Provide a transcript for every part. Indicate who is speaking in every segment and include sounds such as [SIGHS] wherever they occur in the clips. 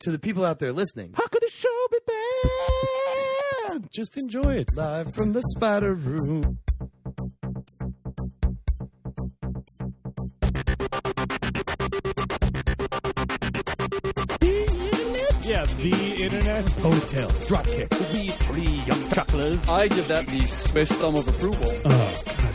Speaker 1: to the people out there listening.
Speaker 2: How could the show be bad? Just enjoy it.
Speaker 1: Live from the Spider Room.
Speaker 2: Yeah, the internet.
Speaker 1: Hotel. Dropkick.
Speaker 2: We three young chucklers.
Speaker 3: I give that the space thumb of approval.
Speaker 2: Oh, God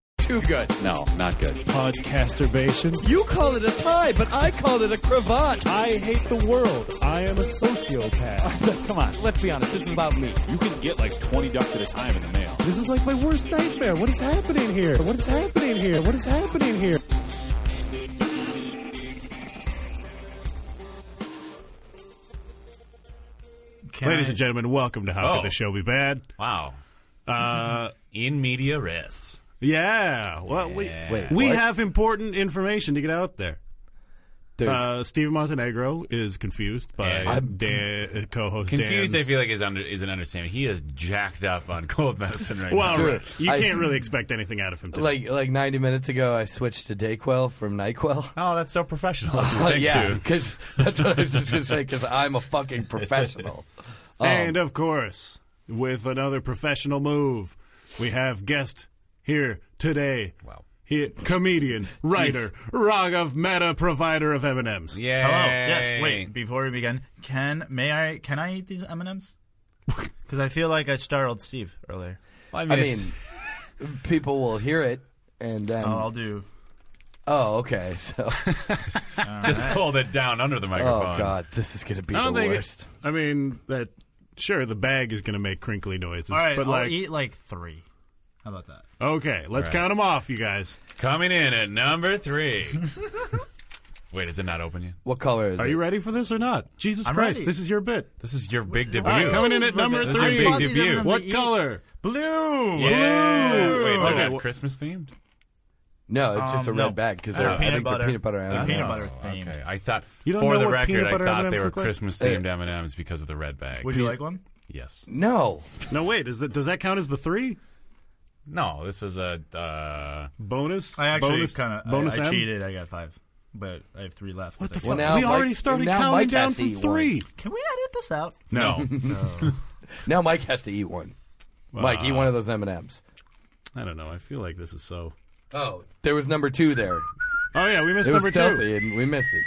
Speaker 3: Too good.
Speaker 2: No, not good. Podcasturbation.
Speaker 1: You call it a tie, but I call it a cravat.
Speaker 2: I hate the world. I am a sociopath. Come on.
Speaker 1: Let's be honest, this is about me.
Speaker 4: You can get like 20 ducks at a time in the mail.
Speaker 2: This is like my worst nightmare. What is happening here? What is happening here? What is happening here?
Speaker 5: Can
Speaker 6: Ladies
Speaker 5: I-
Speaker 6: and gentlemen, welcome to How
Speaker 5: Oh.
Speaker 6: Could the Show Be Bad?
Speaker 5: wow.
Speaker 6: Uh,
Speaker 5: [LAUGHS] In media res.
Speaker 6: yeah. Well, we
Speaker 2: Wait,
Speaker 6: we
Speaker 2: what?
Speaker 6: have important information to get out there.
Speaker 2: There's-
Speaker 6: Uh, Steve Montenegro is confused by
Speaker 5: Yeah.
Speaker 6: Dan, uh, co-host
Speaker 5: Confused, I
Speaker 6: Dan's-
Speaker 5: feel like, is, under, is an understatement. He is jacked up on cold [LAUGHS] medicine right
Speaker 6: Well,
Speaker 5: now.
Speaker 6: right. you
Speaker 7: I-
Speaker 6: can't really expect anything out of him. Today.
Speaker 7: like like 90 minutes ago i switched to dayquil from nyquil
Speaker 5: Oh, that's
Speaker 7: [LAUGHS]
Speaker 5: so professional.
Speaker 7: But
Speaker 5: Thank
Speaker 7: yeah
Speaker 5: you.
Speaker 7: because that's what i was just gonna say because i'm a fucking professional Um,
Speaker 6: and of course, with another professional move, we have guest here today.
Speaker 5: Wow.
Speaker 6: Here, comedian, writer, Raghav Meta, provider of M&M's.
Speaker 5: Yay.
Speaker 4: Hello. Yes. Wait. Before we begin, can may I can I eat these M
Speaker 6: [LAUGHS]
Speaker 4: and M's? Because I feel like I startled Steve earlier.
Speaker 5: Well, I mean,
Speaker 7: i
Speaker 5: it's-
Speaker 7: mean people will hear it and then
Speaker 6: Mm.
Speaker 4: Oh, I'll
Speaker 7: oh,
Speaker 4: do.
Speaker 7: okay [LAUGHS] so
Speaker 5: [LAUGHS] just hold it down under the
Speaker 7: oh
Speaker 5: microphone.
Speaker 7: god this is gonna be
Speaker 6: I
Speaker 7: the
Speaker 6: don't think.
Speaker 7: worst
Speaker 6: I mean that. Sure, the bag is going to make crinkly noises.
Speaker 4: All right.
Speaker 6: but
Speaker 4: I'll
Speaker 6: like,
Speaker 4: eat like three. How about that?
Speaker 6: okay, let's count 'em count them off, you guys.
Speaker 5: Coming in at
Speaker 7: [LAUGHS]
Speaker 5: number three. Wait, is it not open yet?
Speaker 7: what color is
Speaker 6: Are
Speaker 7: it
Speaker 6: you ready for this or not? Jesus
Speaker 4: I'm
Speaker 6: Christ,
Speaker 4: ready.
Speaker 6: this is your bit.
Speaker 5: This is your big debut.
Speaker 6: All right, coming in
Speaker 4: This
Speaker 6: at
Speaker 4: is my
Speaker 6: number
Speaker 4: bit. This
Speaker 5: is my
Speaker 6: three.
Speaker 5: big debut.
Speaker 4: M&Ms
Speaker 6: What
Speaker 4: to eat.
Speaker 6: color?
Speaker 4: Blue.
Speaker 5: Yeah.
Speaker 6: Blue.
Speaker 5: Wait, they're
Speaker 6: Okay,
Speaker 5: not
Speaker 6: well-
Speaker 5: Christmas themed?
Speaker 7: no it's just
Speaker 4: Um,
Speaker 7: a red
Speaker 4: no.
Speaker 7: bag because
Speaker 4: They're
Speaker 7: they're, I
Speaker 4: peanut
Speaker 7: think
Speaker 4: butter.
Speaker 7: they're peanut butter
Speaker 4: They're
Speaker 7: M&Ms.
Speaker 4: peanut butter.
Speaker 5: Oh,
Speaker 4: themed.
Speaker 5: Okay, I thought
Speaker 6: You don't
Speaker 5: for
Speaker 6: know
Speaker 5: the
Speaker 6: what
Speaker 5: record,
Speaker 6: peanut
Speaker 5: I
Speaker 6: butter
Speaker 5: thought
Speaker 6: M&Ms
Speaker 5: they were
Speaker 6: look like?
Speaker 5: Christmas themed M and M's because of the red bag.
Speaker 4: Would you like one?
Speaker 5: yes.
Speaker 7: no
Speaker 6: No, wait. Is that does that count as the three
Speaker 5: No, this is a. Uh,
Speaker 6: bonus?
Speaker 4: I actually
Speaker 6: bonus,
Speaker 4: kind of
Speaker 6: bonus
Speaker 4: I, I
Speaker 6: M?
Speaker 4: cheated. I got five, but I have three left.
Speaker 6: What the
Speaker 7: Well,
Speaker 6: fuck?
Speaker 7: now
Speaker 6: we
Speaker 7: Mike-
Speaker 6: already started
Speaker 7: now
Speaker 6: counting
Speaker 7: Mike
Speaker 6: down
Speaker 7: has to
Speaker 6: from
Speaker 7: eat one.
Speaker 6: three.
Speaker 4: Can we edit this out?
Speaker 5: no.
Speaker 6: [LAUGHS]
Speaker 7: now mike has to eat one mike eat one of those m&ms
Speaker 6: I don't know. I feel like this is so.
Speaker 7: oh there was number two there
Speaker 6: Oh yeah, we missed
Speaker 7: it was
Speaker 6: number
Speaker 7: stealthy
Speaker 6: two.
Speaker 7: and we missed it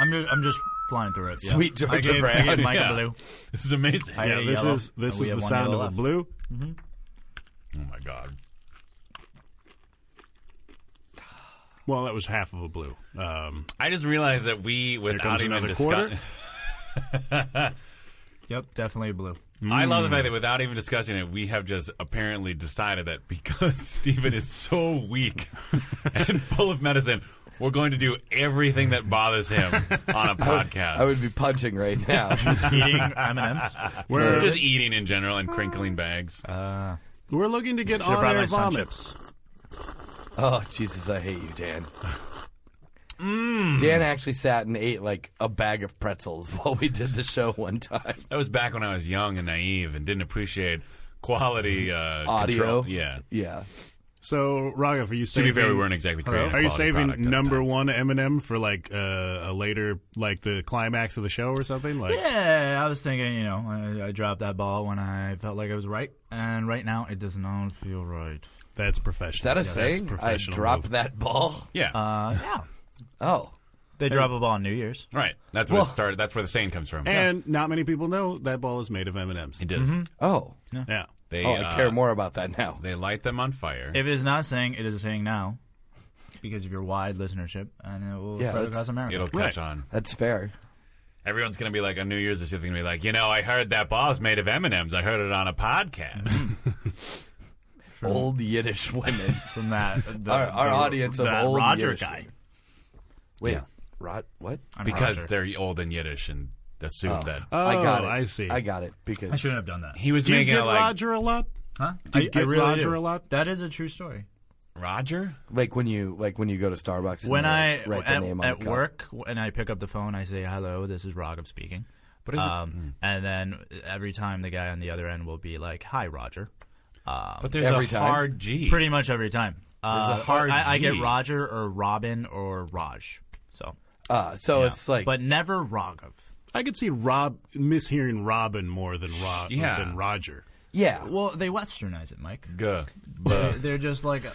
Speaker 4: I'm just, I'm just flying through it. yeah.
Speaker 7: Sweet
Speaker 4: I
Speaker 7: Georgia
Speaker 4: gave, I
Speaker 7: Brown.
Speaker 4: gave Mike
Speaker 5: Yeah.
Speaker 4: a blue.
Speaker 5: This is amazing.
Speaker 4: I
Speaker 6: Yeah,
Speaker 4: ate a
Speaker 6: this
Speaker 4: yellow,
Speaker 6: is this
Speaker 4: and we
Speaker 6: is the
Speaker 4: have one
Speaker 6: sound of
Speaker 4: yellow
Speaker 6: a
Speaker 4: left.
Speaker 6: blue.
Speaker 5: Mm-hmm. Oh my god.
Speaker 6: Well, that was half of a blue. Um,
Speaker 5: I just realized that we, without
Speaker 6: comes
Speaker 5: even
Speaker 6: another
Speaker 5: discussing,
Speaker 6: quarter.
Speaker 4: Yep, definitely
Speaker 6: [LAUGHS]
Speaker 4: a blue.
Speaker 5: I love the fact that without even discussing it, we have just apparently decided that because [LAUGHS] Steven is so weak and full of medicine, we're going to do everything that bothers him on a podcast.
Speaker 7: i would be punching right now
Speaker 4: Eating M&Ms.
Speaker 6: we're
Speaker 5: just eating in general and crinkling bags.
Speaker 6: we're looking to get
Speaker 4: Should've
Speaker 6: on
Speaker 4: brought
Speaker 6: air
Speaker 4: my sun
Speaker 6: vomits.
Speaker 7: Oh Jesus, I hate you, [SIGHS] Dan. Mm. Dan actually sat and ate like a bag of pretzels [LAUGHS] while we did the show one time.
Speaker 5: that was back when I was young and naive and didn't appreciate quality uh,
Speaker 7: Audio.
Speaker 5: control. Yeah.
Speaker 7: Yeah.
Speaker 6: So, Raghav, are you
Speaker 5: To
Speaker 6: saving?
Speaker 5: be fair, we weren't exactly creating.
Speaker 6: Are you
Speaker 5: quality product
Speaker 6: saving
Speaker 5: at the
Speaker 6: number
Speaker 5: time.
Speaker 6: one Eminem for like uh, a later, like the climax of the show or something? Like,
Speaker 4: Yeah, I was thinking, you know, I, I dropped that ball when I felt like I was right, and right now it does not feel right.
Speaker 6: that's
Speaker 7: Is
Speaker 6: professional.
Speaker 7: that a
Speaker 6: Yeah, that's
Speaker 7: saying? I
Speaker 6: professional
Speaker 7: dropped
Speaker 6: move.
Speaker 7: that ball.
Speaker 5: Yeah.
Speaker 4: Uh, yeah.
Speaker 7: Oh.
Speaker 4: [LAUGHS] They drop a ball on New Year's.
Speaker 5: right. That's where it started. That's where the saying comes from.
Speaker 6: And not many people know that ball is made of M&Ms.
Speaker 5: it does.
Speaker 7: Oh.
Speaker 6: Yeah.
Speaker 5: They,
Speaker 7: Oh,
Speaker 5: uh,
Speaker 7: I care more about that now.
Speaker 5: They light them on fire.
Speaker 4: If it is not saying, it is a saying now because of your wide listenership, and it will
Speaker 7: Yeah,
Speaker 4: spread
Speaker 7: it's-
Speaker 4: across America.
Speaker 5: It'll
Speaker 6: Right.
Speaker 5: catch on.
Speaker 7: That's fair.
Speaker 5: Everyone's gonna be like on New Year's or something. Gonna be like, you know, I heard that ball's made of M and M's. I heard it on a
Speaker 6: Mm,
Speaker 5: podcast.
Speaker 7: Old Yiddish
Speaker 6: [LAUGHS]
Speaker 7: women.
Speaker 4: [LAUGHS] From that, the,
Speaker 7: Our- our
Speaker 4: the-
Speaker 7: audience of
Speaker 4: that
Speaker 7: old
Speaker 4: Roger
Speaker 7: Yearsh
Speaker 4: guy.
Speaker 7: women. Wait. Rod what?
Speaker 4: I'm
Speaker 5: because
Speaker 4: Roger.
Speaker 5: they're old and Yiddish and assume that
Speaker 6: Oh,
Speaker 7: I got it.
Speaker 6: I see.
Speaker 7: I got it because
Speaker 4: I shouldn't have done that.
Speaker 5: he was
Speaker 6: Do you
Speaker 5: making
Speaker 6: get
Speaker 5: a like
Speaker 6: Roger a lot?
Speaker 4: Huh?
Speaker 6: Do you
Speaker 4: I, I
Speaker 6: get
Speaker 4: really
Speaker 6: Roger
Speaker 4: do.
Speaker 6: a lot?
Speaker 4: That is a true story.
Speaker 5: Roger?
Speaker 7: like when you like when you go to Starbucks and
Speaker 4: when
Speaker 7: they
Speaker 4: I
Speaker 7: write the
Speaker 4: at,
Speaker 7: name on
Speaker 4: at
Speaker 7: the cup.
Speaker 4: work and I pick up the phone, I say hello. This is Raghav speaking,
Speaker 5: But is it-
Speaker 4: Um, and then every time the guy on the other end will be like, "Hi, Roger."
Speaker 6: Um,
Speaker 5: but there's
Speaker 7: every
Speaker 5: a
Speaker 7: time?
Speaker 5: hard G.
Speaker 4: Pretty much every time. Uh,
Speaker 5: There's a hard
Speaker 4: I, I get
Speaker 5: G.
Speaker 4: Roger or Robin or Raj. So,
Speaker 7: Uh, so it's like
Speaker 4: but never Raghav.
Speaker 6: I could see Rob mishearing Robin more than Rob
Speaker 5: Yeah.
Speaker 6: than Roger.
Speaker 7: yeah,
Speaker 4: Well, they westernize it, Mike.
Speaker 5: G.
Speaker 6: [LAUGHS]
Speaker 4: They're, they're just like uh,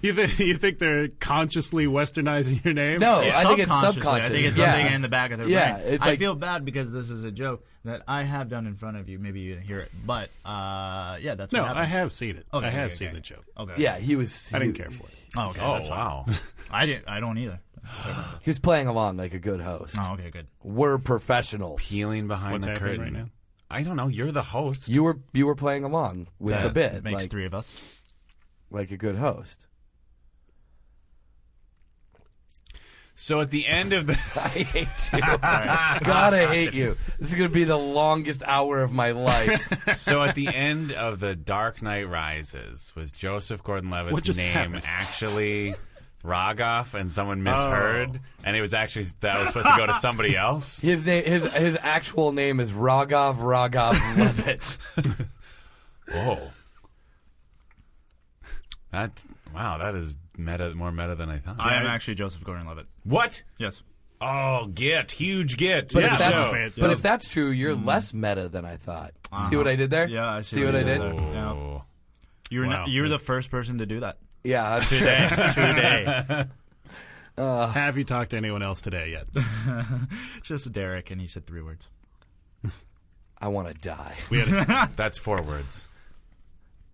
Speaker 6: You think you think they're consciously westernizing your name?
Speaker 7: no, I think it's
Speaker 4: subconsciously.
Speaker 7: subconscious.
Speaker 4: I Oh, think it's
Speaker 7: yeah.
Speaker 4: something in the back of their
Speaker 7: Yeah,
Speaker 4: brain.
Speaker 7: it's
Speaker 4: I
Speaker 7: like-
Speaker 4: feel bad because this is a joke that I have done in front of you. Maybe you didn't hear it, but uh, yeah, that's
Speaker 6: no,
Speaker 4: What
Speaker 6: I
Speaker 4: happens.
Speaker 6: have seen it.
Speaker 4: Okay,
Speaker 6: I have
Speaker 4: okay,
Speaker 6: seen
Speaker 4: okay.
Speaker 6: the joke.
Speaker 4: Okay.
Speaker 7: Yeah, he was.
Speaker 6: I
Speaker 7: he-
Speaker 6: didn't care for it.
Speaker 4: Oh, okay.
Speaker 5: Oh
Speaker 4: that's fine.
Speaker 5: wow.
Speaker 4: I didn't. I don't either.
Speaker 7: He was playing along like a good host.
Speaker 4: Oh, okay, good.
Speaker 7: We're professionals.
Speaker 5: Peeling behind
Speaker 6: What's
Speaker 5: the
Speaker 6: happening
Speaker 5: curtain
Speaker 6: right now?
Speaker 5: I don't know. You're the host.
Speaker 7: You were you were playing along with
Speaker 4: That
Speaker 7: the bit,
Speaker 4: makes
Speaker 7: like,
Speaker 4: three of us.
Speaker 7: like a good host.
Speaker 5: so at the
Speaker 6: [LAUGHS]
Speaker 5: end of the
Speaker 7: I hate you. [LAUGHS] God, I hate you. This is gonna be the longest hour of my life.
Speaker 5: so at the end of the Dark Knight Rises, was Joseph
Speaker 6: What
Speaker 5: Gordon-Levitt's
Speaker 6: just
Speaker 5: name
Speaker 6: happened?
Speaker 5: actually Rogoff, and someone misheard,
Speaker 6: Oh.
Speaker 5: and it was actually that was supposed to go to
Speaker 6: [LAUGHS]
Speaker 5: somebody else.
Speaker 7: His name, his his actual name is Rogov Rogov Levitt.
Speaker 5: Whoa. That wow, that is meta, more meta than I thought.
Speaker 4: I am actually Joseph Gordon-Levitt.
Speaker 5: what?
Speaker 4: Yes.
Speaker 5: Oh, get huge get.
Speaker 7: But,
Speaker 6: Yeah,
Speaker 7: if, that's,
Speaker 6: so-
Speaker 7: but if that's true, you're less meta than I thought. See what I did there?
Speaker 4: Yeah, I see
Speaker 7: what, I did.
Speaker 4: there.
Speaker 5: Oh.
Speaker 4: You're
Speaker 6: Wow.
Speaker 4: not, you're the first person to do that
Speaker 7: Yeah, I'm sure.
Speaker 4: today. today,
Speaker 5: [LAUGHS]
Speaker 6: Uh, Have you talked to anyone else today yet?
Speaker 4: just Derek, and he said three words.
Speaker 7: I want to die.
Speaker 5: We had, that's four words.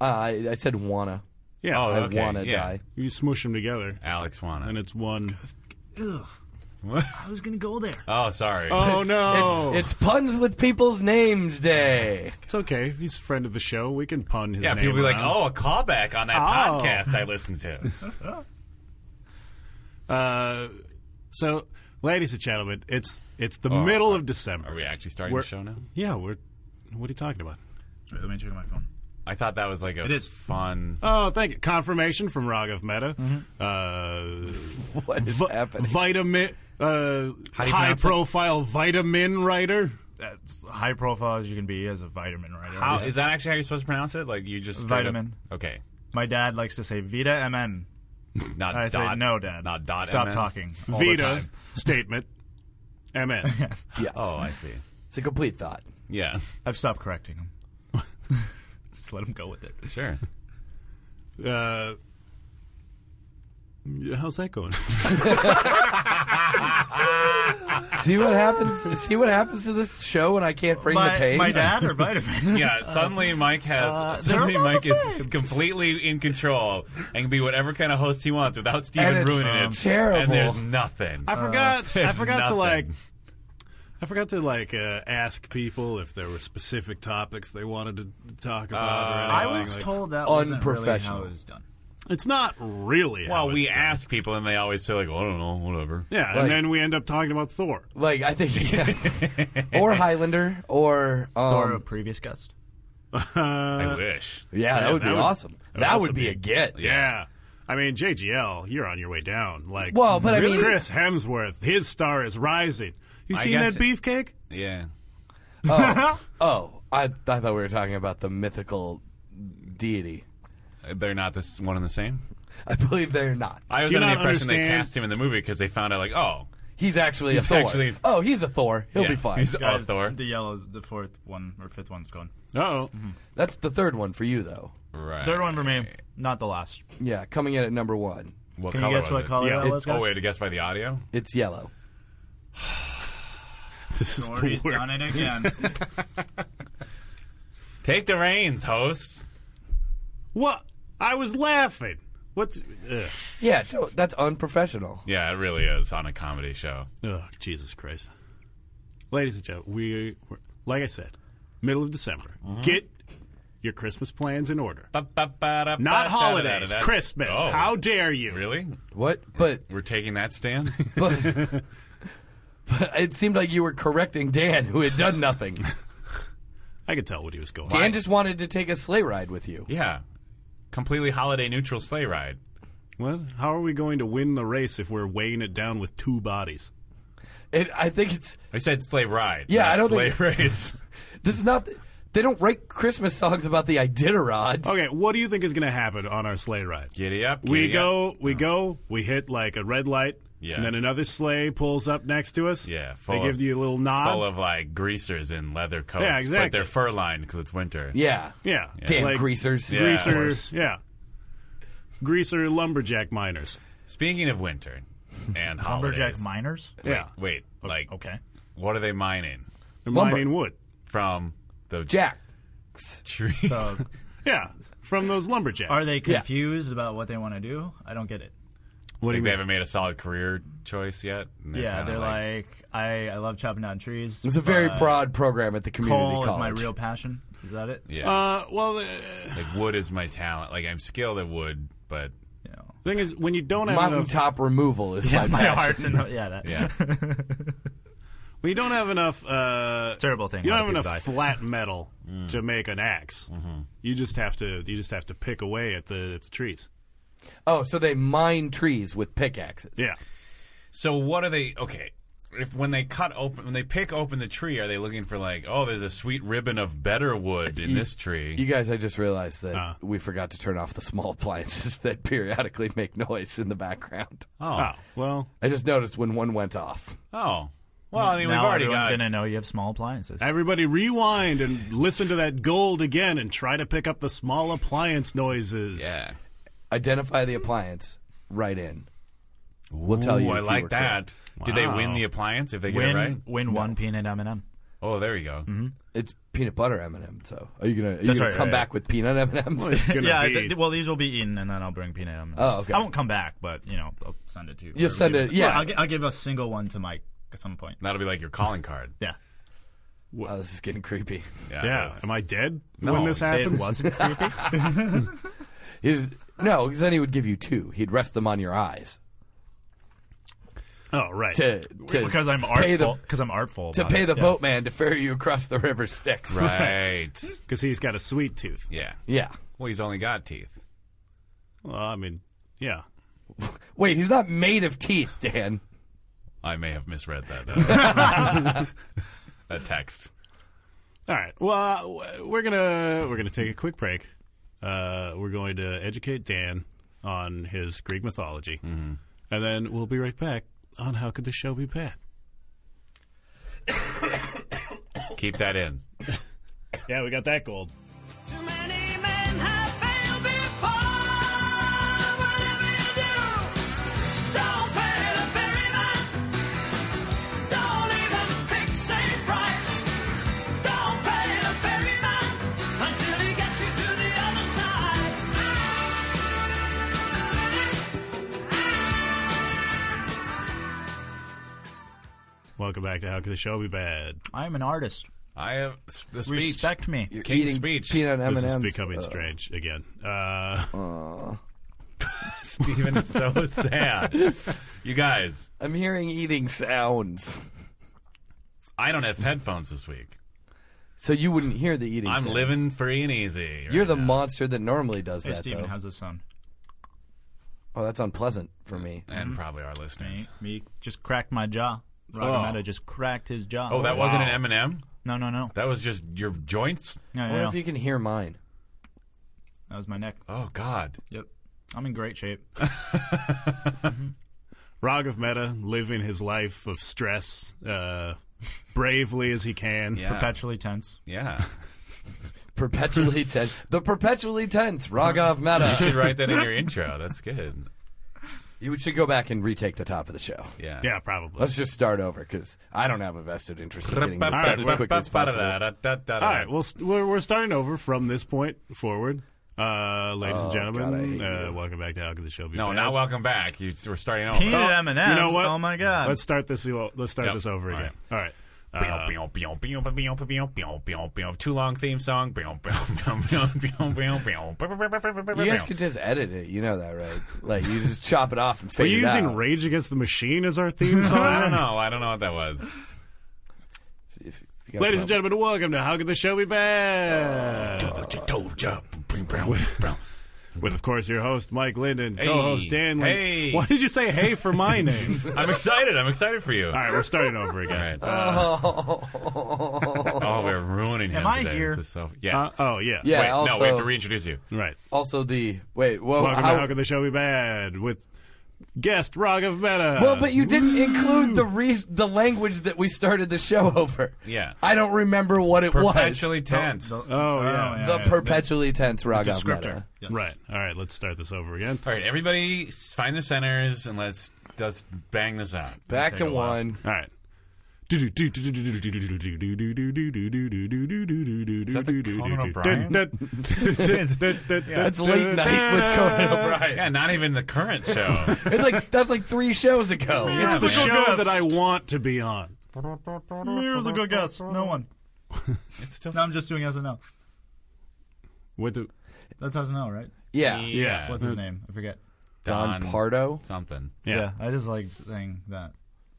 Speaker 7: Uh, I, I said wanna.
Speaker 6: Yeah, uh,
Speaker 5: Oh,
Speaker 7: I
Speaker 5: okay,
Speaker 7: wanna
Speaker 5: yeah.
Speaker 7: die.
Speaker 6: you smush them together,
Speaker 5: Alex
Speaker 6: and
Speaker 5: Wana.
Speaker 6: it's one.
Speaker 4: Ugh, I was gonna go there.
Speaker 5: Oh, sorry.
Speaker 6: Oh no!
Speaker 7: It's, it's puns with people's names day. [LAUGHS]
Speaker 6: It's okay. He's a friend of the show. We can pun his
Speaker 5: yeah,
Speaker 6: name.
Speaker 5: people be like,
Speaker 6: around.
Speaker 5: "Oh, a callback on that
Speaker 6: Oh.
Speaker 5: podcast I listened to."
Speaker 6: Uh, so, ladies and gentlemen, it's it's the middle of December.
Speaker 5: Are we actually starting
Speaker 6: We're-
Speaker 5: the show now?
Speaker 6: Yeah, we're. What are you talking about?
Speaker 4: Wait, let me check my phone.
Speaker 5: I thought that was like a
Speaker 4: It is.
Speaker 5: fun.
Speaker 6: Oh, thank you. Confirmation from Raghav Meta. Uh,
Speaker 7: What is
Speaker 6: vi-
Speaker 7: happening?
Speaker 6: vitamin. Uh, high
Speaker 5: pronounce it?
Speaker 6: profile vitamin writer.
Speaker 4: That's high profile as you can be as a vitamin writer.
Speaker 5: How, is that actually how you're supposed to pronounce it? Like you just straight up-
Speaker 4: Vitamin.
Speaker 5: okay,
Speaker 4: My dad likes to say Vita MN.
Speaker 5: not
Speaker 4: I
Speaker 5: dot.
Speaker 4: say no, Dad.
Speaker 5: Not dot.
Speaker 4: Stop
Speaker 5: MN?
Speaker 4: talking. all the
Speaker 6: Vita
Speaker 4: time."
Speaker 6: statement. MN.
Speaker 4: [LAUGHS] Yes.
Speaker 7: yes.
Speaker 5: Oh, I see.
Speaker 7: It's a complete thought.
Speaker 5: Yeah,
Speaker 4: I've stopped correcting him. [LAUGHS] Just let him go with it.
Speaker 5: sure.
Speaker 6: Uh, yeah, how's that
Speaker 4: [LAUGHS]
Speaker 6: going?
Speaker 7: See what happens. See what happens to this show when I can't bring the
Speaker 4: My,
Speaker 7: pain.
Speaker 4: my
Speaker 7: [LAUGHS]
Speaker 4: dad or [LAUGHS] vitamin?
Speaker 5: Yeah, suddenly Mike has
Speaker 4: they're
Speaker 5: suddenly
Speaker 4: all
Speaker 5: Mike
Speaker 4: the
Speaker 5: is completely in control and can be whatever kind of host he wants without
Speaker 7: And
Speaker 5: Steven
Speaker 7: it's
Speaker 5: ruining it. And
Speaker 7: terrible.
Speaker 5: there's nothing.
Speaker 4: Uh,
Speaker 6: I forgot. I
Speaker 5: there's
Speaker 6: forgot to
Speaker 5: nothing.
Speaker 6: like. I forgot to like uh, ask people if there were specific topics they wanted to talk about. or
Speaker 5: Uh,
Speaker 6: anything.
Speaker 4: I was
Speaker 6: like-
Speaker 4: told that wasn't really how
Speaker 7: Unprofessional.
Speaker 4: it was done.
Speaker 6: It's not really. how
Speaker 5: Well, we
Speaker 6: it's done.
Speaker 5: ask people and they always say like, "Oh, I don't know, whatever."
Speaker 6: Yeah,
Speaker 7: Like-
Speaker 6: and then we end up talking about Thor.
Speaker 7: Like I think, yeah. or Highlander, or
Speaker 4: or a
Speaker 7: um,
Speaker 4: previous guest.
Speaker 5: I wish.
Speaker 7: yeah, that would be
Speaker 6: that would-
Speaker 7: awesome.
Speaker 6: that would
Speaker 7: That
Speaker 6: also
Speaker 7: would be
Speaker 6: be-
Speaker 7: a get.
Speaker 6: Yeah. I mean, JGL, you're on your way down. Like,
Speaker 7: Well, but I
Speaker 6: really?
Speaker 7: mean-
Speaker 6: Chris Hemsworth, his star is rising. You
Speaker 5: I
Speaker 6: seen that
Speaker 5: guess it-
Speaker 6: beefcake? [LAUGHS]
Speaker 5: Yeah.
Speaker 7: Oh, I I thought we were talking about the mythical deity.
Speaker 5: They're not this one and the same.
Speaker 7: I believe they're not.
Speaker 5: I was
Speaker 6: Do you
Speaker 5: under the
Speaker 6: not
Speaker 5: impression they
Speaker 6: understand?
Speaker 5: cast him in the movie because they found out like, oh,
Speaker 7: He's actually
Speaker 5: He's
Speaker 7: a Thor.
Speaker 5: actually-
Speaker 7: oh, he's a Thor. He'll
Speaker 5: yeah,
Speaker 7: be fine.
Speaker 5: He's a
Speaker 4: Guys,
Speaker 5: Thor,
Speaker 4: The yellow, the fourth one or fifth one's gone.
Speaker 6: Uh-oh.
Speaker 7: That's the third one for you, though.
Speaker 5: right?
Speaker 4: Third one for me, not the last.
Speaker 7: Yeah, coming in at number one.
Speaker 5: What
Speaker 4: Can you
Speaker 5: color
Speaker 4: guess
Speaker 5: was
Speaker 4: what
Speaker 5: it?
Speaker 4: color
Speaker 6: Yeah.
Speaker 4: that
Speaker 6: It-
Speaker 4: was, guys?
Speaker 5: Oh, wait, to guess by the audio.
Speaker 7: It's yellow.
Speaker 6: This is
Speaker 4: Morty's
Speaker 6: the worst.
Speaker 4: done it
Speaker 7: [LAUGHS]
Speaker 4: again.
Speaker 5: Take the reins, host.
Speaker 6: What? I was laughing. What's... Ugh.
Speaker 7: Yeah, don't- that's unprofessional.
Speaker 5: Yeah, it really is on a comedy show.
Speaker 6: Oh, Jesus Christ. Ladies and gentlemen, we we're, like I said, middle of December.
Speaker 5: Mm-hmm.
Speaker 6: Get your Christmas plans in order. Not holidays, Christmas.
Speaker 5: Oh,
Speaker 6: How dare you?
Speaker 5: Really?
Speaker 7: What? But [LAUGHS]
Speaker 5: We're taking that stand? [LAUGHS]
Speaker 7: but, but it seemed like you were correcting Dan, who had done nothing.
Speaker 6: I could tell what he was going
Speaker 7: Dan just wanted to take a sleigh ride with you.
Speaker 5: yeah. Completely holiday neutral sleigh ride.
Speaker 6: What? How are we going to win the race if we're weighing it down with two bodies?
Speaker 7: It, I think it's
Speaker 5: I said slave ride.
Speaker 7: Yeah,
Speaker 5: not
Speaker 7: I don't think-
Speaker 5: slave race. [LAUGHS]
Speaker 7: this is not. They don't write Christmas songs about the Iditarod.
Speaker 6: Okay, what do you think is going to happen on our sleigh ride?
Speaker 5: Giddy up.
Speaker 6: We
Speaker 5: giddy up.
Speaker 6: go, we go, we hit like a red light,
Speaker 5: Uh-huh. Yeah.
Speaker 6: and then another sleigh pulls up next to us.
Speaker 5: Yeah, full
Speaker 6: they
Speaker 5: of-
Speaker 6: give you a little nod.
Speaker 5: full of like greasers in leather coats.
Speaker 6: Yeah,
Speaker 5: But
Speaker 6: exactly.
Speaker 5: they're fur lined because it's winter.
Speaker 7: Yeah.
Speaker 6: [LAUGHS] yeah,
Speaker 7: Damn
Speaker 6: like
Speaker 7: greasers.
Speaker 5: Yeah. of
Speaker 6: greasers,
Speaker 5: course.
Speaker 6: yeah, greaser lumberjack miners.
Speaker 5: Speaking of winter and
Speaker 4: [LAUGHS] Lumberjack
Speaker 5: holidays,
Speaker 4: miners.
Speaker 6: Yeah,
Speaker 5: Wait, like,
Speaker 4: Okay.
Speaker 5: what are they mining
Speaker 6: they're
Speaker 7: Lumber.
Speaker 6: mining wood.
Speaker 5: from
Speaker 4: [LAUGHS]
Speaker 5: the
Speaker 7: Jack.
Speaker 5: tree?
Speaker 4: So
Speaker 6: Yeah, from those lumberjacks.
Speaker 4: are they confused about what they want to do? I don't get it.
Speaker 6: What do
Speaker 5: Like
Speaker 6: you
Speaker 5: they
Speaker 6: mean?
Speaker 5: haven't made a solid career choice yet. and
Speaker 4: Yeah,
Speaker 5: kinda
Speaker 4: they're like, I, I love chopping down trees.
Speaker 7: It was a very
Speaker 4: but
Speaker 7: broad program at the community
Speaker 4: Coal
Speaker 7: college.
Speaker 4: Uh, is my real passion. Is that it?
Speaker 5: yeah,
Speaker 6: Uh, well, the
Speaker 4: "Ah."
Speaker 5: like wood is my talent. Like I'm skilled at wood,
Speaker 4: [LAUGHS]
Speaker 5: but
Speaker 4: You know.
Speaker 6: thing is, when you don't have enough,
Speaker 7: Mountaintop removal is my,
Speaker 4: [LAUGHS] my
Speaker 7: passion.
Speaker 4: heart's in. Yeah, that.
Speaker 5: yeah,
Speaker 6: when you don't have enough, uh,
Speaker 4: Terrible thing.
Speaker 6: you
Speaker 4: a
Speaker 6: don't have
Speaker 4: lot of
Speaker 6: enough
Speaker 4: people die. [LAUGHS]
Speaker 6: flat metal
Speaker 5: Mm.
Speaker 6: to make an ax
Speaker 5: Mm-hmm.
Speaker 6: You just have to, you just have to pick away at the, at the trees.
Speaker 7: Oh, so they mine trees with pickaxes.
Speaker 6: Yeah.
Speaker 5: So what are they? Okay, if when they cut open, when they pick open the tree, are they looking for like, oh, there's a sweet ribbon of better wood in
Speaker 7: You-
Speaker 5: this tree?
Speaker 7: You guys, I just realized that we forgot to turn off the small [LAUGHS] appliances that periodically make noise in the background.
Speaker 5: oh,
Speaker 6: Ah, Well,
Speaker 7: I just noticed when one went off.
Speaker 5: oh. Well, I mean,
Speaker 4: now
Speaker 5: we've already
Speaker 4: everyone's
Speaker 5: got.
Speaker 4: gonna know you have small appliances.
Speaker 6: everybody rewind and listen to that gold again and try to pick up the small appliance noises.
Speaker 5: yeah.
Speaker 7: Identify the appliance. Right in. We'll
Speaker 5: Ooh,
Speaker 7: tell you.
Speaker 5: I
Speaker 7: if you were
Speaker 5: like that. Did they win
Speaker 6: Wow.
Speaker 5: the appliance if they get
Speaker 4: win Mm-hmm.
Speaker 5: it right?
Speaker 4: win one peanut M and M.
Speaker 5: Oh, there you go.
Speaker 7: correct. It's peanut butter M and M. So are you gonna? Are you
Speaker 4: That's
Speaker 7: gonna
Speaker 4: right,
Speaker 7: come
Speaker 4: yeah,
Speaker 7: back with peanut M
Speaker 4: [LAUGHS]
Speaker 7: and M?
Speaker 6: [LAUGHS] Gonna
Speaker 4: Yeah.
Speaker 6: be-
Speaker 4: th- well, these will be eaten, and then I'll bring peanut M.
Speaker 7: Oh, okay.
Speaker 4: I won't come back, but you know, I'll send it to you.
Speaker 7: You'll send it- yeah.
Speaker 4: I'll, gi- I'll give a single one to Mike at some point.
Speaker 5: That'll be like your calling card. [LAUGHS]
Speaker 4: Yeah.
Speaker 7: [LAUGHS] Oh, this is getting creepy.
Speaker 6: yeah.
Speaker 5: Yeah. that's-
Speaker 6: Am I dead
Speaker 5: No,
Speaker 6: when this
Speaker 5: it
Speaker 4: It
Speaker 7: [LAUGHS]
Speaker 6: happens?
Speaker 4: wasn't creepy.
Speaker 7: He's, no, because then he would give you two. He'd rest them on your eyes
Speaker 6: [LAUGHS] Oh, right.
Speaker 7: to, to
Speaker 4: because I'm
Speaker 7: pay the-
Speaker 4: artful. Because I'm artful.
Speaker 7: to
Speaker 4: about
Speaker 7: pay
Speaker 4: it.
Speaker 7: the
Speaker 4: Yeah.
Speaker 7: boatman to ferry you across the river Styx. [LAUGHS]
Speaker 5: Right.
Speaker 6: Because he's got a sweet tooth.
Speaker 5: yeah.
Speaker 7: Yeah.
Speaker 5: Well, he's only got teeth.
Speaker 6: Well, I mean, yeah.
Speaker 7: Wait, he's not made of teeth, Dan.
Speaker 5: I may have misread that. uh, that text.
Speaker 6: All right. Well, uh, we're gonna we're gonna take a quick break. Uh, we're going to educate Dan on his Greek mythology, and then we'll be right back on how could the show be bad?
Speaker 5: Keep that in.
Speaker 6: Yeah, we got that gold.
Speaker 8: Too many men have failed before. Whatever you do, don't pay the ferryman. Don't even fix a price. Don't pay the ferryman until he gets you to the other side.
Speaker 6: Welcome back to how could the show be bad?
Speaker 4: I'm an artist.
Speaker 5: I have the speech.
Speaker 4: Respect me.
Speaker 7: You're
Speaker 5: King
Speaker 7: eating
Speaker 5: speech.
Speaker 7: Peanut M
Speaker 6: This
Speaker 7: and
Speaker 6: is
Speaker 7: M's.
Speaker 6: becoming strange again. Uh,
Speaker 5: Steven is
Speaker 7: [LAUGHS]
Speaker 5: so sad. You guys,
Speaker 7: I'm hearing eating sounds.
Speaker 5: I don't have headphones this week.
Speaker 7: So you wouldn't hear the eating.
Speaker 5: I'm
Speaker 7: sounds.
Speaker 5: living free and easy. right
Speaker 7: You're the
Speaker 5: now.
Speaker 7: monster that normally does
Speaker 4: Hey,
Speaker 7: that.
Speaker 4: Steven,
Speaker 7: though.
Speaker 4: how's this sound?
Speaker 7: oh, that's unpleasant for me.
Speaker 5: and probably our
Speaker 4: Me,
Speaker 5: listeners.
Speaker 4: me just cracked my jaw. Roger
Speaker 5: Oh.
Speaker 4: Meta just cracked his jaw.
Speaker 5: Oh, that wasn't an M&M.
Speaker 4: No, no, no.
Speaker 5: That was just your joints.
Speaker 4: No,
Speaker 7: I
Speaker 4: no,
Speaker 7: wonder
Speaker 4: no.
Speaker 7: if you can hear mine.
Speaker 4: That was my neck.
Speaker 5: Oh God.
Speaker 4: Yep. I'm in great shape.
Speaker 6: Rog of Meta living his life of stress uh, bravely as he can.
Speaker 5: Yeah.
Speaker 4: Perpetually tense.
Speaker 5: Yeah.
Speaker 4: [LAUGHS]
Speaker 7: Perpetually tense. The perpetually tense Raghav
Speaker 5: You
Speaker 7: Mehta.
Speaker 5: should write that in your intro. That's good.
Speaker 7: you should go back and retake the top of the show.
Speaker 5: Yeah.
Speaker 6: Yeah, probably.
Speaker 7: Let's just start over because I don't have a vested interest in getting this done as quickly as possible.
Speaker 6: All right. Well, st- we're, we're starting over from this point forward. Uh, ladies and gentlemen,
Speaker 7: God, I hate
Speaker 6: uh,
Speaker 7: you.
Speaker 6: welcome back to How Could the Show Be
Speaker 5: No,
Speaker 6: Bad?
Speaker 5: now welcome back. You, we're starting over.
Speaker 4: Peanut M&Ms.
Speaker 6: You know what?
Speaker 4: Oh my god.
Speaker 6: Let's start this. Let's start
Speaker 5: Yep.
Speaker 6: this over
Speaker 5: All
Speaker 6: again. All right. Uh,
Speaker 5: Too long theme song.
Speaker 7: You guys
Speaker 5: You
Speaker 7: could just edit it. You know that, right? Like you just chop it off and
Speaker 6: are
Speaker 7: figure
Speaker 6: you
Speaker 7: it out.
Speaker 6: using Rage Against the Machine as our theme song?
Speaker 5: I don't know. I don't know what that was.
Speaker 7: If you got a
Speaker 6: Ladies
Speaker 7: problem.
Speaker 6: and gentlemen,
Speaker 5: Oh.
Speaker 6: welcome to How Could the Show Be Bad? With, of course, your host, Mike Linden,
Speaker 5: Hey.
Speaker 6: co host, Dan Linden.
Speaker 5: Hey.
Speaker 6: Why did you say hey for my name?
Speaker 5: I'm excited. I'm excited for you.
Speaker 6: All right, we're starting over
Speaker 5: All
Speaker 6: again.
Speaker 5: right. oh, we're ruining him
Speaker 4: Am I
Speaker 5: today.
Speaker 4: here?
Speaker 5: This is so, yeah.
Speaker 6: Uh, oh, yeah.
Speaker 7: Yeah.
Speaker 5: Wait, no, we have
Speaker 7: also-
Speaker 5: to reintroduce you.
Speaker 6: Right.
Speaker 7: Also, the wait. Well,
Speaker 6: Welcome
Speaker 7: how-
Speaker 6: to How Could the Show Be Bad with guest Raghav Mehta.
Speaker 7: well, but you didn't include the re- the language that we started the show over.
Speaker 5: Yeah.
Speaker 7: I don't remember what it was.
Speaker 5: Perpetually tense.
Speaker 6: Oh, yeah.
Speaker 7: The perpetually tense Raghav
Speaker 4: descriptor.
Speaker 7: Mehta.
Speaker 4: Yes.
Speaker 6: Right. All right, let's start this over again.
Speaker 5: All right, everybody, s- find their centers and let's let's bang this out.
Speaker 7: Back to one.
Speaker 6: All right. Is that
Speaker 7: It's late night with
Speaker 6: [LAUGHS]
Speaker 7: Conan O'Brien.
Speaker 5: Right. Yeah, not even the current show.
Speaker 7: It's like that's like three shows ago.
Speaker 5: Yeah,
Speaker 6: It's the
Speaker 5: man.
Speaker 6: show that I want to be on.
Speaker 4: Here's a good guess. No one.
Speaker 5: [LAUGHS] It's still
Speaker 4: No, I'm just doing SNL.
Speaker 6: With the
Speaker 4: That's SNL, right?
Speaker 7: Yeah.
Speaker 6: yeah,
Speaker 4: What's his name? I forget.
Speaker 7: Don Pardo.
Speaker 5: Something.
Speaker 6: yeah.
Speaker 4: I just like saying that.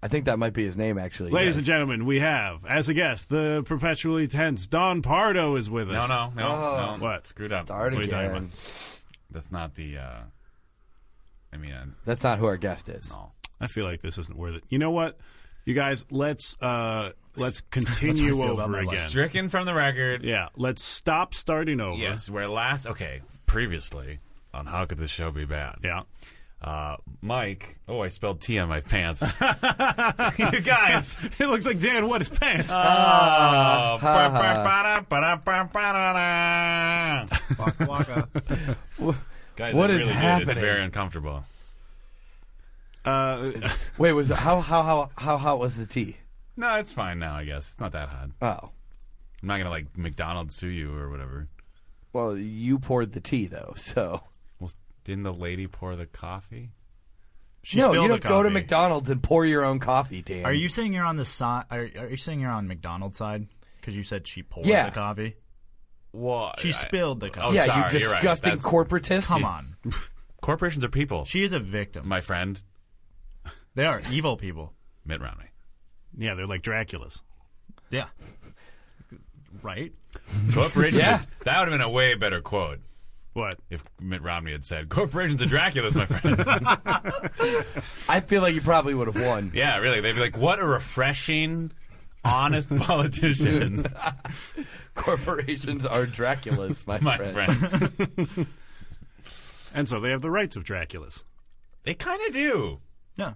Speaker 7: I think that might be his name actually.
Speaker 6: Ladies and
Speaker 7: yes.
Speaker 6: gentlemen, we have as a guest the perpetually tense Don Pardo is with
Speaker 5: No,
Speaker 6: us.
Speaker 5: no, no,
Speaker 7: Oh.
Speaker 5: no.
Speaker 6: What?
Speaker 5: Screwed up.
Speaker 7: Start
Speaker 6: What are you talking
Speaker 7: again.
Speaker 5: That's not the. uh I mean, uh,
Speaker 7: That's not who our guest is.
Speaker 5: no.
Speaker 6: I feel like this isn't worth it. You know what? You guys, let's
Speaker 4: [LAUGHS]
Speaker 6: uh let's continue
Speaker 4: feel about
Speaker 6: over
Speaker 4: my life.
Speaker 6: again.
Speaker 5: Stricken from the record.
Speaker 6: Yeah, let's stop starting over.
Speaker 5: Yes, where last. Okay, previously on how could this show be bad?
Speaker 6: Yeah. [LAUGHS]
Speaker 5: Uh, Mike. Oh, I spelled T on
Speaker 6: [LAUGHS]
Speaker 5: my pants. you guys.
Speaker 6: It looks like Dan wet his pants.
Speaker 4: Uh,
Speaker 5: Oh. Ba-ba-ba-da, ba-da-ba-ba-da.
Speaker 4: Waka waka.
Speaker 5: Guys,
Speaker 7: What
Speaker 5: I
Speaker 7: is
Speaker 5: really did.
Speaker 7: happening?
Speaker 5: It's very uncomfortable.
Speaker 6: Uh,
Speaker 7: Wait, was how how how how hot was the tea?
Speaker 5: No, it's fine now. I guess it's not that hot.
Speaker 7: Oh.
Speaker 5: I'm not gonna like McDonald's sue you or whatever.
Speaker 7: Well, you poured the tea though, so
Speaker 5: Well, didn't the lady pour the coffee?
Speaker 4: [LAUGHS] She
Speaker 7: no,
Speaker 4: spilled
Speaker 7: you
Speaker 4: the
Speaker 7: don't go to
Speaker 4: coffee.
Speaker 7: McDonald's and pour your own coffee, Dan.
Speaker 4: Are you saying you're on the side? Are, are you saying you're on McDonald's side? Because you said she poured
Speaker 7: Yeah.
Speaker 4: the coffee.
Speaker 5: What?
Speaker 4: She spilled the coffee.
Speaker 5: Oh,
Speaker 7: Yeah,
Speaker 5: sorry,
Speaker 7: you
Speaker 5: you're right.
Speaker 7: disgusting
Speaker 5: That's-
Speaker 7: corporatist.
Speaker 4: Come on,
Speaker 5: Corporations are people.
Speaker 4: she is a victim.
Speaker 5: My friend,
Speaker 4: They are evil people.
Speaker 5: Mitt Romney.
Speaker 6: yeah, they're like Dracula's.
Speaker 4: Yeah. Right.
Speaker 5: Corporations.
Speaker 7: Yeah.
Speaker 5: That would have been a way better quote
Speaker 6: What?
Speaker 5: if Mitt Romney had said, "Corporations are Dracula's,
Speaker 7: [LAUGHS]
Speaker 5: my friend."
Speaker 7: I feel like you probably would have won.
Speaker 5: yeah, really. They'd be like, "What a refreshing,
Speaker 7: [LAUGHS]
Speaker 5: honest politician,
Speaker 7: Corporations are Dracula's, my,
Speaker 5: [LAUGHS] my
Speaker 7: friend.
Speaker 5: friend."
Speaker 6: And so they have the rights of Dracula's.
Speaker 5: They kind of do
Speaker 4: Yeah.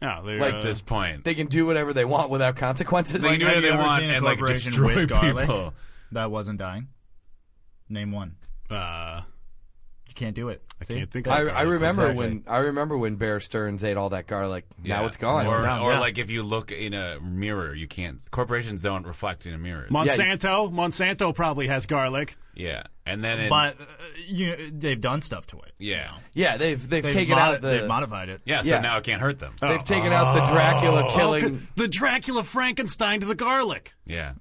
Speaker 6: Yeah, they're,
Speaker 7: Like
Speaker 6: uh,
Speaker 5: at this point.
Speaker 7: They can do whatever they want without consequences.
Speaker 5: They can do
Speaker 4: have
Speaker 5: what they
Speaker 4: you ever
Speaker 5: want
Speaker 4: seen a
Speaker 5: and like
Speaker 4: corporation
Speaker 5: destroy
Speaker 4: with garlic?
Speaker 5: people.
Speaker 4: That wasn't dying. Name one.
Speaker 6: Uh,
Speaker 4: You can't do it. I
Speaker 6: can't think. Of
Speaker 7: I,
Speaker 6: it.
Speaker 7: I remember
Speaker 4: Exactly.
Speaker 7: when I remember when Bear Stearns ate all that garlic. Now
Speaker 5: Yeah.
Speaker 7: it's gone.
Speaker 5: Or,
Speaker 4: Now,
Speaker 5: or
Speaker 4: yeah.
Speaker 5: like if you look in a mirror, you can't. Corporations don't reflect in a mirror.
Speaker 6: Monsanto. Monsanto probably has garlic.
Speaker 5: yeah, and then in,
Speaker 4: But uh, you, they've done stuff to it.
Speaker 5: yeah,
Speaker 7: yeah, they've they've,
Speaker 4: They've
Speaker 7: taken
Speaker 4: modi-
Speaker 7: out
Speaker 4: they've
Speaker 7: the
Speaker 4: modified it.
Speaker 5: yeah. So
Speaker 7: Yeah. Oh.
Speaker 5: now it can't hurt them.
Speaker 7: they've taken out the Dracula
Speaker 6: Oh,
Speaker 7: killing.
Speaker 6: c- the Dracula Frankenstein to the garlic.
Speaker 5: Yeah,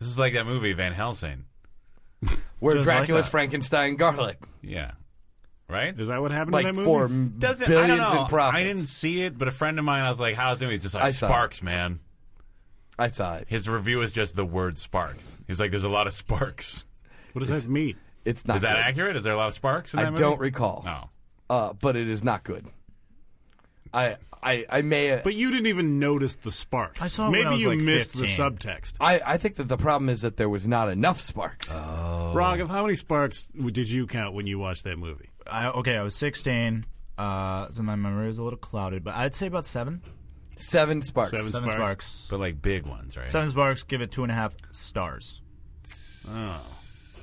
Speaker 5: this is like that movie Van Helsing.
Speaker 7: Where
Speaker 4: Just like
Speaker 7: Dracula's
Speaker 4: that.
Speaker 7: Frankenstein garlic,
Speaker 5: Yeah, right.
Speaker 6: Is that what happened in
Speaker 7: like
Speaker 6: that movie?
Speaker 7: for
Speaker 5: Doesn't I
Speaker 7: billions
Speaker 5: don't know.
Speaker 7: in profits.
Speaker 5: I didn't see it, but a friend of mine, I was like, "How's it?" He's just like
Speaker 7: I saw it.
Speaker 5: sparks, man.
Speaker 7: I saw it.
Speaker 5: His review is just the word sparks. He was like, "There's a lot of sparks."
Speaker 6: what does that mean?
Speaker 7: It's not.
Speaker 5: Is that
Speaker 7: good.
Speaker 5: accurate? Is there a lot of sparks? In
Speaker 7: I
Speaker 5: that movie? Oh,
Speaker 7: don't recall.
Speaker 5: No.
Speaker 7: Uh, but it is not good. I I I may.
Speaker 6: But you didn't even notice the sparks.
Speaker 4: I saw it when
Speaker 6: Maybe
Speaker 4: I was,
Speaker 6: you
Speaker 4: like,
Speaker 6: missed
Speaker 4: 15.
Speaker 6: the subtext.
Speaker 7: I, I think that the problem is that there was not enough sparks.
Speaker 6: Rog, how many sparks w- did you count when you watched that movie?
Speaker 4: I, okay, I was 16, uh, so my memory is a little clouded, but I'd say about seven.
Speaker 7: Seven sparks.
Speaker 6: Seven
Speaker 4: Seven
Speaker 6: sparks.
Speaker 4: sparks.
Speaker 5: But like big ones, right?
Speaker 4: Seven sparks. Give it two and a half stars. Oh.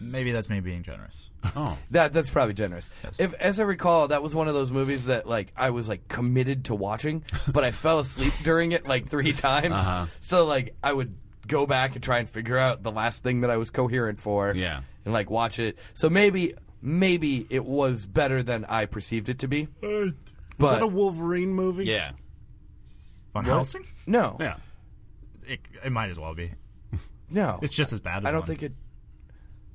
Speaker 4: Maybe that's me being generous.
Speaker 5: oh,
Speaker 7: That that's probably generous. If as I recall, that was one of those movies that like I was like committed to
Speaker 5: [LAUGHS]
Speaker 7: watching, but I fell asleep during it like three times.
Speaker 5: Uh-huh.
Speaker 7: So like I would go back and try and figure out the last thing that I was coherent for.
Speaker 5: Yeah.
Speaker 7: And like watch it. So maybe maybe it was better than I perceived it to be.
Speaker 6: Was that
Speaker 7: But
Speaker 6: a Wolverine movie?
Speaker 5: yeah.
Speaker 4: Van Helsing?
Speaker 7: no.
Speaker 6: Yeah.
Speaker 4: It, it might as well be.
Speaker 7: No.
Speaker 4: It's just as bad as
Speaker 7: I don't
Speaker 4: one.
Speaker 7: think it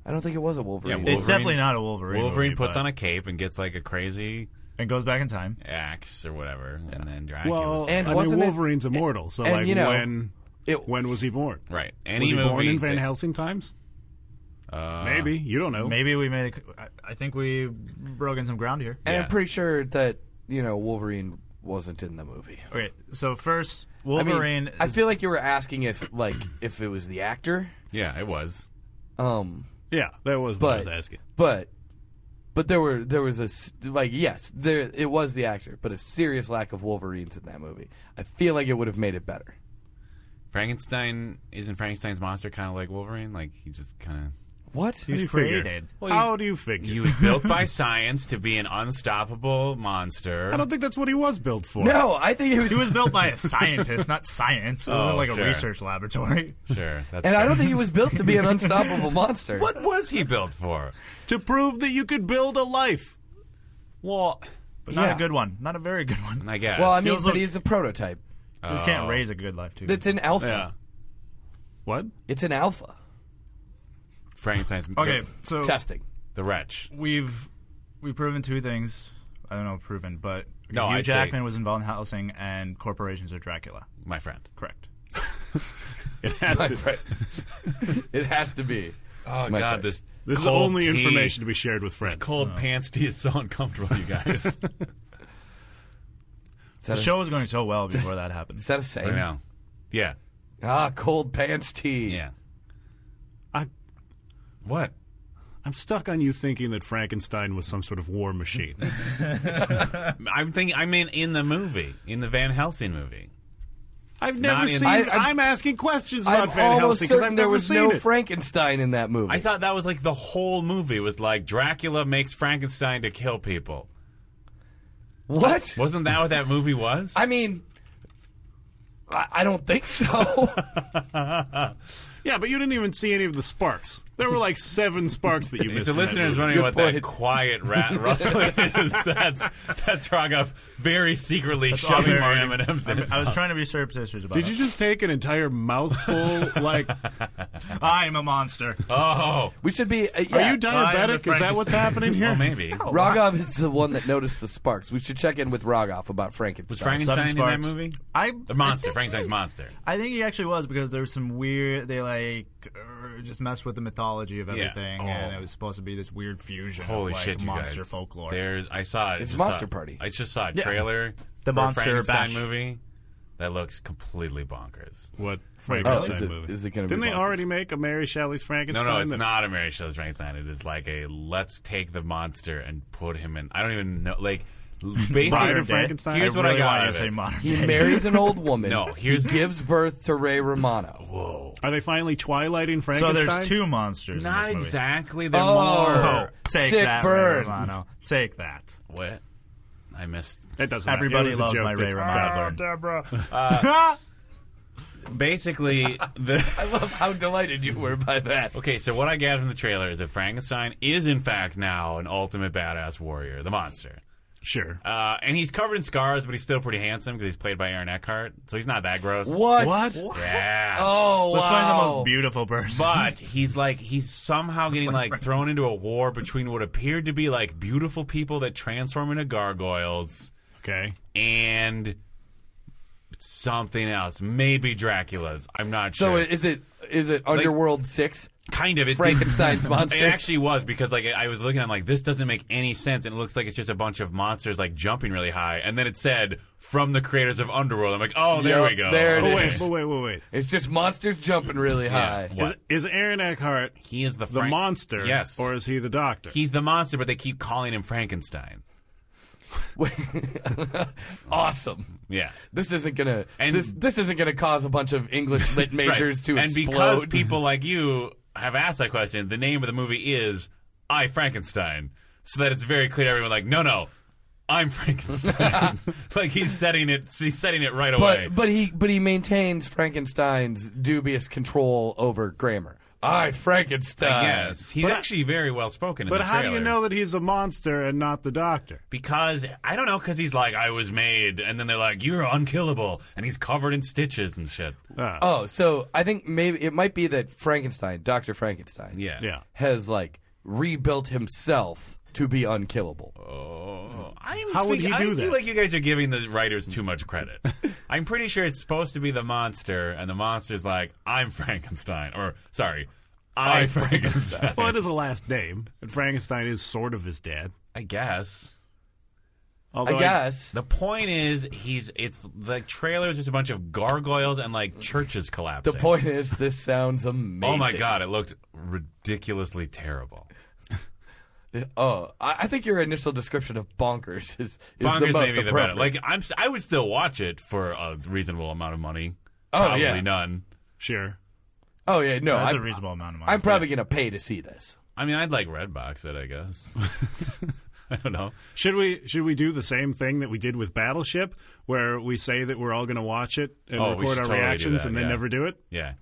Speaker 7: I don't think it was a Wolverine.
Speaker 5: Yeah,
Speaker 4: It's definitely not a Wolverine.
Speaker 5: Wolverine
Speaker 4: movie,
Speaker 5: puts
Speaker 4: but-
Speaker 5: on a cape and gets like a crazy
Speaker 4: and goes back in time.
Speaker 5: axe or whatever, and then Dracula's
Speaker 6: Well,
Speaker 7: And
Speaker 6: I mean,
Speaker 7: wasn't it-
Speaker 6: Wolverine's immortal, so
Speaker 7: and,
Speaker 6: like
Speaker 7: you know,
Speaker 6: when
Speaker 7: It-
Speaker 6: when was he born?
Speaker 5: right.
Speaker 6: was
Speaker 5: Any
Speaker 6: he
Speaker 5: movie Uh,
Speaker 6: born in Van
Speaker 5: that-
Speaker 6: Helsing times? Maybe you don't know.
Speaker 4: Maybe we made. A, I- I think we broken some ground here.
Speaker 7: And
Speaker 5: Yeah.
Speaker 7: I'm pretty sure that, you know, Wolverine wasn't in the movie.
Speaker 4: Okay, so first
Speaker 7: I mean,
Speaker 4: Wolverine.
Speaker 7: I feel like you were asking if like if it was the actor.
Speaker 5: Yeah, it was.
Speaker 7: Um
Speaker 6: Yeah, that was what I
Speaker 7: but
Speaker 6: was asking.
Speaker 7: but but there were there was a s- like yes there it was the actor but a serious lack of Wolverines in that movie. I feel like it would have made it better.
Speaker 5: Frankenstein isn't Frankenstein's monster kind of like Wolverine? Like he just kind
Speaker 7: What?
Speaker 4: he was
Speaker 6: you figure?
Speaker 4: created.
Speaker 6: How do you figure?
Speaker 5: of he was built by [LAUGHS] science to be an unstoppable monster.
Speaker 6: I don't think that's what he was built for.
Speaker 7: No, I think it was.
Speaker 4: He was built by a scientist, not science. It wasn't
Speaker 5: Oh,
Speaker 4: like a
Speaker 5: sure.
Speaker 4: research laboratory. [LAUGHS]
Speaker 5: sure. That's
Speaker 7: and I
Speaker 5: fair.
Speaker 7: don't think he was built to be an unstoppable
Speaker 4: [LAUGHS]
Speaker 7: monster.
Speaker 5: What [LAUGHS] was he built for?
Speaker 6: To prove that you could build a life.
Speaker 5: Well,
Speaker 4: But not
Speaker 7: Yeah.
Speaker 4: a good one. Not a very good one.
Speaker 5: I guess.
Speaker 7: Well, I mean,
Speaker 4: Feels
Speaker 7: but
Speaker 4: like-
Speaker 7: he's a prototype.
Speaker 4: You just
Speaker 5: Oh.
Speaker 4: can't raise a good life too.
Speaker 7: It's an alpha.
Speaker 6: Yeah. What?
Speaker 7: It's an alpha
Speaker 5: Frankenstein's
Speaker 4: okay,
Speaker 5: the,
Speaker 4: so [LAUGHS]
Speaker 7: testing.
Speaker 5: the wretch.
Speaker 4: we've we've proven two things. I don't know, proven, but
Speaker 5: No,
Speaker 4: Hugh
Speaker 5: I'd say-
Speaker 4: Jackman was involved in Helsing, and corporations are Dracula.
Speaker 5: My friend.
Speaker 4: Correct.
Speaker 6: It has to.
Speaker 7: [LAUGHS] It has to be.
Speaker 5: Oh
Speaker 7: My
Speaker 5: God,
Speaker 7: friend.
Speaker 5: this
Speaker 6: This is
Speaker 5: cold
Speaker 6: only
Speaker 5: tea.
Speaker 6: information Oh. to be shared with friends.
Speaker 5: Cold pants tea is so uncomfortable, you [LAUGHS] guys.
Speaker 7: Is that,
Speaker 4: The
Speaker 7: a,
Speaker 4: show was going so well before that happened.
Speaker 7: is that a
Speaker 5: I
Speaker 7: saying?
Speaker 5: know. Yeah,
Speaker 7: Ah, cold pants tea.
Speaker 5: yeah.
Speaker 6: I,
Speaker 5: What?
Speaker 6: I'm stuck on you thinking that Frankenstein was some sort of war machine.
Speaker 5: I'm thinking. I mean, in the movie, in the Van Helsing movie.
Speaker 6: I've
Speaker 5: Not
Speaker 6: never
Speaker 5: in-
Speaker 6: seen.
Speaker 7: I-
Speaker 6: I,
Speaker 7: I'm-
Speaker 6: am asking questions
Speaker 7: I'm
Speaker 6: about Van
Speaker 7: almost
Speaker 6: Helsing because
Speaker 7: certain
Speaker 6: I've
Speaker 7: there
Speaker 6: never
Speaker 7: was
Speaker 6: seen
Speaker 7: no
Speaker 6: it.
Speaker 7: Frankenstein in that movie.
Speaker 5: I thought that was like the whole movie was like Dracula makes Frankenstein to kill people.
Speaker 7: what?
Speaker 5: Wasn't that what that movie was?
Speaker 7: I mean, I, I don't think so.
Speaker 6: yeah, but you didn't even see any of the sparks. There were like seven sparks that you
Speaker 5: if
Speaker 6: missed.
Speaker 5: the
Speaker 6: in that
Speaker 5: listeners
Speaker 6: movie.
Speaker 5: wondering
Speaker 7: Good
Speaker 5: what that
Speaker 7: point.
Speaker 5: quiet rat rustling is, that's that's Rogoff very secretly shoving more
Speaker 4: Very-
Speaker 5: M&Ms in
Speaker 4: I, [LAUGHS]
Speaker 5: his
Speaker 4: I was
Speaker 5: mouth.
Speaker 4: trying to be surreptitious about
Speaker 6: Did
Speaker 4: it.
Speaker 6: you just take an entire [LAUGHS] mouthful? Like,
Speaker 4: I am a monster.
Speaker 5: Oh,
Speaker 7: [LAUGHS] we should be. Uh, yeah.
Speaker 6: are you
Speaker 4: am
Speaker 6: diabetic?
Speaker 4: the
Speaker 6: Is that what's
Speaker 4: Frankenstein.
Speaker 6: happening here?
Speaker 5: well, maybe.
Speaker 7: Rogov is the one that noticed the sparks. We should check in with Rogov about Frankenstein.
Speaker 5: Was Frankenstein in that
Speaker 4: Sparks.
Speaker 5: movie?
Speaker 4: I
Speaker 5: The monster, Frankenstein's monster.
Speaker 4: I think he actually was because there was some weird. They like er, just messed with the mythology of everything, and
Speaker 5: Oh.
Speaker 4: it was supposed to be this weird fusion.
Speaker 5: Holy
Speaker 4: of, like,
Speaker 5: shit, you
Speaker 4: monster
Speaker 5: guys.
Speaker 4: folklore.
Speaker 5: There's, I saw it.
Speaker 7: It's
Speaker 5: just saw-
Speaker 7: Monster Party.
Speaker 5: I just saw a trailer.
Speaker 4: The
Speaker 5: for a
Speaker 4: Monster
Speaker 5: Frankenstein
Speaker 4: Bash.
Speaker 5: movie. That looks completely bonkers.
Speaker 6: What
Speaker 7: Oh,
Speaker 6: Frankenstein
Speaker 7: is it,
Speaker 6: movie?
Speaker 7: is it going to
Speaker 6: Didn't
Speaker 7: be?
Speaker 6: they
Speaker 7: bonkers?
Speaker 6: already make a Mary Shelley's
Speaker 5: No,
Speaker 6: Frankenstein?
Speaker 5: no, it's
Speaker 6: that-
Speaker 5: not a Mary Shelley's Frankenstein. It is like a let's take the monster and put him in. I don't even know.
Speaker 4: [LAUGHS]
Speaker 5: Like, basically,
Speaker 6: Bride of Frankenstein?
Speaker 5: Here's
Speaker 4: I
Speaker 5: what
Speaker 4: really
Speaker 5: I got.
Speaker 4: wanted
Speaker 5: out
Speaker 4: to
Speaker 5: of
Speaker 4: say
Speaker 5: it.
Speaker 4: modern
Speaker 7: He
Speaker 4: day.
Speaker 7: marries an old woman.
Speaker 5: No, here's-
Speaker 7: he gives birth to Ray Romano.
Speaker 5: Whoa.
Speaker 6: Are they finally twilighting
Speaker 4: so
Speaker 6: Frankenstein?
Speaker 4: there's two monsters.
Speaker 5: Not
Speaker 4: in this movie.
Speaker 5: exactly. They're
Speaker 7: Oh.
Speaker 4: Oh, take
Speaker 7: Sick
Speaker 4: that,
Speaker 7: burn.
Speaker 4: Ray Romano. Take that.
Speaker 5: more. What? I missed.
Speaker 6: It doesn't. matter. It
Speaker 4: Everybody
Speaker 6: was a
Speaker 4: loves
Speaker 6: joke Ah,
Speaker 4: my
Speaker 6: that-
Speaker 4: Ray Romano burn.
Speaker 6: [LAUGHS]
Speaker 4: [LAUGHS]
Speaker 5: Basically, the.
Speaker 7: I love how delighted you were by that.
Speaker 5: Okay, so what I gather from the trailer is that Frankenstein is in fact now an ultimate badass warrior, the monster,
Speaker 6: Sure.
Speaker 5: uh, and he's covered in scars, but he's still pretty handsome because he's played by Aaron Eckhart, so he's not that gross.
Speaker 7: What?
Speaker 5: Yeah.
Speaker 7: Oh,
Speaker 4: Let's find the
Speaker 7: wow.
Speaker 4: most beautiful person.
Speaker 5: But he's like he's somehow getting like thrown into a war between what appeared to be like beautiful people that transform into gargoyles
Speaker 6: Okay.
Speaker 5: and something else, maybe Dracula's. I'm not
Speaker 7: So
Speaker 5: sure.
Speaker 7: is it is it Underworld Six?
Speaker 5: kind of it
Speaker 7: Frankenstein's monster.
Speaker 5: [LAUGHS] It actually was because like I was looking, I'm like, this doesn't make any sense, and it looks like it's just a bunch of monsters like jumping really high, and then it said from the creators of Underworld. I'm like, oh, there
Speaker 7: Yup,
Speaker 5: we go.
Speaker 7: there it
Speaker 6: Oh
Speaker 7: is.
Speaker 6: wait, but wait, wait, wait.
Speaker 7: It's just monsters jumping really high.
Speaker 5: Yeah.
Speaker 6: Is,
Speaker 5: What?
Speaker 6: is Aaron Eckhart
Speaker 5: He is the
Speaker 6: the
Speaker 5: Frank-
Speaker 6: monster?
Speaker 5: Yes.
Speaker 6: Or is he the doctor?
Speaker 5: He's the monster, but they keep calling him Frankenstein. [LAUGHS]
Speaker 7: Awesome.
Speaker 5: Yeah.
Speaker 7: This isn't gonna
Speaker 5: And-
Speaker 7: this this isn't gonna cause a bunch of English lit majors
Speaker 5: [LAUGHS] Right.
Speaker 7: to
Speaker 5: and
Speaker 7: explode.
Speaker 5: because
Speaker 6: [LAUGHS]
Speaker 5: people like you have asked that question, the name of the movie is I Frankenstein, so that it's very clear to everyone. Like, no, no,
Speaker 6: [LAUGHS]
Speaker 5: I'm Frankenstein. [LAUGHS] like he's setting it. He's setting it right away.
Speaker 7: but but he but he maintains Frankenstein's dubious control over grammar. I Frankenstein.
Speaker 5: I guess he's
Speaker 6: uh, But-
Speaker 5: actually very well spoken.
Speaker 6: but
Speaker 5: in the
Speaker 6: how do you
Speaker 5: trailer.
Speaker 6: know that he's a monster and not the doctor?
Speaker 5: Because I don't know. Because he's like, I was made, and then they're like, you're unkillable, and he's covered in stitches and shit.
Speaker 6: Ah,
Speaker 7: Oh, so I think maybe it might be that Frankenstein, Doctor Frankenstein,
Speaker 5: Yeah.
Speaker 6: yeah.
Speaker 7: has like rebuilt himself to be unkillable.
Speaker 5: Oh, I'm
Speaker 6: How would
Speaker 5: think-
Speaker 6: he do
Speaker 5: I feel
Speaker 6: that?
Speaker 5: like you guys are giving the writers too much
Speaker 6: [LAUGHS]
Speaker 5: credit. I'm pretty sure it's supposed to be the monster, and the monster's like, I'm Frankenstein, or sorry, I
Speaker 6: [LAUGHS]
Speaker 5: Frankenstein.
Speaker 6: Well, it is a last name, and Frankenstein is sort of his dad.
Speaker 5: I guess.
Speaker 6: Although
Speaker 7: I guess.
Speaker 5: The point is, he's it's the trailer's just a bunch of gargoyles and like churches collapsing.
Speaker 7: The point is, this sounds amazing.
Speaker 5: Oh my god, it looked ridiculously terrible.
Speaker 7: Oh, I, I think your initial description of bonkers is, is the most
Speaker 5: Bonkers may be the
Speaker 7: appropriate.
Speaker 5: better. Like I'm, s- I would still watch it for a reasonable amount of money.
Speaker 7: Oh,
Speaker 5: Probably
Speaker 7: yeah.
Speaker 5: none.
Speaker 6: sure.
Speaker 7: oh yeah, no,
Speaker 4: That's a
Speaker 7: I'm,
Speaker 4: reasonable amount of money.
Speaker 7: I'm probably gonna pay to see this.
Speaker 5: I mean, I'd like Redbox it, I guess. [LAUGHS] I don't know.
Speaker 6: Should we should we do the same thing that we did with Battleship, where we say that we're all going to watch it and
Speaker 5: Oh,
Speaker 6: record
Speaker 5: we should
Speaker 6: our
Speaker 5: totally do
Speaker 6: reactions
Speaker 5: that,
Speaker 6: and then
Speaker 5: yeah.
Speaker 6: never do it?
Speaker 5: Yeah.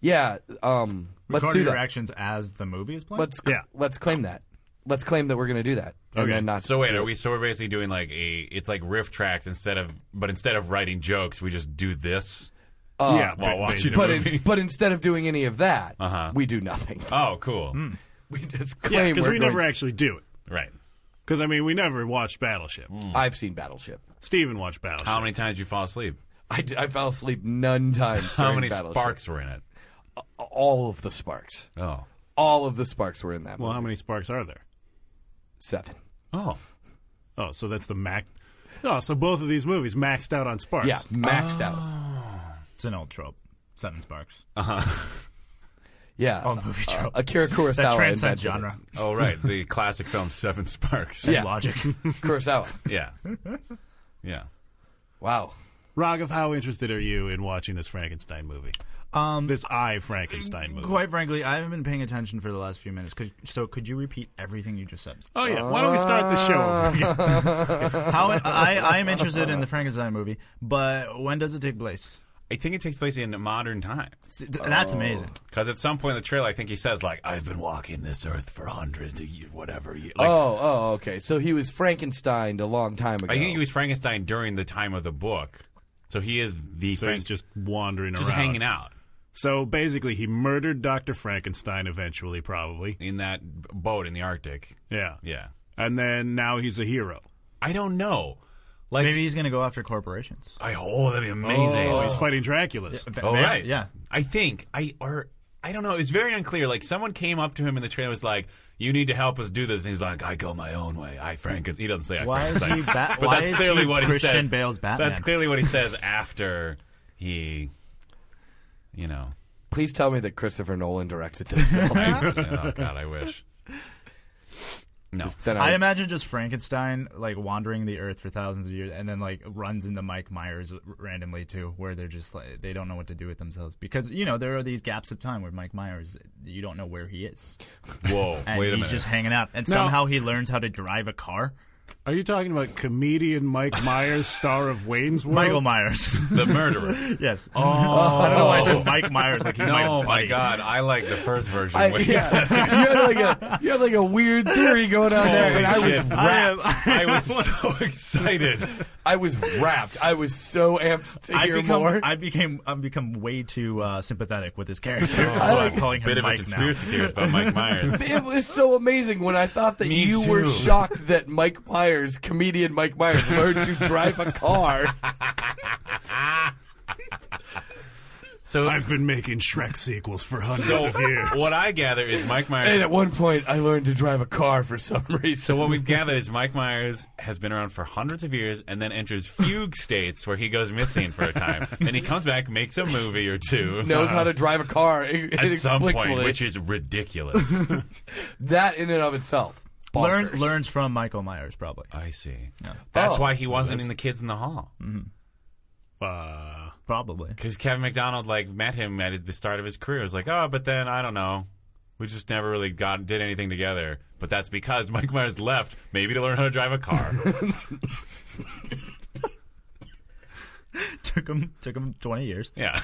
Speaker 7: Yeah, um, let's
Speaker 4: Record
Speaker 7: do
Speaker 4: your
Speaker 7: that.
Speaker 4: actions as the movie is playing.
Speaker 7: Let's
Speaker 6: Yeah.
Speaker 7: let's claim that. Let's claim that we're gonna do that. And
Speaker 6: Okay.
Speaker 7: then not
Speaker 5: So wait, are we? So we're basically doing like a. It's like riff tracks instead of, but instead of writing jokes, we just do this.
Speaker 7: Uh,
Speaker 6: yeah,
Speaker 5: while
Speaker 6: ba-
Speaker 5: watching
Speaker 6: basically.
Speaker 7: but
Speaker 5: movie.
Speaker 7: in, but instead of doing any of that,
Speaker 5: Uh-huh.
Speaker 7: we do nothing.
Speaker 5: Oh, cool.
Speaker 7: [LAUGHS] We just
Speaker 6: [LAUGHS] yeah,
Speaker 7: claim
Speaker 6: because
Speaker 7: we're
Speaker 6: we
Speaker 7: going-
Speaker 6: never actually do it.
Speaker 5: Right.
Speaker 6: Because I mean, we never watched Battleship.
Speaker 7: I've seen Battleship.
Speaker 6: Steven watched Battleship.
Speaker 5: How many times did you fall asleep?
Speaker 7: I, d- I fell asleep none times.
Speaker 5: How
Speaker 7: during
Speaker 5: many
Speaker 7: Battleship.
Speaker 5: sparks were in it?
Speaker 7: All of the sparks.
Speaker 5: Oh.
Speaker 7: All of the sparks were in that.
Speaker 6: well,
Speaker 7: movie.
Speaker 6: how many sparks are there?
Speaker 7: Seven.
Speaker 5: Oh.
Speaker 6: Oh, so that's the max. Oh, so both of these movies maxed out on sparks.
Speaker 7: Yeah, maxed out.
Speaker 4: It's an old trope. Seven sparks.
Speaker 7: Yeah,
Speaker 4: Old Oh, movie trope.
Speaker 7: Uh, Akira Kurosawa.
Speaker 4: that transcends
Speaker 7: invented it.
Speaker 4: genre.
Speaker 5: Oh, right. The classic film Seven Sparks.
Speaker 7: Yeah.
Speaker 4: Logic.
Speaker 7: Kurosawa.
Speaker 5: [LAUGHS] Yeah. Yeah.
Speaker 7: Wow.
Speaker 6: Raghav, how interested are you in watching this Frankenstein movie? Um, this I Frankenstein movie.
Speaker 4: Quite frankly, I haven't been paying attention for the last few minutes. Could, so, could you repeat everything you just said?
Speaker 6: oh yeah. Why don't we start the show over again?
Speaker 5: [LAUGHS]
Speaker 4: How I, I am interested in the Frankenstein movie, but when does it take place?
Speaker 5: I think it takes place in modern times.
Speaker 4: See, th- That's
Speaker 5: Oh.
Speaker 4: amazing.
Speaker 5: Because at some point in the trailer, I think he says, like, I've been walking this earth for hundreds of years, whatever. ye-" Like,
Speaker 7: Oh, oh, okay. So he was Frankenstein a long time ago.
Speaker 5: I think he was Frankenstein during the time of the book. So he is the
Speaker 6: so
Speaker 5: Frank-
Speaker 6: he's just wandering
Speaker 5: just
Speaker 6: around,
Speaker 5: hanging out
Speaker 6: So basically, he murdered Doctor Frankenstein eventually, probably.
Speaker 5: in that b- boat in the Arctic.
Speaker 6: Yeah.
Speaker 5: Yeah.
Speaker 6: And then now he's a hero.
Speaker 5: I don't know. Like,
Speaker 4: Maybe he's going to go after corporations.
Speaker 5: I, oh, that'd be amazing.
Speaker 6: Oh, he's fighting Dracula's.
Speaker 5: Oh,
Speaker 4: Very-
Speaker 5: right.
Speaker 4: Yeah.
Speaker 5: I think I or I don't know. It was very unclear. Like someone came up to him in the trailer was like, "You need to help us do this." And he's like, "I go my own way. I Frankenstein." He doesn't say I
Speaker 4: Why is
Speaker 5: Frankenstein.
Speaker 4: he Bat-
Speaker 5: [LAUGHS] but
Speaker 4: why
Speaker 5: that's
Speaker 4: is
Speaker 5: clearly
Speaker 4: he
Speaker 5: what
Speaker 4: Christian
Speaker 5: he says.
Speaker 4: Bale's Batman?
Speaker 5: That's clearly what he says after he, you know.
Speaker 7: Please tell me that Christopher Nolan directed this film.
Speaker 5: you know, [LAUGHS] oh God, I wish. No,
Speaker 7: then
Speaker 4: I
Speaker 7: I,
Speaker 4: imagine just Frankenstein like wandering the earth for thousands of years, and then like runs into Mike Myers randomly too, where they're just like they don't know what to do with themselves because you know there are these gaps of time where Mike Myers you don't know where he is,
Speaker 5: whoa,
Speaker 4: and
Speaker 5: wait a
Speaker 4: he's
Speaker 5: minute.
Speaker 4: just hanging out, and somehow he learns how to drive a car.
Speaker 6: Are you talking about comedian Mike Myers, star of Wayne's World?
Speaker 4: Michael Myers, [LAUGHS]
Speaker 5: the murderer.
Speaker 4: yes. Oh, I don't know why I said Mike Myers. Like he's
Speaker 5: oh my
Speaker 4: my, buddy.
Speaker 5: God, I like the first version.
Speaker 7: I, [LAUGHS]
Speaker 5: way
Speaker 7: yeah, you had like a you had like a weird theory going on there,
Speaker 5: Holy
Speaker 7: and I was
Speaker 5: shit.
Speaker 4: I,
Speaker 7: wrapped.
Speaker 4: am-
Speaker 5: I was
Speaker 7: [LAUGHS]
Speaker 5: so excited.
Speaker 7: I was wrapped. I was so amped to
Speaker 4: [LAUGHS] I
Speaker 7: hear
Speaker 4: become,
Speaker 7: more.
Speaker 4: I became, I've become way too uh, sympathetic with his character.
Speaker 5: [LAUGHS]
Speaker 4: so
Speaker 5: Oh,
Speaker 4: I'm calling him
Speaker 5: bit
Speaker 4: Mike
Speaker 5: of a
Speaker 4: now.
Speaker 5: conspiracy theorist about
Speaker 7: [LAUGHS]
Speaker 5: Mike Myers.
Speaker 7: it was so amazing when I thought that
Speaker 5: Me
Speaker 7: you were
Speaker 5: too.
Speaker 7: shocked that Mike Myers, comedian Mike Myers, learned to drive a car.
Speaker 5: So
Speaker 6: I've been making Shrek sequels for hundreds
Speaker 5: So
Speaker 6: of years.
Speaker 5: what I gather is Mike
Speaker 7: And
Speaker 5: Myers.
Speaker 7: at one point, I learned to drive a car for some reason.
Speaker 5: So what we've gathered is Mike Myers has been around for hundreds of years and then enters fugue states where he goes missing for
Speaker 7: [LAUGHS]
Speaker 5: a time. Then he comes back, makes a movie or two.
Speaker 7: Knows how to drive a car in-
Speaker 5: at some
Speaker 7: inexplicably.
Speaker 5: point, which is ridiculous.
Speaker 7: [LAUGHS] that in and of itself.
Speaker 4: Learn,
Speaker 7: bonkers.
Speaker 4: learns from Michael Myers probably.
Speaker 5: I see. That's
Speaker 7: Oh.
Speaker 5: why he wasn't in the Kids in the Hall
Speaker 6: Uh,
Speaker 4: Probably. [LAUGHS]
Speaker 5: because Kevin McDonald like met him at the start of his career. It was like, oh, but then I don't know. We just never really got did anything together. But that's because [LAUGHS] Mike Myers left, maybe to learn how to drive
Speaker 7: [LAUGHS]
Speaker 5: a car.
Speaker 4: took him took him 20 years.
Speaker 5: yeah.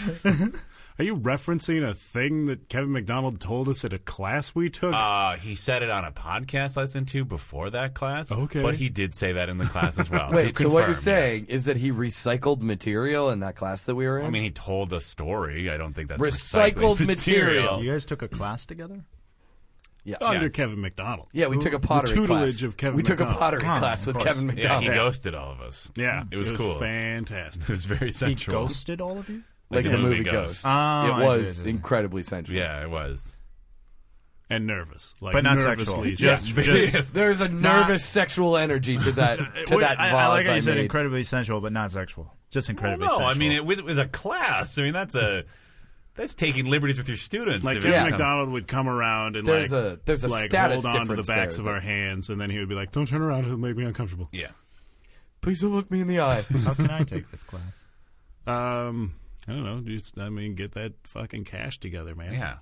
Speaker 6: are you referencing a thing that Kevin McDonald told us at a class we took?
Speaker 5: Uh, he said it on a podcast I listened to before that class.
Speaker 6: Okay.
Speaker 5: But he did say that in the class as well.
Speaker 7: [LAUGHS] Wait,
Speaker 5: to
Speaker 7: so what
Speaker 5: confirm,
Speaker 7: you're saying
Speaker 5: yes.
Speaker 7: is that he recycled material in that class that we were in?
Speaker 5: I mean, he told the story. I don't think that's
Speaker 7: Recycled
Speaker 5: recycling
Speaker 7: material.
Speaker 4: You guys took a class together?
Speaker 6: Under
Speaker 5: yeah.
Speaker 6: Kevin McDonald.
Speaker 7: yeah, we took a
Speaker 6: The
Speaker 7: pottery
Speaker 6: tutelage
Speaker 7: class.
Speaker 6: of Kevin
Speaker 7: we took a
Speaker 6: McDonald.
Speaker 7: pottery
Speaker 4: Oh,
Speaker 7: class
Speaker 4: of
Speaker 7: with
Speaker 4: course.
Speaker 7: Kevin
Speaker 5: Yeah,
Speaker 7: McDonald.
Speaker 5: he ghosted all of us.
Speaker 6: Yeah,
Speaker 5: [LAUGHS] It was cool.
Speaker 6: Fantastic.
Speaker 5: [LAUGHS] It was very
Speaker 4: He
Speaker 5: sensual.
Speaker 4: ghosted all of you?
Speaker 7: like the movie Ghost.
Speaker 4: Oh, I
Speaker 7: it
Speaker 4: see, I
Speaker 7: was
Speaker 4: see.
Speaker 7: incredibly sensual.
Speaker 5: Yeah, it was.
Speaker 6: and nervous, like
Speaker 4: But not
Speaker 6: nervously,
Speaker 4: sexual.
Speaker 6: Just,
Speaker 5: [LAUGHS]
Speaker 4: Yeah. [LAUGHS]
Speaker 7: [LAUGHS]
Speaker 6: just
Speaker 7: There's a nervous sexual energy to that to
Speaker 4: Well,
Speaker 7: that
Speaker 4: I, I
Speaker 7: vase
Speaker 4: like how you said
Speaker 7: made.
Speaker 4: incredibly sensual, but not sexual. Just incredibly
Speaker 5: no,
Speaker 4: sensual.
Speaker 5: I mean it with, with a class. I mean that's a that's taking liberties with your students.
Speaker 6: like
Speaker 5: if it
Speaker 6: Kevin
Speaker 7: Yeah.
Speaker 5: becomes-
Speaker 6: McDonald would come around and
Speaker 7: There's
Speaker 6: like
Speaker 7: a- there's a
Speaker 6: like
Speaker 7: status
Speaker 6: hold on to the
Speaker 7: difference
Speaker 6: backs
Speaker 7: there,
Speaker 6: of
Speaker 7: but-
Speaker 6: our hands, and then he would be like, "Don't turn around; it'll make me uncomfortable."
Speaker 5: Yeah.
Speaker 7: Please don't look me in the
Speaker 4: [LAUGHS]
Speaker 7: eye.
Speaker 4: how can I take this class?
Speaker 6: Um, I don't know. Just, I mean, get that fucking cash together, man.
Speaker 5: Yeah.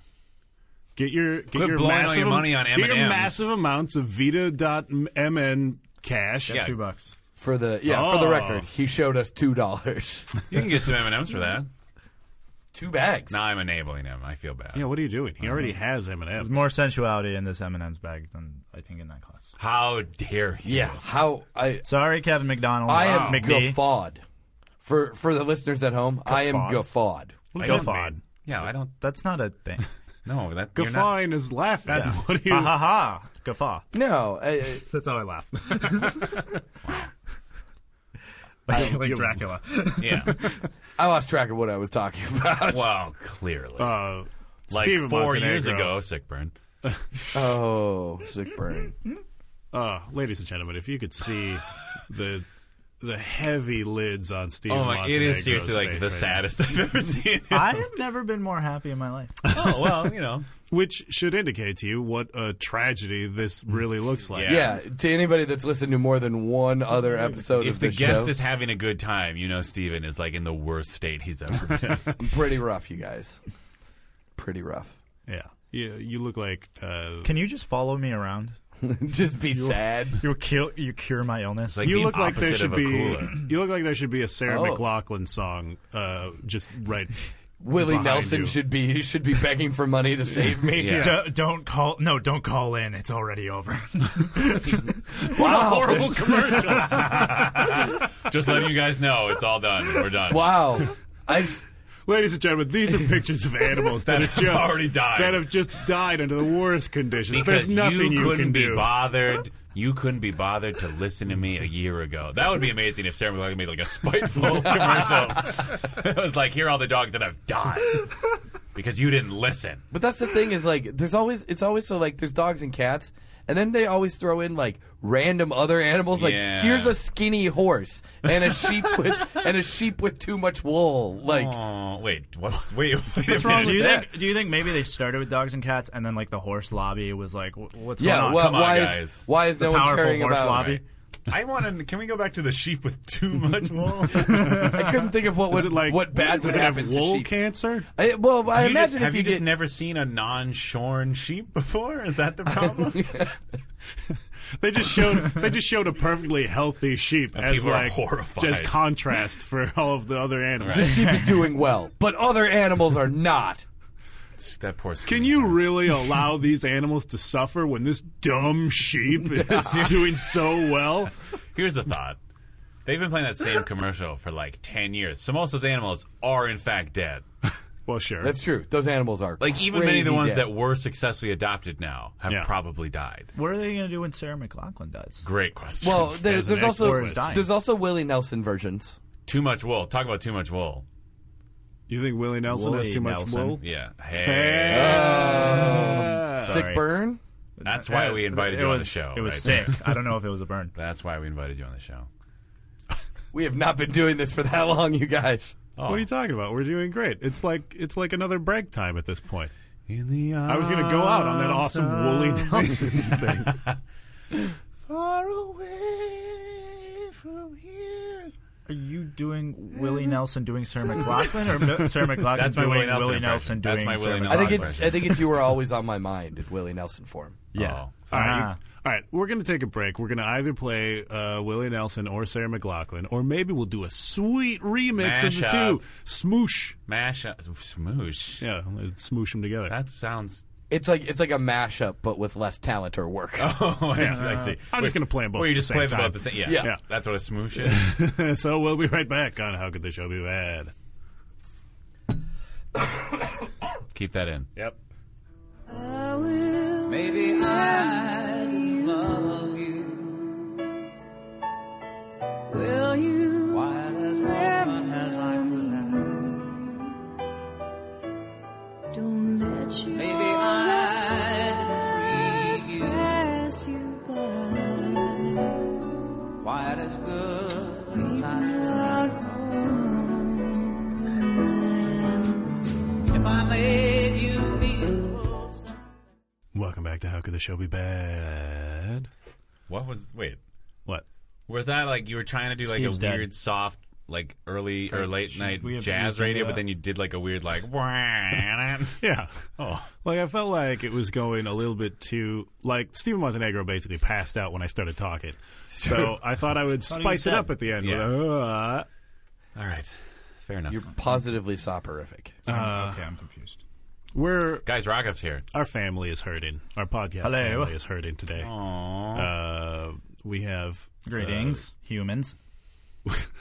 Speaker 6: Get your get
Speaker 5: Quit
Speaker 6: your
Speaker 5: blowing all
Speaker 6: massive
Speaker 5: your money on
Speaker 6: get your
Speaker 5: M&Ms.
Speaker 6: massive amounts of Vita.mn cash.
Speaker 5: Yeah.
Speaker 4: Two bucks.
Speaker 7: For the yeah, for the
Speaker 6: Oh.
Speaker 7: record, he showed us two
Speaker 4: [LAUGHS]
Speaker 7: dollars,
Speaker 5: You can get some M and M's for that.
Speaker 7: two bags.
Speaker 5: Now I'm enabling him. I feel bad.
Speaker 6: Yeah, what are you doing? He already has M and M's.
Speaker 4: There's more sensuality in this M&M's bag than I think in that class.
Speaker 5: How dare you?
Speaker 7: yeah, how I
Speaker 4: Sorry, Kevin McDonald.
Speaker 7: I am
Speaker 4: McD.
Speaker 7: guffawed. For for the listeners at home, I am guffawed.
Speaker 5: I
Speaker 4: Go
Speaker 5: don't
Speaker 4: fod.
Speaker 5: mean- Yeah, I don't
Speaker 4: That's not a thing. [LAUGHS]
Speaker 5: know. That, you're not-
Speaker 6: Gaffawing is laughing.
Speaker 4: Yeah.
Speaker 6: What are you?
Speaker 4: ha ha ha. Guffaw.
Speaker 7: No, I, I-
Speaker 4: That's how I [LAUGHS] laugh. like, like Dracula.
Speaker 5: Yeah.
Speaker 6: [LAUGHS]
Speaker 7: I lost track of what I was talking [LAUGHS] about.
Speaker 5: Well, clearly.
Speaker 6: Uh,
Speaker 5: like
Speaker 6: Steven
Speaker 5: four
Speaker 6: Montenegro.
Speaker 5: years ago, sick burn.
Speaker 7: Oh, sick burn.
Speaker 6: Uh, ladies and gentlemen, if you could
Speaker 5: [LAUGHS]
Speaker 6: see the the heavy lids on Steven
Speaker 5: oh my! It is
Speaker 6: Montenegro's
Speaker 5: seriously like
Speaker 6: face
Speaker 5: the
Speaker 6: right now.
Speaker 5: saddest I've ever seen.
Speaker 4: [LAUGHS]
Speaker 6: [LAUGHS]
Speaker 4: I have never been more happy in my life.
Speaker 5: oh well, you know.
Speaker 6: which should indicate to you what a tragedy this really looks like.
Speaker 5: Yeah.
Speaker 7: Yeah, to anybody that's listened to more than one other episode
Speaker 5: If
Speaker 7: of
Speaker 5: the
Speaker 7: this
Speaker 5: guest
Speaker 7: show,
Speaker 5: is having a good time, you know Steven is like in the worst state he's
Speaker 6: [LAUGHS]
Speaker 5: ever been.
Speaker 7: pretty rough, you guys. Pretty rough.
Speaker 6: yeah. You, you look like uh,
Speaker 4: Can you just follow me around?
Speaker 7: [LAUGHS] Just be sad.
Speaker 4: You kill. You cure my illness.
Speaker 5: like-
Speaker 6: you
Speaker 5: the
Speaker 6: look like there
Speaker 5: opposite
Speaker 6: should
Speaker 5: of a
Speaker 6: be
Speaker 5: cooler.
Speaker 6: [CLEARS THROAT] you look like there should be a Sarah
Speaker 7: Oh.
Speaker 6: McLaughlin song uh, just
Speaker 5: [LAUGHS]
Speaker 6: right.
Speaker 7: Willie
Speaker 6: behind
Speaker 7: Nelson
Speaker 6: you.
Speaker 7: should be should be begging for money to save me. [LAUGHS]
Speaker 5: Yeah.
Speaker 4: D- don't call. No, don't call in. It's already [LAUGHS] over.
Speaker 7: Wow,
Speaker 5: Horrible commercial. [LAUGHS] Just letting you guys know, it's all done. We're done.
Speaker 7: wow. I
Speaker 6: Ladies and gentlemen, these are pictures of animals that, have just
Speaker 5: already died.
Speaker 6: that have just died under the worst conditions.
Speaker 5: Because
Speaker 6: There's nothing you,
Speaker 5: couldn't
Speaker 6: can
Speaker 5: be
Speaker 6: do.
Speaker 5: bothered. You couldn't be bothered to listen to me a year ago. That would be amazing if Sarah McLachlan made like a spiteful commercial. it was like, here are all the dogs that have died because you didn't listen.
Speaker 7: But that's the thing is like there's always it's always so like there's dogs and cats and then they always throw in like random other animals like
Speaker 5: Yeah.
Speaker 7: here's a skinny horse and a sheep with and a sheep with too much wool like
Speaker 5: Oh wait, what? [LAUGHS] Wait, wait a
Speaker 4: What's wrong?
Speaker 5: minute.
Speaker 4: Do you think? Do you think maybe they started with dogs and cats, and then like the horse lobby was like, wh- what's going
Speaker 7: yeah
Speaker 4: on?
Speaker 7: wha-
Speaker 5: come on,
Speaker 7: why
Speaker 5: guys.
Speaker 7: is why is no one
Speaker 4: Powerful
Speaker 7: caring
Speaker 4: horse
Speaker 7: about
Speaker 4: lobby.
Speaker 5: I want to. Can we go back to the sheep with too much wool?
Speaker 7: I couldn't think of what
Speaker 6: Is
Speaker 7: would
Speaker 6: it like
Speaker 7: what bad
Speaker 6: does
Speaker 7: would
Speaker 6: it have
Speaker 7: happen to
Speaker 6: wool
Speaker 7: sheep.
Speaker 6: cancer?
Speaker 7: I, well, I
Speaker 5: You just-
Speaker 7: imagine
Speaker 5: have
Speaker 7: if
Speaker 5: you,
Speaker 7: you,
Speaker 5: just
Speaker 7: get
Speaker 5: never seen a non-shorn sheep before? Is that the problem?
Speaker 6: They just showed they just showed a perfectly healthy sheep
Speaker 5: And
Speaker 6: as
Speaker 5: people are
Speaker 6: like
Speaker 5: horrified.
Speaker 6: just contrast for [LAUGHS] all of the other animals.
Speaker 7: the sheep
Speaker 5: [LAUGHS]
Speaker 7: is doing well, but other animals are not.
Speaker 5: that
Speaker 6: [LAUGHS]
Speaker 5: poor.
Speaker 6: Can you really allow these animals to suffer when this dumb sheep is [LAUGHS] doing so well?
Speaker 5: Here's a thought. They've been playing that [LAUGHS] same commercial for like ten years. Some of those animals are in fact dead.
Speaker 6: Well, sure.
Speaker 7: That's true. Those animals are
Speaker 5: Like even many of the
Speaker 7: crazy
Speaker 5: ones
Speaker 7: dead.
Speaker 5: that were successfully adopted now have
Speaker 6: Yeah.
Speaker 5: probably died.
Speaker 4: What are they going to do when Sarah McLaughlin dies?
Speaker 5: Great question. [LAUGHS]
Speaker 7: Well, there,
Speaker 6: As an
Speaker 7: there's
Speaker 6: explorer
Speaker 7: also
Speaker 6: is
Speaker 4: dying.
Speaker 7: there's also Willie Nelson versions.
Speaker 5: too much wool. Talk about too much wool.
Speaker 6: you think Willie Nelson has
Speaker 4: Willie
Speaker 6: too much
Speaker 4: Nelson.
Speaker 6: wool?
Speaker 5: Yeah.
Speaker 6: Hey.
Speaker 5: Hey. Uh,
Speaker 7: Sick burn.
Speaker 5: That's why we invited
Speaker 4: it
Speaker 5: you
Speaker 4: was,
Speaker 5: on the show.
Speaker 4: It was
Speaker 5: right?
Speaker 4: sick. I don't know if it was a burn.
Speaker 5: That's why we invited you on the show.
Speaker 7: We have not been doing this for that long, you guys.
Speaker 6: What are you talking about? We're doing great. It's like it's like another break time at this point.
Speaker 5: In the
Speaker 6: I was going to go out on that awesome Willie Nelson thing.
Speaker 5: Far away from here.
Speaker 4: Are you doing Willie Nelson doing Sarah McLaughlin or Mi- [LAUGHS] Sarah McLaughlin
Speaker 5: That's my
Speaker 4: doing
Speaker 5: Willie Nelson
Speaker 4: Willie
Speaker 5: impression.
Speaker 4: Nelson doing
Speaker 5: That's my
Speaker 4: Sarah
Speaker 5: Willie
Speaker 4: McLaughlin?
Speaker 7: I
Speaker 5: Nelson.
Speaker 7: think it's I think it's you were
Speaker 5: [LAUGHS]
Speaker 7: always on my mind in Willie Nelson form.
Speaker 4: Yeah.
Speaker 5: Oh.
Speaker 6: All right.
Speaker 4: Ah.
Speaker 6: All right, we're going to take a break. We're going to either play uh, Willie Nelson or Sarah McLaughlin, or maybe we'll do a sweet remix of the
Speaker 5: Mash
Speaker 6: two.
Speaker 5: up.
Speaker 6: Smoosh.
Speaker 5: Mash up. uh, Smoosh.
Speaker 6: Yeah, let's smoosh them together.
Speaker 5: That sounds.
Speaker 7: It's like it's like a mashup, but with less talent or work. [LAUGHS]
Speaker 5: Oh, I, I see.
Speaker 6: I'm just gonna play 'em both
Speaker 5: Or you
Speaker 6: at the
Speaker 5: just
Speaker 6: same
Speaker 5: play them
Speaker 6: time.
Speaker 5: both at the same. Yeah.
Speaker 7: Yeah.
Speaker 6: Yeah.
Speaker 5: That's what a smoosh is.
Speaker 6: [LAUGHS] so we'll be right back on How Could the Show Be Bad?
Speaker 5: Keep that in.
Speaker 6: Yep.
Speaker 8: Maybe I love you. Will you? Why does woman has like Don't let you. Maybe I
Speaker 6: Welcome back to How Could the Show Be Bad?
Speaker 5: What was? Wait,
Speaker 6: What?
Speaker 5: was that like you were trying to do like
Speaker 4: Steve's
Speaker 5: a
Speaker 4: dead.
Speaker 5: weird soft like early or late
Speaker 4: should
Speaker 5: night
Speaker 4: we have
Speaker 5: jazz
Speaker 4: used him
Speaker 5: radio,
Speaker 4: for
Speaker 5: but
Speaker 4: that?
Speaker 5: then you did like a weird like. [LAUGHS]
Speaker 6: Yeah. Oh. Like I felt like it was going a little bit too like Stephen Montenegro basically passed out when I started talking. So I thought I would
Speaker 4: he was
Speaker 6: spice it
Speaker 4: dead.
Speaker 6: up at the end.
Speaker 5: Yeah.
Speaker 6: With, a,
Speaker 5: All right, fair enough.
Speaker 7: You're positively soporific.
Speaker 4: okay, I'm confused.
Speaker 6: we're
Speaker 5: Guys, Rockoff's here.
Speaker 6: our family is hurting. Our podcast
Speaker 4: Hello.
Speaker 6: family is hurting today. Uh, we have uh,
Speaker 4: Greetings, humans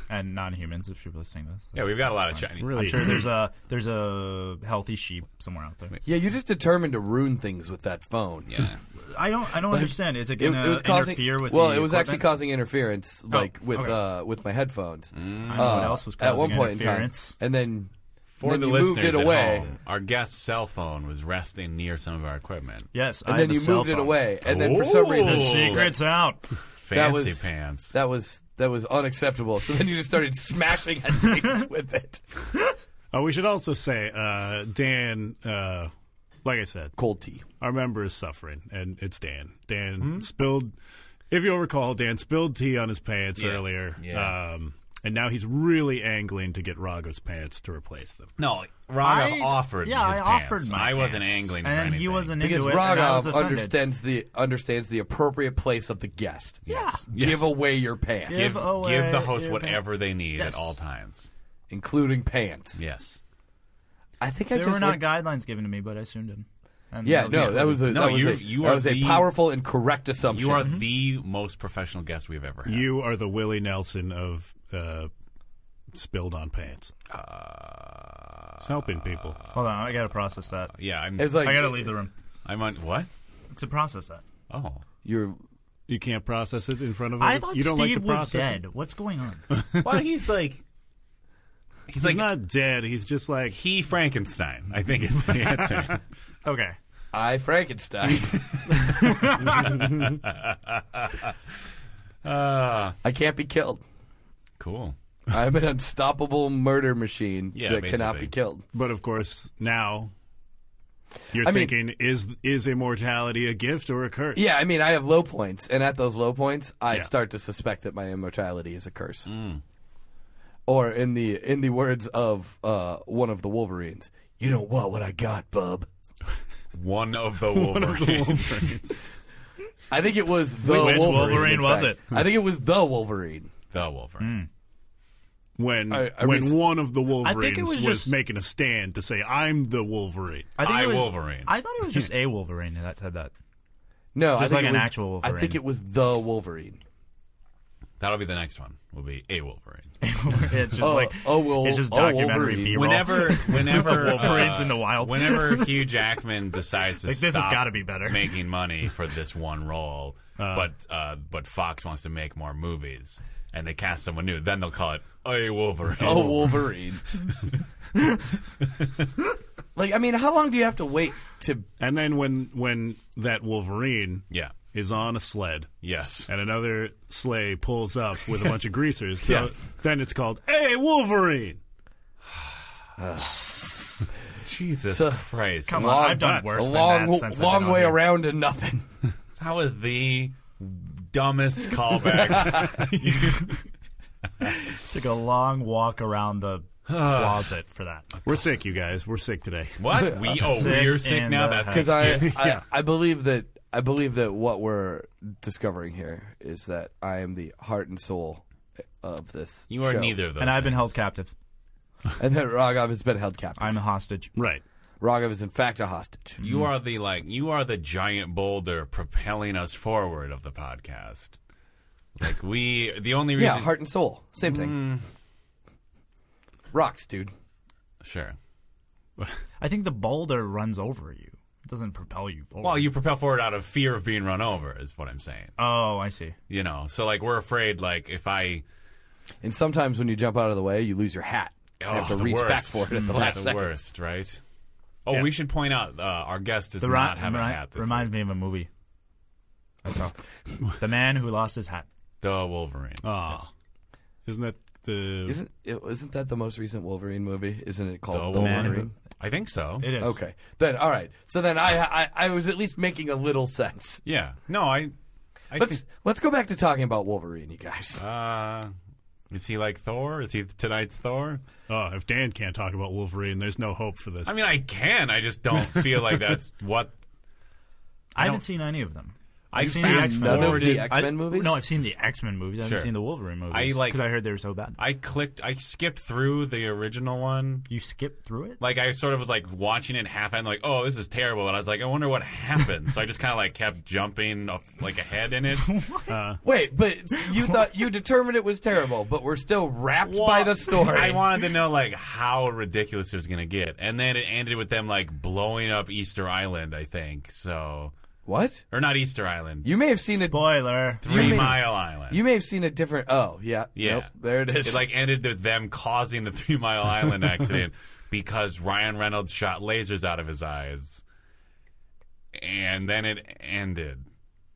Speaker 4: and non-humans. If you're listening to this,
Speaker 5: Yeah, we've got a lot of Chinese.
Speaker 6: Really?
Speaker 4: I'm sure there's a there's a healthy sheep somewhere out there.
Speaker 7: Yeah, you're just determined to ruin things with that phone.
Speaker 5: Yeah.
Speaker 4: I don't I don't understand. Is it
Speaker 7: It,
Speaker 4: going
Speaker 7: it
Speaker 4: to
Speaker 7: was causing
Speaker 4: interfere with?
Speaker 7: well,
Speaker 4: the
Speaker 7: it was actually
Speaker 4: equipment? Oh,
Speaker 7: causing interference, like with
Speaker 4: okay.
Speaker 7: uh, with my headphones.
Speaker 5: Mm.
Speaker 4: I don't know what else was causing
Speaker 7: uh, at one point in time,
Speaker 4: interference.
Speaker 7: and then
Speaker 5: For
Speaker 7: then
Speaker 5: the
Speaker 7: you
Speaker 5: listeners
Speaker 7: moved it
Speaker 5: at
Speaker 7: away,
Speaker 5: home, our guest's cell phone was resting near some of our equipment.
Speaker 4: Yes, I
Speaker 7: and then
Speaker 4: have a
Speaker 7: you
Speaker 4: cell
Speaker 7: moved it
Speaker 4: phone.
Speaker 7: away, Oh. and then for some
Speaker 5: Ooh.
Speaker 7: reason
Speaker 4: The secret's out.
Speaker 7: That
Speaker 5: Fancy
Speaker 7: was-
Speaker 5: pants.
Speaker 7: That was that was unacceptable. So then you just started smashing
Speaker 4: [LAUGHS]
Speaker 7: at things with it.
Speaker 6: Oh, we should also say uh, Dan. Uh, like I said,
Speaker 7: Cold tea.
Speaker 6: our member is suffering, and it's Dan. Dan spilled, if you'll recall, Dan spilled tea on his pants
Speaker 5: Yeah.
Speaker 6: earlier.
Speaker 5: Yeah.
Speaker 6: Um, and now he's really angling to get Rago's pants to replace them.
Speaker 5: no,
Speaker 4: I-
Speaker 5: Rockoff offered.
Speaker 4: yeah,
Speaker 5: his
Speaker 4: I
Speaker 5: pants.
Speaker 4: offered my
Speaker 5: I wasn't
Speaker 4: pants.
Speaker 5: angling, for
Speaker 4: and he
Speaker 5: anything.
Speaker 4: wasn't
Speaker 7: Because
Speaker 4: into it. and I was
Speaker 7: Rogov
Speaker 4: offended.
Speaker 7: understands the understands the appropriate place of the guest.
Speaker 4: Yeah.
Speaker 7: Give away your pants,
Speaker 4: Give away
Speaker 5: Give the host
Speaker 4: your
Speaker 5: whatever they need
Speaker 4: Yes.
Speaker 5: at all times.
Speaker 7: including pants.
Speaker 5: Yes.
Speaker 7: I think I
Speaker 4: There
Speaker 7: just
Speaker 4: were
Speaker 7: like-
Speaker 4: not guidelines given to me, but I assumed them. And
Speaker 7: Yeah, no,
Speaker 4: was-
Speaker 7: that was a
Speaker 5: No,
Speaker 7: that was,
Speaker 5: you-
Speaker 7: a,
Speaker 5: you
Speaker 7: that
Speaker 5: are
Speaker 7: was a
Speaker 5: the-
Speaker 7: powerful and correct assumption.
Speaker 5: You are
Speaker 4: Mm-hmm.
Speaker 5: the most professional guest we've ever had.
Speaker 6: You are the Willie Nelson of uh, spilled on pants. it's helping people.
Speaker 4: Hold on, I gotta process that.
Speaker 5: yeah, I'm.
Speaker 7: It's like
Speaker 4: I gotta leave the room
Speaker 5: I'm on what?
Speaker 4: to process that.
Speaker 5: Oh,
Speaker 4: [LAUGHS]
Speaker 7: you're
Speaker 6: You can't process it in front of.
Speaker 4: I
Speaker 6: other-
Speaker 4: thought
Speaker 6: you don't like
Speaker 4: Steve
Speaker 6: to
Speaker 4: was
Speaker 6: process it?
Speaker 4: dead. What's going on?
Speaker 5: [LAUGHS] well, he's like. He's,
Speaker 6: He's
Speaker 5: like
Speaker 6: not dead. He's just like
Speaker 5: he Frankenstein. I think is
Speaker 4: [LAUGHS]
Speaker 5: the answer.
Speaker 4: okay.
Speaker 7: I Frankenstein.
Speaker 5: [LAUGHS]
Speaker 7: [LAUGHS] I can't be killed.
Speaker 5: cool.
Speaker 7: I'm an unstoppable murder machine
Speaker 5: Yeah,
Speaker 7: that cannot
Speaker 5: basically.
Speaker 7: be killed.
Speaker 6: But of course, now you're
Speaker 7: I mean-
Speaker 6: thinking is is immortality a gift or a curse?
Speaker 7: Yeah, I mean, I have low points, and at those low points, I
Speaker 6: Yeah.
Speaker 7: start to suspect that my immortality is a curse.
Speaker 5: Mm.
Speaker 7: Or in the in the words of uh, one of the Wolverines, "You don't want what I got, bub."
Speaker 5: One of
Speaker 4: [LAUGHS]
Speaker 5: the Wolverines.
Speaker 7: I think it was the
Speaker 4: Which
Speaker 7: Wolverine,
Speaker 4: Wolverine
Speaker 7: in
Speaker 4: was
Speaker 7: fact.
Speaker 4: it?
Speaker 7: I think it was the Wolverine.
Speaker 5: the
Speaker 4: Hmm.
Speaker 5: Wolverine.
Speaker 6: When
Speaker 7: I- I
Speaker 6: when
Speaker 7: res-
Speaker 6: one of the Wolverines
Speaker 4: it was
Speaker 6: was,
Speaker 4: just-
Speaker 6: making a stand to say I'm the Wolverine.
Speaker 4: I think
Speaker 5: I
Speaker 4: it was,
Speaker 5: Wolverine.
Speaker 4: I thought it
Speaker 5: [LAUGHS]
Speaker 4: was just a Wolverine that said that. [LAUGHS]
Speaker 7: No, I
Speaker 4: Just
Speaker 7: think
Speaker 4: like
Speaker 7: it
Speaker 4: an
Speaker 7: was-
Speaker 4: actual
Speaker 7: I
Speaker 4: Wolverine.
Speaker 7: think it was the Wolverine.
Speaker 5: That'll be the next one. Will be a Wolverine.
Speaker 4: it's just
Speaker 7: Oh,
Speaker 4: like
Speaker 7: oh, well,
Speaker 4: it's just
Speaker 7: oh,
Speaker 4: documentary
Speaker 7: Wolverine.
Speaker 4: B-roll.
Speaker 5: Whenever,
Speaker 4: [LAUGHS]
Speaker 5: whenever
Speaker 4: Wolverines
Speaker 5: uh,
Speaker 4: in the wild.
Speaker 5: Whenever
Speaker 4: [LAUGHS]
Speaker 5: Hugh Jackman decides to
Speaker 4: Like, this has
Speaker 5: stop
Speaker 4: gotta be
Speaker 5: [LAUGHS]
Speaker 4: better.
Speaker 5: making money for this one role,
Speaker 4: Uh-huh.
Speaker 5: but uh, but Fox wants to make more movies, and they cast someone new. Then they'll call it a Wolverine.
Speaker 4: [LAUGHS]
Speaker 7: Oh, Wolverine. like, I mean, how long do you have to wait to?
Speaker 6: And then when when that Wolverine
Speaker 5: yeah,
Speaker 6: is on a sled
Speaker 5: yes.
Speaker 4: [LAUGHS]
Speaker 6: and another sleigh pulls up with a bunch of greasers, so
Speaker 5: Yes.
Speaker 6: then it's called Hey Wolverine.
Speaker 5: Jesus
Speaker 7: So-
Speaker 5: Christ!
Speaker 4: [LAUGHS] Come
Speaker 7: Long-
Speaker 4: on, I've done worse.
Speaker 7: a
Speaker 4: than
Speaker 7: long,
Speaker 4: that since I've
Speaker 7: long
Speaker 4: been on
Speaker 7: way
Speaker 4: here.
Speaker 7: around to
Speaker 4: [LAUGHS]
Speaker 7: nothing.
Speaker 5: That was the
Speaker 7: [LAUGHS]
Speaker 5: dumbest callback.
Speaker 4: Took a long walk
Speaker 5: [SIGHS]
Speaker 4: around the closet for that.
Speaker 6: We're sick, you guys. We're sick today.
Speaker 5: what? We oh,
Speaker 4: Sick
Speaker 5: we're sick
Speaker 4: and,
Speaker 5: now.
Speaker 4: uh,
Speaker 5: That's
Speaker 7: Because I, I, I believe that I believe that what we're discovering here is that I am the heart and soul of this.
Speaker 5: you are
Speaker 7: show.
Speaker 5: neither of those.
Speaker 4: And I've been
Speaker 5: things.
Speaker 4: held captive.
Speaker 7: and that Rogov has been held captive.
Speaker 4: I'm a hostage.
Speaker 6: Right.
Speaker 7: Rogov is in fact a hostage.
Speaker 5: You are the like you are the giant boulder propelling us forward of the podcast. Like we the only reason
Speaker 7: Yeah, heart and soul, same thing. Rocks, dude.
Speaker 5: sure.
Speaker 4: I think the boulder runs over you. It doesn't propel you forward.
Speaker 5: Well, you propel forward out of fear of being run over is what I'm saying.
Speaker 4: Oh, I see.
Speaker 5: You know, so like we're afraid like if I
Speaker 7: And sometimes when you jump out of the way, you lose your hat. You
Speaker 5: oh,
Speaker 7: have to
Speaker 5: the
Speaker 7: reach
Speaker 5: worst.
Speaker 7: back for it at
Speaker 5: [LAUGHS]
Speaker 7: the
Speaker 5: That's
Speaker 7: last
Speaker 5: the
Speaker 7: second.
Speaker 5: worst, right? Oh,
Speaker 4: Yeah.
Speaker 5: we should point out uh, our guest does
Speaker 4: The
Speaker 5: not
Speaker 4: ri-
Speaker 5: have a
Speaker 4: remi-
Speaker 5: hat. This
Speaker 4: reminds
Speaker 5: week.
Speaker 4: me of a movie. That's all. the man who lost his hat.
Speaker 5: the Wolverine.
Speaker 7: Oh.
Speaker 6: Ah. Isn't that the
Speaker 7: Isn't it- isn't that the most recent Wolverine movie? Isn't it called
Speaker 5: The
Speaker 7: The
Speaker 5: Wolverine.
Speaker 7: Wolverine?
Speaker 4: Man who,
Speaker 5: I think so.
Speaker 4: It is.
Speaker 7: Okay. Then all right. So then I I, I was at least making a little sense.
Speaker 5: Yeah. No, I. I
Speaker 7: Let's let's go back to talking about Wolverine, you guys.
Speaker 5: think. Uh, is he like Thor? Is he tonight's Thor?
Speaker 6: Oh, if Dan can't talk about Wolverine, there's no hope for this.
Speaker 5: I mean, I can. I just
Speaker 7: [LAUGHS]
Speaker 5: don't feel like that's what
Speaker 4: I haven't seen any of them.
Speaker 5: I
Speaker 4: seen
Speaker 5: fast
Speaker 4: the X-Men.
Speaker 7: None of
Speaker 5: forwarded-
Speaker 7: the X
Speaker 5: I-
Speaker 7: Men movies.
Speaker 4: No, I've seen the X Men movies. I haven't
Speaker 5: Sure.
Speaker 4: seen the Wolverine movies.
Speaker 5: I, like-
Speaker 4: because I heard they were so bad.
Speaker 5: I clicked. I skipped through the original one.
Speaker 4: you skipped through it.
Speaker 5: Like I sort of was like watching it half and like, oh, this is terrible. And I was like, I wonder what happened. so I just kind of like kept jumping off, like
Speaker 7: [LAUGHS]
Speaker 5: ahead in it.
Speaker 7: Wait, but you thought you determined it was terrible, but we're still wrapped by the story.
Speaker 5: I wanted to know like how ridiculous it was gonna get, and then it ended with them like blowing up Easter Island. I think so,
Speaker 7: what?
Speaker 5: or not Easter Island,
Speaker 7: You may have seen it.
Speaker 4: Spoiler.
Speaker 5: Three
Speaker 7: mean-
Speaker 5: Mile Island.
Speaker 7: You may have seen a different. Oh yeah.
Speaker 5: Yeah.
Speaker 7: Nope, there it is.
Speaker 5: It like ended with them causing the
Speaker 7: [LAUGHS]
Speaker 5: Three Mile Island accident because Ryan Reynolds shot lasers out of his eyes, and then it ended.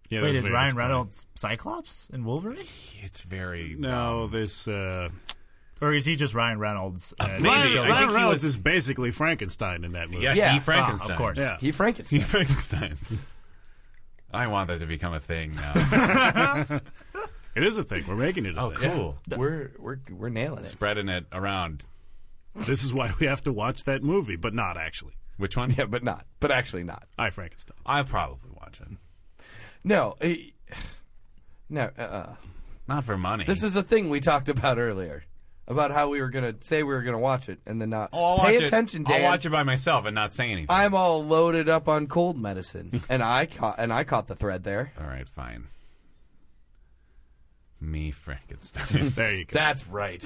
Speaker 6: yeah,
Speaker 4: Wait,
Speaker 6: that's
Speaker 4: is
Speaker 6: very
Speaker 4: Ryan
Speaker 6: disappointing.
Speaker 4: Reynolds Cyclops in Wolverine,
Speaker 5: It's very
Speaker 6: No, this uh,
Speaker 4: or is he just Ryan Reynolds? Uh,
Speaker 5: Maybe.
Speaker 6: Ryan,
Speaker 5: I
Speaker 6: Ryan
Speaker 5: think he
Speaker 6: Reynolds
Speaker 5: was-
Speaker 6: is basically Frankenstein in that movie.
Speaker 5: Yeah,
Speaker 7: Yeah.
Speaker 5: he
Speaker 7: Ah,
Speaker 4: Ah,
Speaker 5: Frankenstein.
Speaker 4: of course.
Speaker 6: Yeah.
Speaker 7: he
Speaker 5: He
Speaker 7: Frankenstein.
Speaker 5: Frankenstein. [LAUGHS] I want that to become a
Speaker 6: [LAUGHS]
Speaker 5: thing now.
Speaker 6: it is a thing. We're making it. A
Speaker 5: oh,
Speaker 6: thing.
Speaker 5: cool.
Speaker 7: We're we're we're nailing it.
Speaker 5: Spreading it around.
Speaker 6: This is why we have to watch that movie, but not actually.
Speaker 5: Which one?
Speaker 7: Yeah, but not. But actually not.
Speaker 6: I Frankenstein.
Speaker 5: I'll probably watch it.
Speaker 7: No. eh, no. Uh, uh.
Speaker 5: Not for money.
Speaker 7: This is a thing we talked about earlier about how we were gonna say we were gonna watch it and then not.
Speaker 5: Oh, I'll
Speaker 7: Pay
Speaker 5: watch
Speaker 7: attention,
Speaker 5: it.
Speaker 7: Dan.
Speaker 5: I'll watch it by myself and not say anything.
Speaker 7: I'm all loaded up on cold medicine, [LAUGHS] and I caught and I caught the thread there.
Speaker 5: All right, fine.
Speaker 6: [LAUGHS]
Speaker 5: Me Frankenstein.
Speaker 6: There you go.
Speaker 7: That's right.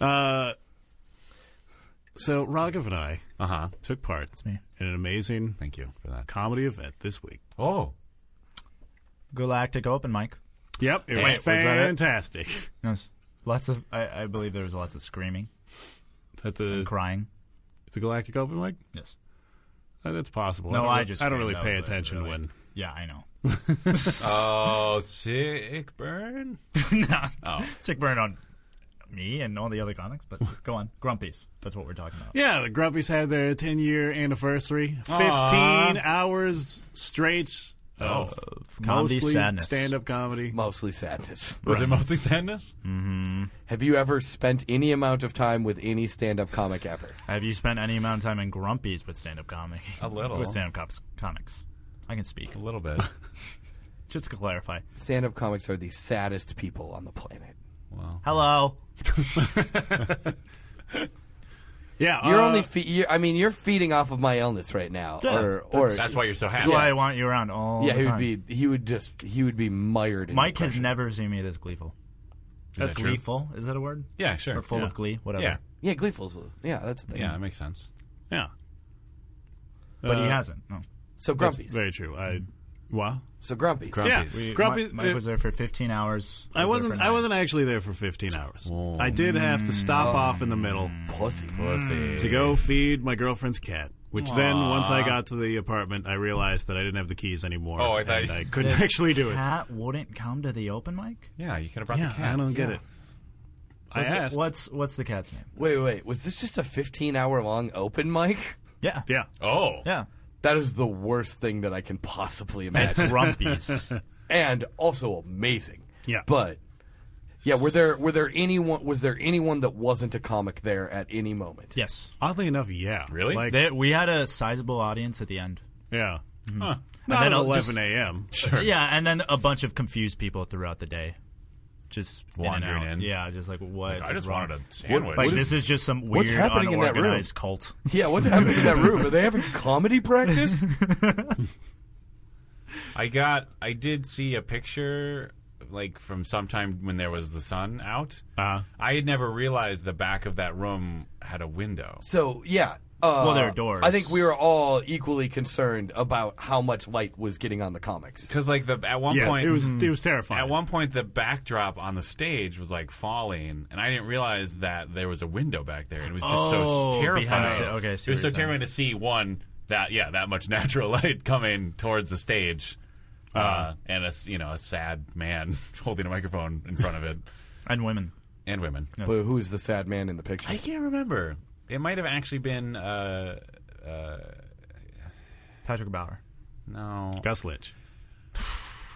Speaker 6: Uh, so Raghav and I
Speaker 5: uh huh.
Speaker 6: took part
Speaker 4: me.
Speaker 6: in an amazing
Speaker 5: Thank you for that.
Speaker 6: comedy event this week.
Speaker 5: Oh,
Speaker 4: Galactic open mic.
Speaker 6: Yep, it was
Speaker 4: Wait, was that it?
Speaker 6: fantastic.
Speaker 4: Yes. Lots of. I, I believe there was lots of screaming,
Speaker 6: At the
Speaker 4: crying.
Speaker 6: the Galactic Open mic,
Speaker 4: Yes.
Speaker 6: Uh, that's possible. I
Speaker 4: No,
Speaker 6: don't,
Speaker 4: I
Speaker 6: re-
Speaker 4: just
Speaker 6: I don't
Speaker 4: screamed.
Speaker 6: really
Speaker 4: That
Speaker 6: pay
Speaker 4: was a
Speaker 6: attention
Speaker 4: really-
Speaker 6: when
Speaker 4: Yeah, I know.
Speaker 5: oh, sick burn.
Speaker 4: no.
Speaker 5: Oh.
Speaker 4: [LAUGHS] Sick burn on me and all the other comics, but go on. Grumpies. That's what we're talking about.
Speaker 6: Yeah, the Grumpies had their 10 year anniversary. 15 hours straight of
Speaker 4: Oh. comedy sadness.
Speaker 6: stand up comedy.
Speaker 7: Mostly sadness.
Speaker 5: Was it mostly sadness?
Speaker 7: Have you ever spent any amount of time with any stand-up comic ever?
Speaker 4: Have you spent any amount of time in Grumpies with stand up comedy?
Speaker 5: A little.
Speaker 4: With stand up cops- comics. I can speak.
Speaker 5: A
Speaker 6: [LAUGHS]
Speaker 5: little bit.
Speaker 4: Just to clarify.
Speaker 7: Stand-up comics are the saddest people on the planet.
Speaker 4: Hello.
Speaker 6: Yeah,
Speaker 7: You're
Speaker 6: uh,
Speaker 7: only, fe- you're, I mean, you're feeding off of my illness right now. or, or
Speaker 5: That's why you're so
Speaker 4: That's
Speaker 5: happy.
Speaker 4: why I want you around all
Speaker 7: yeah,
Speaker 4: the
Speaker 7: he
Speaker 4: time.
Speaker 7: would be, he would just, he would be mired. In
Speaker 4: Mike has
Speaker 7: depression.
Speaker 4: never seen me this gleeful.
Speaker 5: That's true.
Speaker 4: gleeful? Is that a word?
Speaker 5: Yeah, sure.
Speaker 4: Or full
Speaker 5: yeah.
Speaker 4: of glee? Whatever.
Speaker 5: Yeah,
Speaker 7: Yeah, Gleeful's. Yeah, that's the thing.
Speaker 5: yeah, that makes sense.
Speaker 6: Yeah.
Speaker 4: But he
Speaker 6: Uh,
Speaker 4: hasn't. No.
Speaker 7: So
Speaker 6: That's
Speaker 7: grumpy.
Speaker 6: very true. I. Wow.
Speaker 7: So grumpy.
Speaker 6: Yeah.
Speaker 5: Grumpies.
Speaker 4: We-
Speaker 6: Grumpy-
Speaker 4: Mi- Mike was there for 15 hours.
Speaker 6: I
Speaker 4: was there
Speaker 6: wasn't.
Speaker 4: for Mm.
Speaker 6: I
Speaker 4: nine.
Speaker 6: wasn't actually there for 15 hours. I did have to stop
Speaker 4: Mm.
Speaker 6: off in the middle
Speaker 7: Pussy.
Speaker 6: to go feed my girlfriend's cat. Which then, once I got to the apartment, I realized that I didn't have the keys anymore.
Speaker 5: Oh, I thought
Speaker 6: and
Speaker 5: you- [LAUGHS]
Speaker 6: I couldn't actually do it.
Speaker 4: Pat wouldn't come to the open mic?
Speaker 5: Yeah, you could have brought
Speaker 6: Yeah,
Speaker 5: the cat.
Speaker 6: I don't get it. I
Speaker 4: What's it-
Speaker 6: asked.
Speaker 4: What's what's the cat's name?
Speaker 7: Wait, wait. Was this just a 15-hour-long open mic?
Speaker 4: Yeah.
Speaker 6: Yeah.
Speaker 5: Oh,
Speaker 4: Yeah.
Speaker 7: That is the worst thing that I can possibly
Speaker 4: [LAUGHS]
Speaker 7: imagine,
Speaker 4: Grumpies.
Speaker 7: and also amazing.
Speaker 6: Yeah.
Speaker 7: But yeah, were there were there anyone was there anyone that wasn't a comic there at any moment?
Speaker 4: yes.
Speaker 6: Oddly enough, yeah.
Speaker 5: Really?
Speaker 6: Like,
Speaker 4: They, we had a sizable audience at the end.
Speaker 6: yeah. Huh.
Speaker 4: then
Speaker 6: Not at
Speaker 4: I'll
Speaker 6: 11
Speaker 4: just- [LAUGHS]
Speaker 6: a.m.
Speaker 4: Yeah, and then a bunch of confused people throughout the day. Just in and
Speaker 5: Wandering
Speaker 4: out.
Speaker 5: in.
Speaker 4: Yeah, just like what?
Speaker 5: I
Speaker 4: is
Speaker 5: just
Speaker 4: wrong?
Speaker 5: wanted a sandwich.
Speaker 4: Like this is just some
Speaker 7: What's
Speaker 4: weird
Speaker 7: happening in that room?
Speaker 4: unorganized cult.
Speaker 7: Yeah, what's happening in that room? Are they having comedy practice?
Speaker 5: I got. I did see a picture, like from sometime when there was the sun out.
Speaker 6: Uh-huh.
Speaker 5: I had never realized the back of that room had a window.
Speaker 7: So yeah. Uh,
Speaker 4: Well, there are doors.
Speaker 7: I think we were all equally concerned about how much light was getting on the comics.
Speaker 5: Because like the at one
Speaker 6: Yeah,
Speaker 5: point Mm-hmm.
Speaker 6: it was
Speaker 4: mm-hmm.
Speaker 6: it was terrifying.
Speaker 5: At one point, the backdrop on the stage was like falling, and I didn't realize that there was a window back there. And it was just so
Speaker 4: Oh,
Speaker 5: terrifying.
Speaker 4: behind the sce- okay, I see
Speaker 5: it was
Speaker 4: what
Speaker 5: so
Speaker 4: you're
Speaker 5: terrifying to see one that yeah that much [LAUGHS] natural light coming towards the stage, uh,
Speaker 4: Uh-huh.
Speaker 5: and a s- you know a sad man [LAUGHS] holding a microphone in front of it,
Speaker 4: and women.
Speaker 5: and women.
Speaker 4: [LAUGHS]
Speaker 7: But who's the sad man in the picture?
Speaker 5: I can't remember. It might have actually been uh,
Speaker 4: Patrick Bauer.
Speaker 5: no.
Speaker 6: Gus Lynch.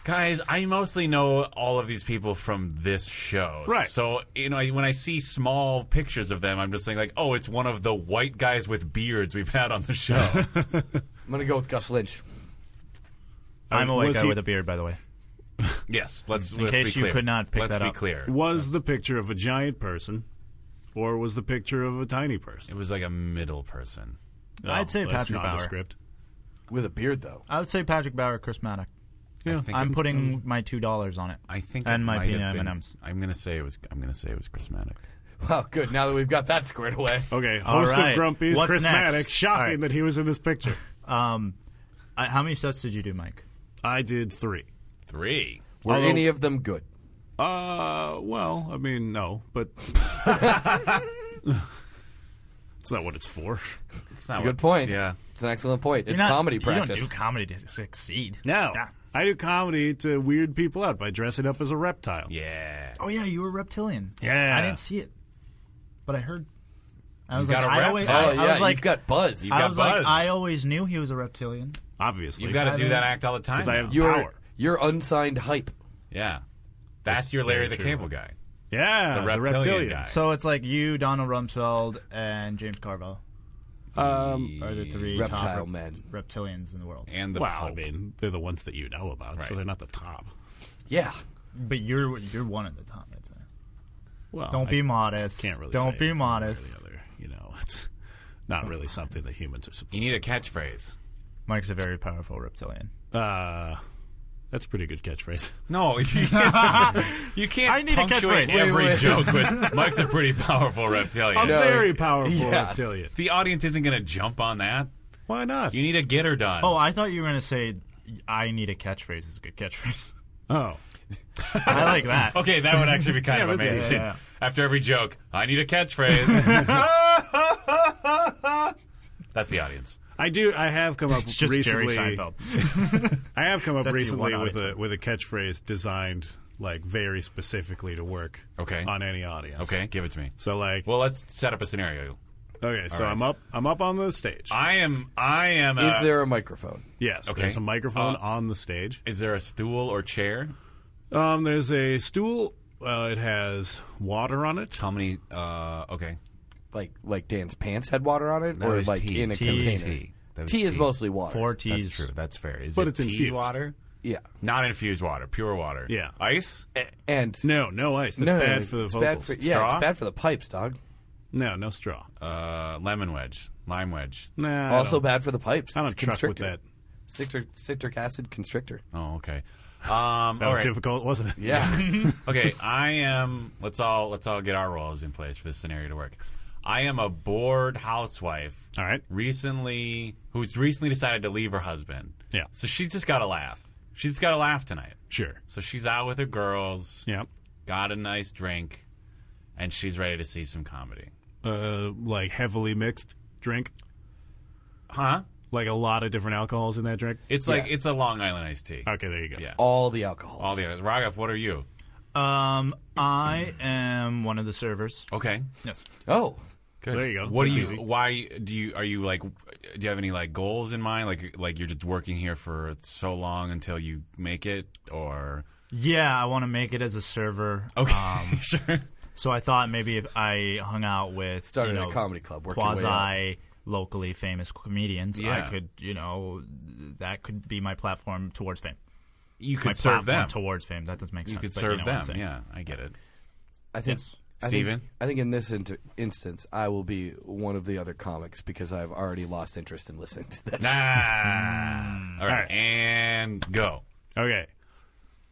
Speaker 5: Guys, I mostly know all of these people from this show.
Speaker 6: Right.
Speaker 5: So, you know, when I see small pictures of them, I'm just thinking like, oh, it's one of the white guys with beards we've had on
Speaker 6: [LAUGHS]
Speaker 5: the show.
Speaker 7: I'm gonna go with Gus Lynch.
Speaker 4: I'm a white
Speaker 6: was
Speaker 4: guy
Speaker 6: he-
Speaker 4: with a beard, by the way.
Speaker 5: yes, let's
Speaker 4: In
Speaker 5: let's
Speaker 4: case
Speaker 5: be
Speaker 4: you
Speaker 5: clear.
Speaker 4: could not pick
Speaker 5: let's
Speaker 4: that
Speaker 5: be
Speaker 4: up.
Speaker 5: clear.
Speaker 6: Was the picture of a giant person, or was the picture of a tiny person?
Speaker 5: It was like a middle person.
Speaker 4: I'd say
Speaker 6: Oh, that's
Speaker 4: Patrick Bauer.
Speaker 6: nondescript.
Speaker 7: With a beard though.
Speaker 4: I would say Patrick Bauer, Chris Maddock.
Speaker 5: Yeah, I think
Speaker 4: I'm
Speaker 5: it-
Speaker 4: putting my two dollars on it.
Speaker 5: I think it
Speaker 4: and my
Speaker 5: might have
Speaker 4: peanut
Speaker 5: been-
Speaker 4: M&Ms.
Speaker 5: I'm gonna say it was. I'm gonna say it was Chris Maddock.
Speaker 7: Wow, Oh, good. Now that we've got that squared away.
Speaker 6: Okay,
Speaker 4: All
Speaker 6: host
Speaker 4: right.
Speaker 6: of Grumpy's,
Speaker 4: What's
Speaker 6: Chris
Speaker 4: next?
Speaker 6: Maddox.
Speaker 4: All
Speaker 6: Shocking
Speaker 4: right.
Speaker 6: that he was in this picture.
Speaker 4: [LAUGHS] Um, I, how many sets did you do, Mike?
Speaker 6: I did three.
Speaker 5: Three.
Speaker 7: Were any of them good?
Speaker 6: Uh, well, I mean, no,
Speaker 4: [LAUGHS]
Speaker 6: but it's not what it's for.
Speaker 5: It's not
Speaker 7: That's a
Speaker 5: what-
Speaker 7: good point.
Speaker 5: Yeah.
Speaker 7: It's an excellent point. It's
Speaker 4: You're not-
Speaker 7: comedy practice. Oh,
Speaker 4: You don't do comedy to succeed.
Speaker 6: No,
Speaker 4: Yeah.
Speaker 6: I do comedy to weird people out by dressing up as a reptile.
Speaker 5: Yeah.
Speaker 4: Oh yeah, you were reptilian.
Speaker 6: Yeah.
Speaker 4: I didn't see it, but I heard. I was
Speaker 5: got
Speaker 4: like,
Speaker 5: a
Speaker 4: I
Speaker 5: rep-
Speaker 4: always,
Speaker 5: Oh,
Speaker 4: I,
Speaker 7: oh
Speaker 4: I
Speaker 7: yeah,
Speaker 4: was like,
Speaker 7: you've got buzz.
Speaker 5: You
Speaker 4: I
Speaker 5: got
Speaker 4: was
Speaker 5: buzz.
Speaker 4: like, I always knew he was a reptilian.
Speaker 6: Obviously,
Speaker 5: You've got to do
Speaker 4: mean-
Speaker 5: that act all the time.
Speaker 6: because I have
Speaker 5: now.
Speaker 7: You're-
Speaker 6: power.
Speaker 7: You're unsigned hype.
Speaker 5: yeah. That's your
Speaker 6: very
Speaker 5: Larry the
Speaker 6: true.
Speaker 5: Cable Guy.
Speaker 6: Yeah,
Speaker 5: The reptilian, guy.
Speaker 4: Uh, So it's like you, Donald Rumsfeld, and James Carville
Speaker 6: Um,
Speaker 4: are the three
Speaker 7: Reptile
Speaker 4: top
Speaker 7: men.
Speaker 4: reptilians in the world.
Speaker 5: and the
Speaker 6: well, I
Speaker 5: Pope.
Speaker 6: mean, they're the ones that you know about, so
Speaker 5: Right.
Speaker 6: they're not the top.
Speaker 7: Yeah.
Speaker 4: But you're you're one at the top. I'd say.
Speaker 6: Well,
Speaker 4: Don't
Speaker 6: Oh, I
Speaker 4: be modest.
Speaker 6: Can't really.
Speaker 4: Don't
Speaker 6: say
Speaker 4: be
Speaker 6: one way or
Speaker 4: modest.
Speaker 6: the other. You know, [LAUGHS] it's not really something that humans are
Speaker 5: You
Speaker 6: supposed.
Speaker 5: need a catchphrase.
Speaker 4: Mike's a very powerful reptilian.
Speaker 6: to. Uh, that's a pretty good catchphrase.
Speaker 5: No, [LAUGHS] you can't. you can't
Speaker 4: I need a
Speaker 5: punctuate
Speaker 4: catchphrase.
Speaker 5: every
Speaker 7: Wait, wait.
Speaker 5: joke with Mike's a pretty powerful reptilian.
Speaker 7: No,
Speaker 6: Very
Speaker 7: yeah.
Speaker 6: powerful
Speaker 7: Yeah.
Speaker 6: reptilian.
Speaker 5: The audience isn't going to jump on that.
Speaker 6: Why not?
Speaker 5: You need a get her done.
Speaker 4: Oh, I thought you were gonna say, "I need a catchphrase." It's a good catchphrase. [LAUGHS]
Speaker 6: oh,
Speaker 4: I like
Speaker 5: [LAUGHS]
Speaker 4: that.
Speaker 5: okay, that would actually be kind of
Speaker 6: Yeah, that's-
Speaker 5: amazing.
Speaker 4: yeah, yeah.
Speaker 5: After every joke, I need a catchphrase. That's the audience.
Speaker 6: I do. I have come up
Speaker 4: It's [LAUGHS] just
Speaker 6: recently.
Speaker 4: Jerry Seinfeld.
Speaker 6: I have come up
Speaker 4: That's the
Speaker 6: recently
Speaker 4: one
Speaker 6: with a
Speaker 4: audience.
Speaker 6: with a catchphrase designed like very specifically to work.
Speaker 5: Okay.
Speaker 6: On any audience.
Speaker 5: Okay, give it to me.
Speaker 6: So like,
Speaker 5: Well, let's set up a scenario.
Speaker 6: okay. So
Speaker 5: right.
Speaker 6: I'm up. I'm up on the stage.
Speaker 5: I am. I am.
Speaker 7: Is
Speaker 5: a-
Speaker 7: there a microphone?
Speaker 6: yes.
Speaker 5: Okay.
Speaker 6: There's a microphone
Speaker 5: Uh,
Speaker 6: on the stage.
Speaker 5: Is there a stool or chair?
Speaker 6: Um. There's a stool. Uh, it has water on it.
Speaker 5: How many? Uh, okay.
Speaker 7: Like like Dan's pants had water on it,
Speaker 5: That
Speaker 7: or
Speaker 5: was
Speaker 7: like
Speaker 5: tea.
Speaker 7: in a
Speaker 5: Tea is
Speaker 7: container.
Speaker 5: tea. That was
Speaker 7: Tea is
Speaker 5: tea.
Speaker 7: mostly water.
Speaker 4: Four T's.
Speaker 5: That's true. That's fair. Is
Speaker 6: But
Speaker 5: it
Speaker 6: it's
Speaker 5: tea
Speaker 6: infused.
Speaker 5: water?
Speaker 7: Yeah.
Speaker 5: Not infused water, pure water.
Speaker 6: Yeah.
Speaker 5: Ice?
Speaker 7: And
Speaker 6: No, no ice. That's
Speaker 7: no, no,
Speaker 6: bad
Speaker 7: no,
Speaker 6: for the
Speaker 7: it's
Speaker 6: vocals.
Speaker 7: Bad for, yeah,
Speaker 5: Straw?
Speaker 7: it's bad for the pipes, dog.
Speaker 6: No, no straw.
Speaker 5: Uh, lemon wedge, lime wedge.
Speaker 6: Nah. I
Speaker 7: also
Speaker 6: don't-
Speaker 7: bad for the pipes.
Speaker 6: I don't
Speaker 7: It's
Speaker 6: truck with
Speaker 7: constrictor.
Speaker 6: that.
Speaker 7: Citric, citric acid constrictor.
Speaker 5: Oh,
Speaker 6: [LAUGHS]
Speaker 5: okay. Um,
Speaker 6: That
Speaker 5: all
Speaker 6: was
Speaker 5: right.
Speaker 6: difficult, wasn't it?
Speaker 7: Yeah.
Speaker 6: [LAUGHS]
Speaker 5: Okay, I am. Let's all let's all get our roles in place for this scenario to work. I am a bored housewife.
Speaker 6: All right.
Speaker 5: Recently, who's recently decided to leave her husband.
Speaker 6: Yeah.
Speaker 5: So she's just got to laugh. She's got to laugh tonight.
Speaker 6: Sure.
Speaker 5: So she's out with her girls.
Speaker 6: Yeah.
Speaker 5: Got a nice drink, and she's ready to see some comedy.
Speaker 6: Uh, like heavily mixed drink.
Speaker 5: Huh?
Speaker 6: Like a lot of different alcohols in that drink.
Speaker 5: It's like
Speaker 7: Yeah.
Speaker 5: it's a Long Island iced tea.
Speaker 6: Okay, there you go.
Speaker 5: Yeah.
Speaker 7: All the alcohol.
Speaker 5: All the other. Ragoff, what are you?
Speaker 4: Um, I am one of the servers.
Speaker 5: Okay.
Speaker 4: Yes.
Speaker 7: oh.
Speaker 5: Good.
Speaker 6: There you go.
Speaker 5: What
Speaker 6: That's
Speaker 5: do you?
Speaker 6: easy.
Speaker 5: Why do you? Are you like? Do you have any like goals in mind? Like like you're just working here for so long until you make it, or um,
Speaker 4: Yeah, I want to make it as a server. Um,
Speaker 5: okay, [LAUGHS] sure.
Speaker 4: So I thought maybe if I hung out with
Speaker 7: Started
Speaker 4: you
Speaker 7: at
Speaker 4: know,
Speaker 7: a comedy club, worked your way
Speaker 4: quasi locally famous comedians,
Speaker 5: Yeah.
Speaker 4: I could you know that could be my platform towards fame.
Speaker 5: You
Speaker 4: my
Speaker 5: could serve
Speaker 4: platform
Speaker 5: them.
Speaker 4: towards fame. That doesn't make
Speaker 5: You
Speaker 4: sense.
Speaker 5: could
Speaker 4: but
Speaker 5: serve
Speaker 4: you know what I'm
Speaker 5: them.
Speaker 4: saying.
Speaker 5: Yeah, I get [LAUGHS] it.
Speaker 7: I think.
Speaker 4: Yes.
Speaker 7: I think-
Speaker 5: Steven?
Speaker 7: I think in this inter- instance, I will be one of the other comics because I've already lost interest in listening to this.
Speaker 5: Nah. All right,
Speaker 6: right.
Speaker 5: and go.
Speaker 6: Okay.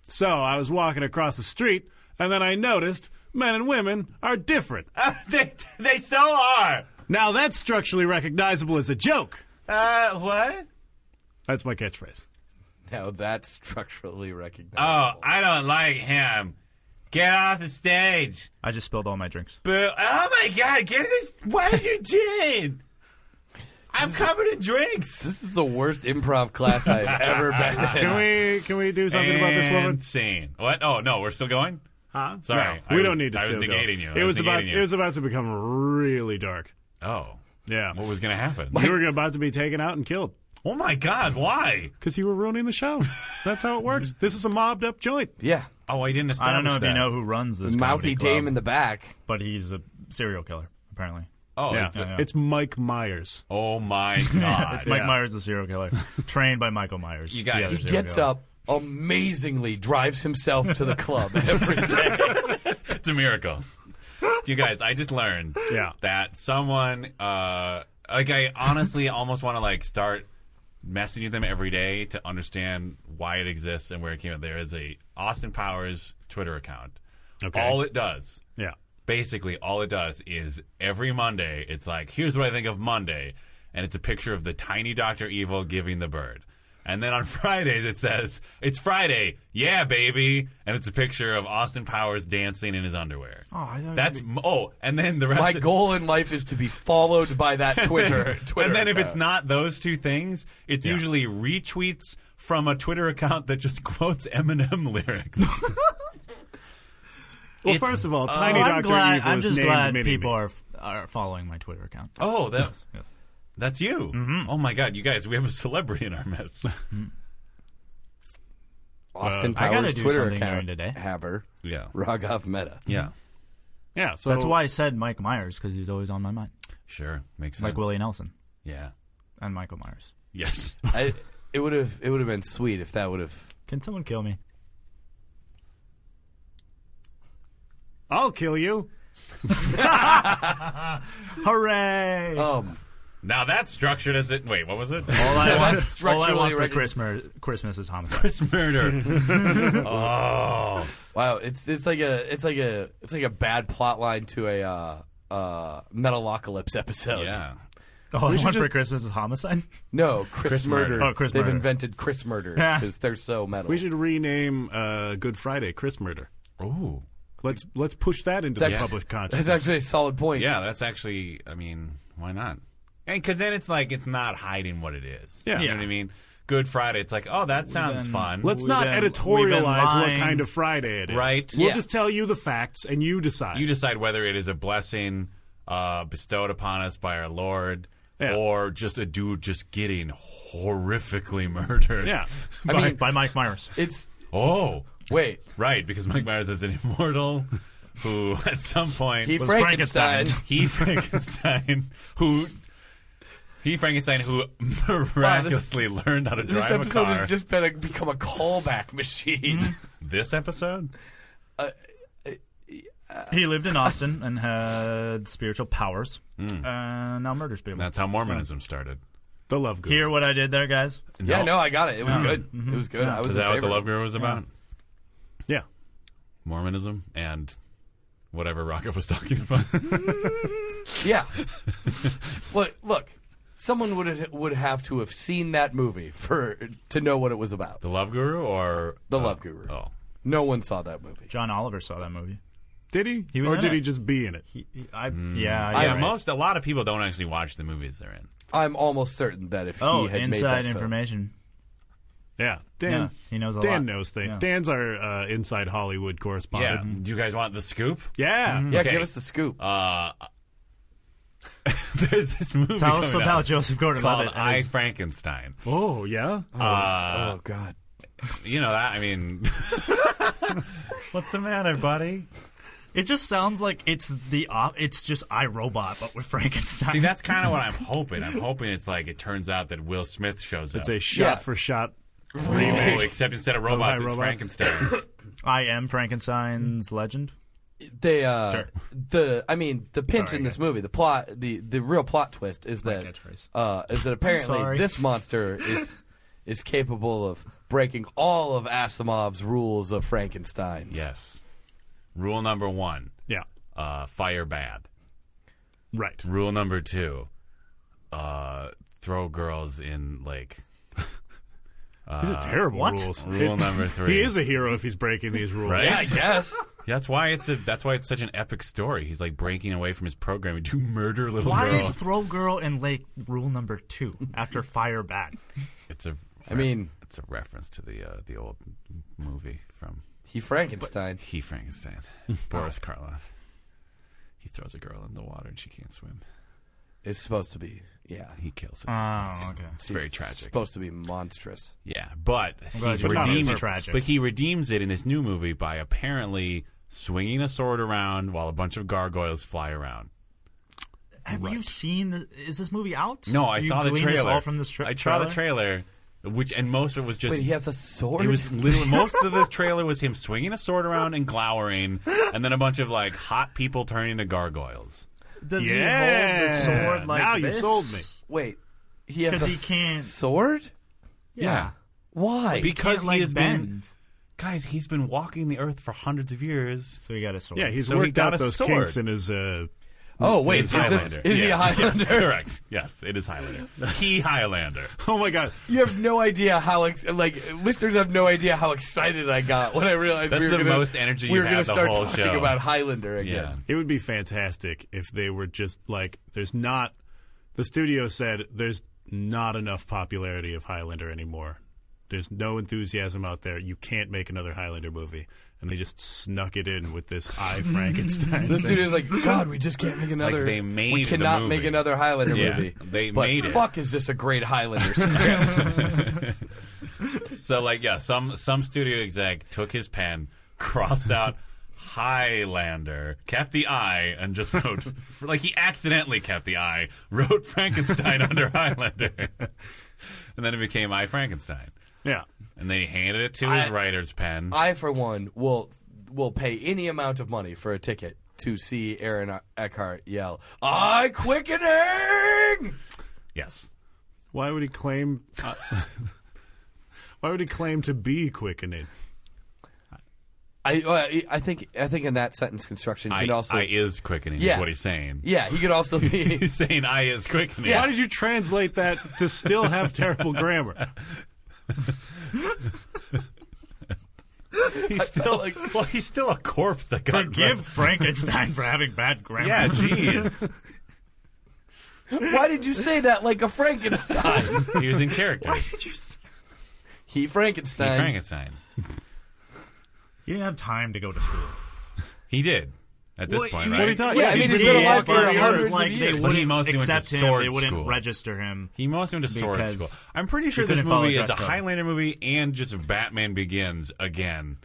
Speaker 6: So I was walking across the street, and then I noticed men and women are different.
Speaker 5: [LAUGHS] they they so are.
Speaker 6: Now that's structurally recognizable as a joke.
Speaker 5: Uh, what?
Speaker 6: That's my catchphrase.
Speaker 7: [LAUGHS] Now that's structurally recognized.
Speaker 5: Oh, I don't like him. Get off the stage.
Speaker 4: I just spilled all my drinks.
Speaker 5: Boo. Oh my God! Get this. What are you [LAUGHS] doing? I'm covered in drinks.
Speaker 7: This is the worst improv class I've ever been in.
Speaker 6: Can we can we do something about this woman?
Speaker 5: Insane. What? Oh no, we're still going.
Speaker 6: Huh?
Speaker 5: Sorry,
Speaker 6: No,
Speaker 5: I
Speaker 6: we
Speaker 5: was-
Speaker 6: don't need to.
Speaker 5: I was
Speaker 6: still go.
Speaker 5: negating you. I
Speaker 6: It
Speaker 5: was
Speaker 6: was about.
Speaker 5: negating you.
Speaker 6: It was about to become really dark.
Speaker 5: Oh,
Speaker 6: Yeah.
Speaker 5: what was going to happen?
Speaker 6: you were about to be taken out and killed
Speaker 5: Oh my God! Why?
Speaker 6: because you were ruining the show. That's how
Speaker 5: [LAUGHS]
Speaker 6: it works. This is a mobbed up joint.
Speaker 7: Yeah.
Speaker 5: Oh, I didn't.
Speaker 4: I don't know if
Speaker 5: establish
Speaker 4: you know
Speaker 5: that.
Speaker 4: who runs this
Speaker 7: Mouthy
Speaker 4: comedy club,
Speaker 7: Dame in the back.
Speaker 4: but he's a serial killer apparently.
Speaker 5: Oh,
Speaker 6: yeah.
Speaker 5: it's,
Speaker 4: yeah.
Speaker 6: It's Mike Myers.
Speaker 5: oh my
Speaker 7: Ah,
Speaker 5: God!
Speaker 4: [LAUGHS] It's Mike Myers, the
Speaker 7: [LAUGHS]
Speaker 4: serial killer, trained by Michael Myers. You
Speaker 5: guys-
Speaker 7: He gets uh, up, amazingly drives himself to the club
Speaker 4: [LAUGHS]
Speaker 7: every day.
Speaker 5: It's a miracle. you guys, I just learned
Speaker 6: Yeah.
Speaker 5: that someone uh like I honestly [LAUGHS] almost want to like start messaging them every day to understand why it exists and where it came out. There is a Austin Powers Twitter account.
Speaker 6: Okay.
Speaker 5: All it does,
Speaker 6: Yeah.
Speaker 5: basically all it does is every Monday it's like, here's what I think of Monday and it's a picture of the tiny Doctor Evil giving the bird. And then on [LAUGHS] Fridays it says, It's Friday, yeah baby and it's a picture of Austin Powers dancing in his underwear. That's m oh, and then the rest.
Speaker 7: My
Speaker 5: of- [LAUGHS]
Speaker 7: goal in life is to be followed by
Speaker 4: [LAUGHS]
Speaker 7: that Twitter. Twitter
Speaker 5: and then if it's
Speaker 7: account.
Speaker 5: not those two things, it's usually retweets from a Twitter account that just [LAUGHS] quotes Eminem lyrics.
Speaker 6: Well, first of all, Tiny
Speaker 4: I'm
Speaker 6: Doctor
Speaker 4: glad.
Speaker 6: Evil
Speaker 4: I'm
Speaker 6: is
Speaker 4: just
Speaker 6: named
Speaker 4: glad
Speaker 6: Mini-Me.
Speaker 4: people are f- are following my Twitter account.
Speaker 5: oh, that,
Speaker 4: yes.
Speaker 5: that's you.
Speaker 7: Mm-hmm.
Speaker 5: Oh my God, you guys, we have a celebrity in our midst. [LAUGHS]
Speaker 7: Austin
Speaker 4: I gotta
Speaker 7: Powers
Speaker 4: do
Speaker 7: Twitter
Speaker 4: something
Speaker 7: account,
Speaker 4: during the day.
Speaker 7: Haber,
Speaker 5: yeah,
Speaker 7: Raghav Meta.
Speaker 5: yeah,
Speaker 6: Yeah. So
Speaker 4: That's why I said Mike Myers because he's always on my mind,
Speaker 5: sure, makes sense.
Speaker 4: like Willie Nelson
Speaker 5: Yeah,
Speaker 4: and Michael Myers.
Speaker 5: yes.
Speaker 7: I, it would have it would have been sweet if that would have.
Speaker 4: Can someone kill me?
Speaker 6: I'll kill you. [LAUGHS] Oh,
Speaker 4: Hooray!
Speaker 7: [LAUGHS]
Speaker 6: [LAUGHS]
Speaker 7: Um,
Speaker 5: now that's structured as it. Wait, what was [LAUGHS] it?
Speaker 4: all I want, all I
Speaker 7: structurally
Speaker 4: want for
Speaker 7: regu-
Speaker 4: Christmas, Christmas
Speaker 6: [LAUGHS]
Speaker 4: is homicide.
Speaker 5: It's murder. [LAUGHS] oh,
Speaker 7: wow, it's it's like a it's like a it's like a bad plot line to a uh, uh, Metalocalypse episode.
Speaker 5: yeah.
Speaker 4: All I
Speaker 6: should
Speaker 4: want for
Speaker 6: just-
Speaker 4: Christmas is homicide.
Speaker 7: No, Chris,
Speaker 5: Chris
Speaker 7: Murder.
Speaker 5: Murder.
Speaker 4: Oh, Chris
Speaker 7: They've
Speaker 4: Murder.
Speaker 7: invented Chris Murder
Speaker 4: Yeah.
Speaker 7: because they're so metal.
Speaker 6: [LAUGHS] We should rename uh, Good Friday Chris Murder.
Speaker 5: Oh,
Speaker 6: Let's let's push that into the
Speaker 7: That's-
Speaker 6: public
Speaker 7: That's
Speaker 6: consciousness.
Speaker 7: actually a solid point.
Speaker 5: yeah. That's actually. I mean, why not? And because then it's like it's not hiding what it is.
Speaker 6: Yeah.
Speaker 5: you know what I mean. Good Friday. It's like, oh, that sounds
Speaker 4: been-
Speaker 5: fun.
Speaker 6: Let's
Speaker 4: We've
Speaker 6: not
Speaker 4: been- we've been
Speaker 6: editorialize what
Speaker 4: lying.
Speaker 6: kind of Friday it is.
Speaker 5: Right.
Speaker 6: We'll
Speaker 7: Yeah.
Speaker 6: just tell you the facts and you decide.
Speaker 5: you decide whether it is a blessing uh, bestowed upon us by our Lord
Speaker 6: Yeah.
Speaker 5: or just a dude just getting horrifically [LAUGHS] murdered.
Speaker 6: yeah. [LAUGHS]
Speaker 7: I
Speaker 4: by,
Speaker 7: mean,
Speaker 4: by Mike Myers.
Speaker 7: it's
Speaker 5: Oh,
Speaker 7: wait.
Speaker 5: right, because Mike Myers is an [LAUGHS] immortal who at some point
Speaker 7: He
Speaker 5: was
Speaker 7: Frankenstein.
Speaker 5: [LAUGHS] he Frankenstein who he Frankenstein who miraculously learned how
Speaker 7: [LAUGHS]
Speaker 5: to
Speaker 7: This
Speaker 5: drive a
Speaker 7: episode
Speaker 5: car.
Speaker 7: has just been a, become a callback machine.
Speaker 5: this episode?
Speaker 4: He lived in Austin and had spiritual powers,
Speaker 6: Hmm.
Speaker 4: and now murders people.
Speaker 5: That's how Mormonism started.
Speaker 6: The love guru.
Speaker 4: Hear what I did there, guys?
Speaker 7: [LAUGHS] Yeah, no, Mm-hmm. I got it. It was good. It was good. I was
Speaker 5: Is
Speaker 7: in
Speaker 5: that what the
Speaker 7: favor.
Speaker 5: love guru was about?
Speaker 6: Yeah.
Speaker 5: Mormonism and whatever Rocket was [LAUGHS] talking about.
Speaker 7: Yeah. look, look. Someone would have, would have to have seen that movie for to know what it was about.
Speaker 5: The Love Guru or
Speaker 7: The Love Guru.
Speaker 5: Oh,
Speaker 7: No one saw that movie.
Speaker 4: John Oliver saw that movie.
Speaker 6: Did he?
Speaker 4: was
Speaker 6: or
Speaker 4: in
Speaker 6: did
Speaker 4: it.
Speaker 6: he just be in it?
Speaker 4: He, he- I, yeah,
Speaker 5: yeah.
Speaker 4: you're right.
Speaker 5: Most a lot of people don't actually watch the movies they're in.
Speaker 7: I'm almost certain that if
Speaker 4: Oh,
Speaker 7: he had
Speaker 4: inside
Speaker 7: made that film-
Speaker 5: [LAUGHS]
Speaker 4: information.
Speaker 6: Yeah. Dan.
Speaker 4: Yeah, he knows a
Speaker 6: Dan
Speaker 4: lot.
Speaker 6: knows things.
Speaker 4: Yeah.
Speaker 6: Dan's our uh, inside Hollywood
Speaker 5: Yeah.
Speaker 6: correspondent.
Speaker 5: Do you guys want the scoop?
Speaker 6: Yeah.
Speaker 4: Mm-hmm.
Speaker 7: yeah,
Speaker 5: Okay.
Speaker 7: give us the scoop.
Speaker 5: Uh, [LAUGHS] there's this movie
Speaker 4: Tell us
Speaker 5: coming
Speaker 4: about
Speaker 5: out
Speaker 4: Joseph Gordon-Levitt.
Speaker 5: called I
Speaker 4: as-
Speaker 5: Frankenstein.
Speaker 6: Oh, yeah.
Speaker 7: oh God,
Speaker 5: You know that? I mean, [LAUGHS] what's the matter, buddy?
Speaker 4: It just sounds like it's the op- it's just I Robot, but with Frankenstein.
Speaker 5: See, that's kind of what I'm hoping. I'm hoping it's like it turns out that Will Smith shows up.
Speaker 6: it's a shot for shot remake.
Speaker 5: oh, except instead of robots, it's
Speaker 6: Robot. [LAUGHS]
Speaker 5: Frankenstein's.
Speaker 4: I am Frankenstein's legend.
Speaker 7: they uh,
Speaker 4: Sure.
Speaker 7: the I mean the pinch
Speaker 4: Sorry,
Speaker 7: in this movie, the plot, the the real plot twist is that
Speaker 4: catchphrase.
Speaker 7: uh, is that apparently
Speaker 4: sorry.
Speaker 7: this monster
Speaker 4: [LAUGHS]
Speaker 7: is is capable of breaking all of Asimov's rules of Frankenstein.
Speaker 5: yes. Rule number one:
Speaker 6: Yeah.
Speaker 5: uh, fire bad.
Speaker 6: Right.
Speaker 5: Rule number two: uh, throw girls in like.
Speaker 6: These are terrible
Speaker 4: Uh, what?
Speaker 6: rules.
Speaker 5: Rule number three.
Speaker 6: [LAUGHS] He is a hero if he's breaking these rules.
Speaker 5: Right?
Speaker 7: Yeah, I guess.
Speaker 5: [LAUGHS] That's why it's a, that's why it's such an epic story. He's like breaking away from his programming to murder little
Speaker 4: Why
Speaker 5: girls.
Speaker 4: is Throw Girl in Lake rule number two after Fire
Speaker 5: [LAUGHS]
Speaker 4: Oh, Bat?
Speaker 5: it's a
Speaker 7: I mean-
Speaker 5: it's a reference to the uh, the old movie from
Speaker 7: He Frankenstein.
Speaker 5: He
Speaker 4: Hmm.
Speaker 5: Frankenstein, Boris Karloff. He throws a girl in the water and she can't swim.
Speaker 7: It's supposed to be. Yeah.
Speaker 5: He kills it.
Speaker 4: Oh, okay.
Speaker 5: it's very tragic.
Speaker 7: supposed to be monstrous.
Speaker 5: Yeah, but
Speaker 4: glad
Speaker 5: he
Speaker 4: you found it.
Speaker 5: redeems.
Speaker 4: It's tragic.
Speaker 5: But he redeems it in this new movie by apparently swinging a sword around while a bunch of gargoyles fly around.
Speaker 4: Have you seen? The, is this movie out?
Speaker 5: No, I
Speaker 4: you
Speaker 5: saw the
Speaker 4: gleaned
Speaker 5: trailer.
Speaker 4: This all from this tra-
Speaker 5: I saw the trailer, which and most of it was just.
Speaker 7: Wait, he has a sword.
Speaker 5: it was literally most of this trailer was him swinging a sword around and glowering, and then a bunch of like hot people turning to gargoyles.
Speaker 4: Does he hold the
Speaker 6: Yeah.
Speaker 4: sword like
Speaker 6: Now you
Speaker 4: this?
Speaker 6: sold
Speaker 7: Wait, he has
Speaker 4: 'Cause
Speaker 7: a
Speaker 4: he can't-
Speaker 7: sword.
Speaker 5: Yeah,
Speaker 7: Why?
Speaker 5: because
Speaker 4: Can't, like,
Speaker 5: he has
Speaker 4: bend.
Speaker 5: been guys. He's been walking the earth for hundreds of years.
Speaker 4: So he got a sword.
Speaker 6: Yeah, he's
Speaker 5: So he
Speaker 6: worked
Speaker 5: got
Speaker 6: out
Speaker 5: a
Speaker 6: those
Speaker 5: sword.
Speaker 6: kinks in his. Uh,
Speaker 7: oh wait,
Speaker 5: It's
Speaker 7: is, this,
Speaker 5: Highlander.
Speaker 7: is he
Speaker 5: Yeah, [LAUGHS]
Speaker 7: a Highlander?
Speaker 5: Yes, correct. Yes, it is Highlander.
Speaker 7: [LAUGHS]
Speaker 5: He Highlander.
Speaker 6: oh my god!
Speaker 7: You have no idea how ex- like listeners have no idea how excited I got when I realized
Speaker 5: That's
Speaker 7: we were
Speaker 5: the
Speaker 7: gonna,
Speaker 5: most energy
Speaker 7: we
Speaker 5: you've
Speaker 7: were gonna
Speaker 5: had the
Speaker 7: start
Speaker 5: whole
Speaker 7: talking
Speaker 5: show.
Speaker 7: about Highlander again.
Speaker 6: It would be fantastic if they were just like, there's not. The studio said there's not enough popularity of Highlander anymore. There's no enthusiasm out there. You can't make another Highlander movie, and they just snuck it in with this
Speaker 5: [LAUGHS]
Speaker 6: I Frankenstein.
Speaker 7: The
Speaker 6: thing.
Speaker 7: studio's like, God, we just can't make another.
Speaker 5: they made
Speaker 7: we
Speaker 5: the
Speaker 7: cannot
Speaker 5: movie.
Speaker 7: make another Highlander
Speaker 5: Yeah,
Speaker 7: movie.
Speaker 5: they
Speaker 7: but
Speaker 5: made it.
Speaker 7: Fuck, is this a great Highlander? script.
Speaker 5: So like yeah, some some studio exec took his pen, [LAUGHS] crossed out Highlander, kept the I, and just wrote [LAUGHS] like he accidentally kept the I, wrote Frankenstein [LAUGHS] under Highlander, and then it became I Frankenstein.
Speaker 6: yeah,
Speaker 5: And then he handed it to his writer's pen.
Speaker 7: [LAUGHS] I, for one, will will pay any amount of money for a ticket to see Aaron Eckhart yell, "I quickening."
Speaker 5: yes,
Speaker 6: why would he claim? Uh, [LAUGHS] why would he claim to be quickening?
Speaker 7: I, I I think I think in that sentence construction, you
Speaker 5: I,
Speaker 7: could also
Speaker 5: I is quickening.
Speaker 7: Yeah.
Speaker 5: is what he's saying.
Speaker 7: yeah, he could also be.
Speaker 5: [LAUGHS] He's saying I is quickening.
Speaker 6: Why did you translate that to still have terrible grammar?
Speaker 5: he's still well, he's still a corpse that
Speaker 4: [LAUGHS]
Speaker 5: got
Speaker 4: Forgive Frankenstein for having bad grammar. [LAUGHS]
Speaker 5: Yeah, jeez.
Speaker 7: Why did you say that like a Frankenstein?
Speaker 5: he was in character.
Speaker 7: [LAUGHS] he
Speaker 5: He
Speaker 7: Frankenstein.
Speaker 5: Frankenstein.
Speaker 4: He didn't have time to go to school.
Speaker 5: He did. At this
Speaker 4: What-
Speaker 5: point,
Speaker 4: what
Speaker 5: right?
Speaker 4: are
Speaker 6: you talking-
Speaker 7: Yeah, I
Speaker 6: He's
Speaker 7: mean, he's
Speaker 6: been
Speaker 7: been
Speaker 6: in
Speaker 7: alive for
Speaker 4: but it
Speaker 7: hundreds
Speaker 4: was
Speaker 7: of
Speaker 4: like
Speaker 7: years.
Speaker 4: they
Speaker 5: But he
Speaker 4: wouldn't
Speaker 5: mostly went to
Speaker 4: accept him.
Speaker 5: sword
Speaker 4: They wouldn't
Speaker 5: school.
Speaker 4: register him.
Speaker 5: He mostly went to sword
Speaker 4: Because
Speaker 5: school. I'm pretty sure this
Speaker 4: couldn't follow
Speaker 5: movie
Speaker 4: dress
Speaker 5: is a
Speaker 4: code.
Speaker 5: Highlander movie and just Batman Begins again,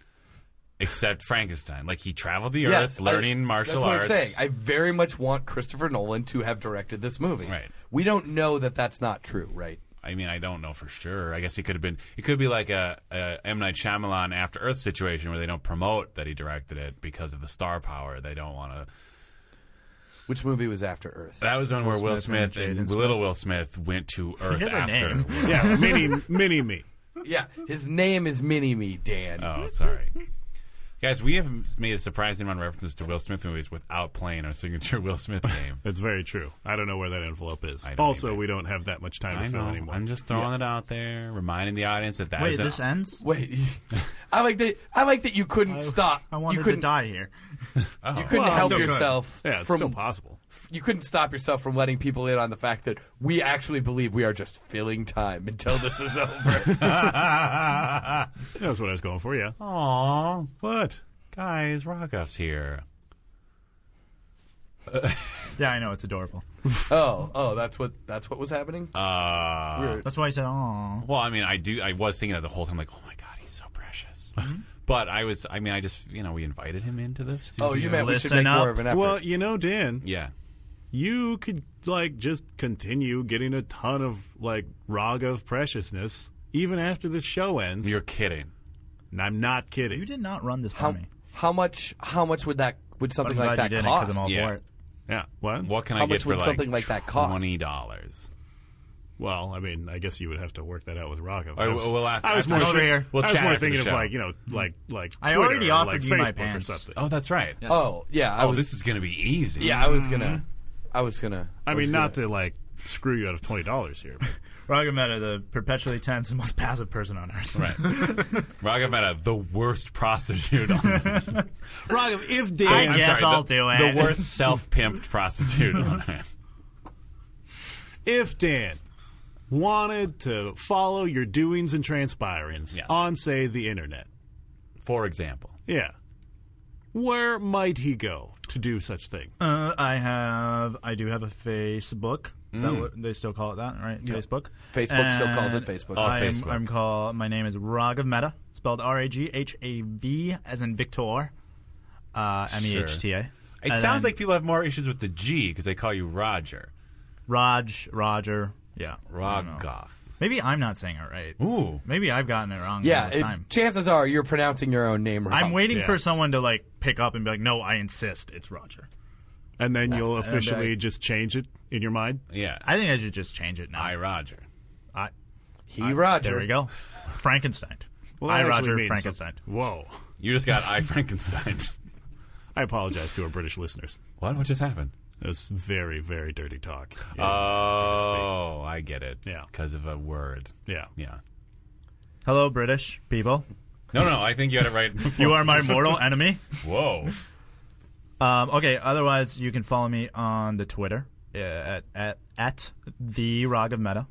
Speaker 5: except Frankenstein. Like he traveled the
Speaker 7: Yes,
Speaker 5: earth, learning
Speaker 7: I-
Speaker 5: martial
Speaker 7: that's what
Speaker 5: arts.
Speaker 7: I'm saying. I very much want Christopher Nolan to have directed this movie.
Speaker 5: Right.
Speaker 7: We don't know that that's not true, right?
Speaker 5: I mean, I don't know for sure. I guess he could have been. It could be like a, a M Night Shyamalan After Earth situation where they don't promote that he directed it because of the star power. They don't want to.
Speaker 7: Which movie was after Earth?
Speaker 5: That was one where Will
Speaker 4: Smith
Speaker 5: Smith
Speaker 4: and
Speaker 5: and,
Speaker 4: Jaden
Speaker 5: little Will Smith went to Earth
Speaker 4: has a
Speaker 5: after.
Speaker 4: name.
Speaker 5: Will-
Speaker 6: Yeah, mini mini me.
Speaker 7: yeah, his name is Mini Me Dan.
Speaker 5: Oh, sorry. Guys, we have made a surprising amount of references to Will Smith movies without playing our signature Will Smith
Speaker 4: [LAUGHS]
Speaker 5: name.
Speaker 6: That's very true. I don't know where that envelope is.
Speaker 5: I don't
Speaker 6: Also,
Speaker 5: either.
Speaker 6: we don't have that much time
Speaker 5: I
Speaker 6: to fill
Speaker 5: know.
Speaker 6: anymore.
Speaker 5: I'm just throwing it out there, reminding the audience that that
Speaker 4: Wait,
Speaker 5: is an-
Speaker 4: this ends.
Speaker 7: Wait, [LAUGHS] I like that. I like that you couldn't stop.
Speaker 4: I wanted
Speaker 7: you couldn't.
Speaker 4: to die here.
Speaker 7: You couldn't
Speaker 6: Well,
Speaker 7: help
Speaker 6: still good.
Speaker 7: yourself
Speaker 6: yeah, it's
Speaker 7: from.
Speaker 6: still possible.
Speaker 7: you couldn't stop yourself from letting people in on the fact that we actually believe we are just filling time until
Speaker 5: [LAUGHS]
Speaker 7: this is over.
Speaker 6: That's what I was going for. Yeah.
Speaker 5: Aw,
Speaker 6: What?
Speaker 5: guys, Rockoff's here.
Speaker 4: Yeah, I know it's adorable.
Speaker 7: oh, oh, that's what that's what was happening.
Speaker 5: Uh,
Speaker 4: That's why I said, "Oh,
Speaker 5: well, I mean, I do. I was thinking that the whole time, like, oh my god, he's so precious.
Speaker 4: Mm-hmm.
Speaker 5: [LAUGHS] but I was, I mean, I just, you know, we invited him into the studio.
Speaker 7: oh, you meant we should
Speaker 4: listen
Speaker 7: make more
Speaker 4: up.
Speaker 7: of an effort.
Speaker 6: Well, you know, Dan,
Speaker 5: yeah.
Speaker 6: you could like just continue getting a ton of like rag of preciousness even after the show ends.
Speaker 5: You're kidding.
Speaker 6: and I'm not
Speaker 4: you
Speaker 6: kidding.
Speaker 4: did not run this
Speaker 7: How,
Speaker 4: by me."
Speaker 7: how much? How much would that? Would something
Speaker 4: I'm
Speaker 7: like
Speaker 4: glad
Speaker 7: that
Speaker 4: you didn't
Speaker 7: cost?
Speaker 4: because I'm all
Speaker 5: Yeah.
Speaker 4: for it.
Speaker 6: Yeah. What?
Speaker 5: What can
Speaker 7: How
Speaker 5: I get
Speaker 7: much
Speaker 5: for
Speaker 7: would
Speaker 5: like
Speaker 7: something like that cost?
Speaker 5: Twenty dollars.
Speaker 6: Well, I mean, I guess you would have to work that out with rag of.
Speaker 5: All right, we'll- we'll have to-
Speaker 6: I was
Speaker 5: after
Speaker 6: more
Speaker 5: the
Speaker 4: show. Over here.
Speaker 5: We'll
Speaker 6: I was
Speaker 5: chat
Speaker 6: more
Speaker 5: after the
Speaker 6: thinking of
Speaker 5: show.
Speaker 6: like you know like like
Speaker 4: I
Speaker 6: Twitter
Speaker 4: already
Speaker 6: or, like,
Speaker 4: offered you my
Speaker 6: Facebook
Speaker 4: pants.
Speaker 6: or something.
Speaker 5: Oh, that's right.
Speaker 7: Oh yeah, I
Speaker 5: Oh,
Speaker 7: was.
Speaker 5: this is gonna be easy.
Speaker 7: yeah, I was gonna.
Speaker 4: Mm-hmm.
Speaker 7: I was gonna.
Speaker 6: I
Speaker 7: was
Speaker 6: mean,
Speaker 7: gonna-
Speaker 6: not to like screw you out of twenty dollars here. but-
Speaker 4: Raga Mehta, the perpetually tense and most passive person on earth.
Speaker 5: Right. Raghav Mehta, the worst prostitute. on [LAUGHS] the- Raghav, if [LAUGHS] Dan,
Speaker 4: I guess I'll
Speaker 5: the,
Speaker 4: do it.
Speaker 5: The [LAUGHS] worst self-pimped prostitute [LAUGHS] on earth.
Speaker 6: if Dan wanted to follow your doings and transpirings
Speaker 5: Yes.
Speaker 6: on, say, the internet,
Speaker 5: For example,
Speaker 6: yeah, where might he go to do such thing?
Speaker 4: Uh, I have, I do have a Facebook. Is that what they still call it that, right? Facebook.
Speaker 7: Hmm. Facebook still calls it Facebook. Oh,
Speaker 4: I'm,
Speaker 5: Facebook.
Speaker 4: I'm call. My name is Raghav Mehta, spelled R-A-G-H-A-V, as in Victor, uh, M-E-H-T-A.
Speaker 5: It
Speaker 4: And
Speaker 5: sounds
Speaker 4: then
Speaker 5: like people have more issues with the G because they call you Roger.
Speaker 4: Raj, Roger. Yeah, I don't know.
Speaker 5: Rogoff.
Speaker 4: Maybe I'm not saying it right.
Speaker 5: Ooh.
Speaker 4: Maybe I've gotten it wrong.
Speaker 7: Yeah,
Speaker 4: all this
Speaker 7: it-
Speaker 4: time.
Speaker 7: chances are you're pronouncing your own name wrong.
Speaker 4: I'm waiting
Speaker 6: Yeah.
Speaker 4: for someone to like pick up and be like, "No, I insist. It's Roger."
Speaker 6: And
Speaker 4: uh,
Speaker 6: then you'll officially
Speaker 4: I-
Speaker 6: just change it in your mind.
Speaker 5: Yeah.
Speaker 4: I think I should just change it now.
Speaker 5: I Roger.
Speaker 4: I-
Speaker 7: He Roger.
Speaker 4: there we go. Frankenstein.
Speaker 6: Well,
Speaker 4: I
Speaker 6: that actually
Speaker 4: Roger
Speaker 6: means
Speaker 4: Frankenstein.
Speaker 6: something. Whoa.
Speaker 5: You just got [LAUGHS] I Frankenstein.
Speaker 6: I apologize to our British listeners.
Speaker 5: what? What just happened?
Speaker 6: That's very, very dirty talk. Yeah.
Speaker 4: Uh,
Speaker 5: Oh, I get it.
Speaker 6: Yeah.
Speaker 5: Because of a word.
Speaker 6: yeah.
Speaker 5: Yeah.
Speaker 4: Hello, British people.
Speaker 5: No, no, I think you had it right. [LAUGHS] Before.
Speaker 4: You are
Speaker 5: [LAUGHS]
Speaker 4: my mortal enemy.
Speaker 5: Whoa.
Speaker 4: Um, okay. Otherwise, you can follow me on the Twitter uh, at at at the Rog of Meta